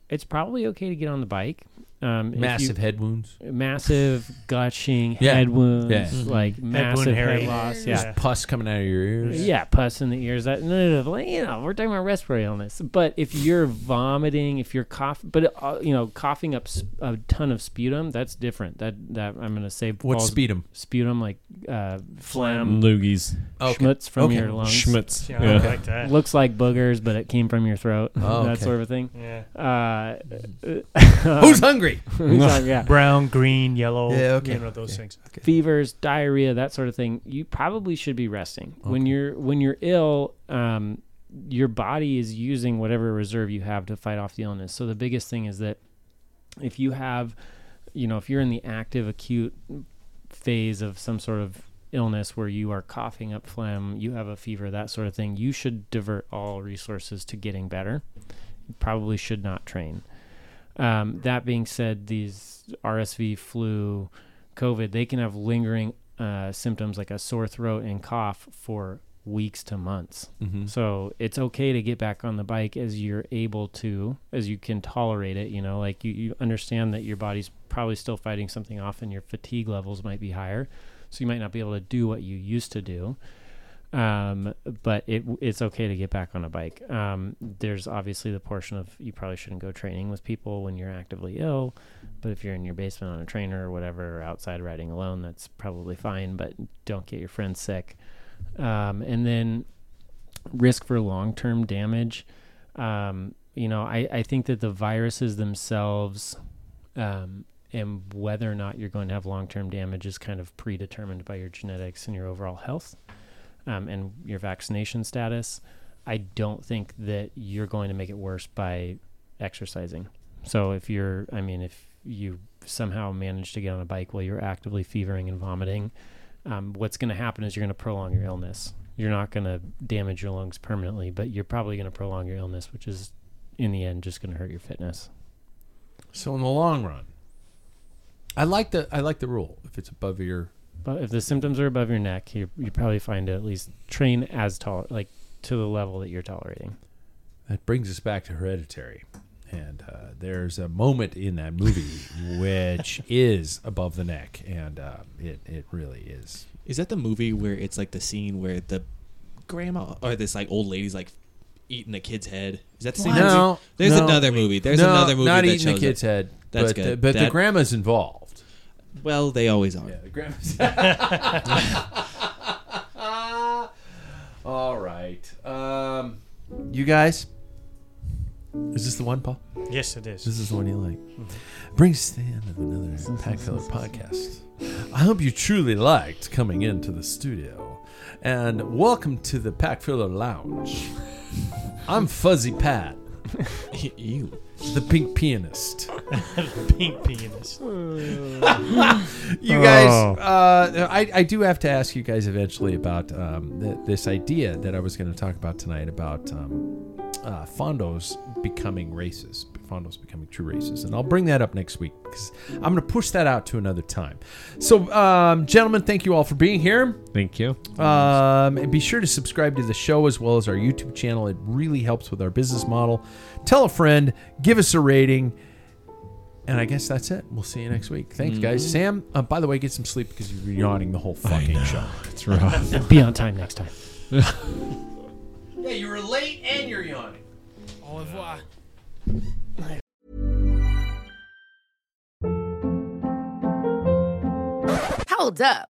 [SPEAKER 2] It's probably okay to get on the bike. Um, if you-
[SPEAKER 4] Massive head wounds.
[SPEAKER 2] massive gushing
[SPEAKER 4] Yeah.
[SPEAKER 2] head wounds,
[SPEAKER 4] Yeah.
[SPEAKER 2] like
[SPEAKER 4] Head wound
[SPEAKER 2] massive head,
[SPEAKER 4] hairy.
[SPEAKER 2] loss.
[SPEAKER 4] Just
[SPEAKER 2] Yeah,
[SPEAKER 4] pus coming out of your ears.
[SPEAKER 2] Yeah, pus in the ears. That no, no, no, you know, we're talking about respiratory illness. But if you're vomiting, if you're cough, but uh, you know, coughing up s- a ton of sputum, that's different. That that I'm gonna say.
[SPEAKER 4] What's
[SPEAKER 2] falls-
[SPEAKER 4] sputum?
[SPEAKER 2] Sputum, like uh, phlegm,
[SPEAKER 5] Phlegm. Loogies.
[SPEAKER 4] Okay.
[SPEAKER 2] schmutz from
[SPEAKER 4] Okay.
[SPEAKER 2] your lungs.
[SPEAKER 5] Schmutz. Yeah, I Yeah. like
[SPEAKER 8] that.
[SPEAKER 2] Looks like boogers, but it came from your throat.
[SPEAKER 8] Oh,
[SPEAKER 2] that
[SPEAKER 8] okay.
[SPEAKER 2] sort of thing.
[SPEAKER 8] Yeah.
[SPEAKER 2] Uh,
[SPEAKER 8] Who's hungry?
[SPEAKER 2] who's hungry? Yeah
[SPEAKER 8] Brown, green, yellow, Yeah, okay. you know, those
[SPEAKER 2] Yeah.
[SPEAKER 8] things. Okay.
[SPEAKER 2] Fevers, diarrhea, that sort of thing. You probably should be resting when you're when you're ill. Um, your body is using whatever reserve you have to fight off the illness. So the biggest thing is that if you have, you know, if you're in the active acute phase of some sort of illness where you are coughing up phlegm, you have a fever, that sort of thing, you should divert all resources to getting better. You probably should not train. Um, that being said, these RSV, flu, COVID, they can have lingering uh, symptoms like a sore throat and cough for weeks to months.
[SPEAKER 4] Mhm.
[SPEAKER 2] So it's okay to get back on the bike as you're able to, as you can tolerate it. You know, like you, you understand that your body's probably still fighting something off and your fatigue levels might be higher. So you might not be able to do what you used to do. Um, but it, it's okay to get back on a bike. Um, there's obviously the portion of you probably shouldn't go training with people when you're actively ill. But if you're in your basement on a trainer or whatever, or outside riding alone, that's probably fine. But don't get your friends sick um, and then risk for long term damage. Um, you know, I, I think that the viruses themselves um, and whether or not you're going to have long term damage is kind of predetermined by your genetics and your overall health um, and your vaccination status. I don't think that you're going to make it worse by exercising. So if you're, I mean, if you somehow manage to get on a bike while you're actively fevering and vomiting, um, what's going to happen is you're going to prolong your illness. You're not going to damage your lungs permanently, but you're probably going to prolong your illness, which is in the end just going to hurt your fitness.
[SPEAKER 4] So in the long run, I like the I like the rule. If it's above your
[SPEAKER 2] But if the symptoms are above your neck, you you probably find to at least train as tall, like to the level that you're tolerating.
[SPEAKER 4] That brings us back to Hereditary. And uh, there's a moment in that movie which is above the neck, and uh, it it really is.
[SPEAKER 8] Is that the movie where it's like the scene where the grandma or this like old lady's like eating a kid's head? Is that the same?
[SPEAKER 4] No,
[SPEAKER 8] movie? There's
[SPEAKER 4] no.
[SPEAKER 8] another movie. There's
[SPEAKER 4] No,
[SPEAKER 8] another movie
[SPEAKER 4] Not
[SPEAKER 8] that
[SPEAKER 4] eating the
[SPEAKER 8] shows
[SPEAKER 4] kid's
[SPEAKER 8] it.
[SPEAKER 4] head.
[SPEAKER 8] That's
[SPEAKER 4] but
[SPEAKER 8] good.
[SPEAKER 4] The, but the
[SPEAKER 8] That-
[SPEAKER 4] grandma's involved.
[SPEAKER 8] Well, they always are. Yeah,
[SPEAKER 4] the grandma's. All right, um, you guys. Is this the one, Paul?
[SPEAKER 16] Yes, it is.
[SPEAKER 4] This is the one you like. Brings us to the end of another Pack Filler podcast. I hope you truly liked coming into the studio, and welcome to the Pack Filler Lounge. I'm Fuzzy Pat.
[SPEAKER 8] you,
[SPEAKER 4] the pink pianist.
[SPEAKER 16] Pink penis.
[SPEAKER 4] you guys, uh, I, I do have to ask you guys eventually about um, th- this idea that I was going to talk about tonight about um, uh, fondos becoming races, fondos becoming true races, and I'll bring that up next week because I'm going to push that out to another time. So, um, gentlemen, thank you all for being here.
[SPEAKER 5] Thank you.
[SPEAKER 4] Um, and be sure to subscribe to the show as well as our YouTube channel. It really helps with our business model. Tell a friend, give us a rating. And I guess that's it. We'll see you next week. Thanks, guys.
[SPEAKER 8] Mhm.
[SPEAKER 4] Sam, uh, by the way, get some sleep because you were yawning the whole fucking show.
[SPEAKER 5] It's rough.
[SPEAKER 2] Be on time next time.
[SPEAKER 4] Yeah, you were late and you're yawning. Au revoir.
[SPEAKER 13] Hold up.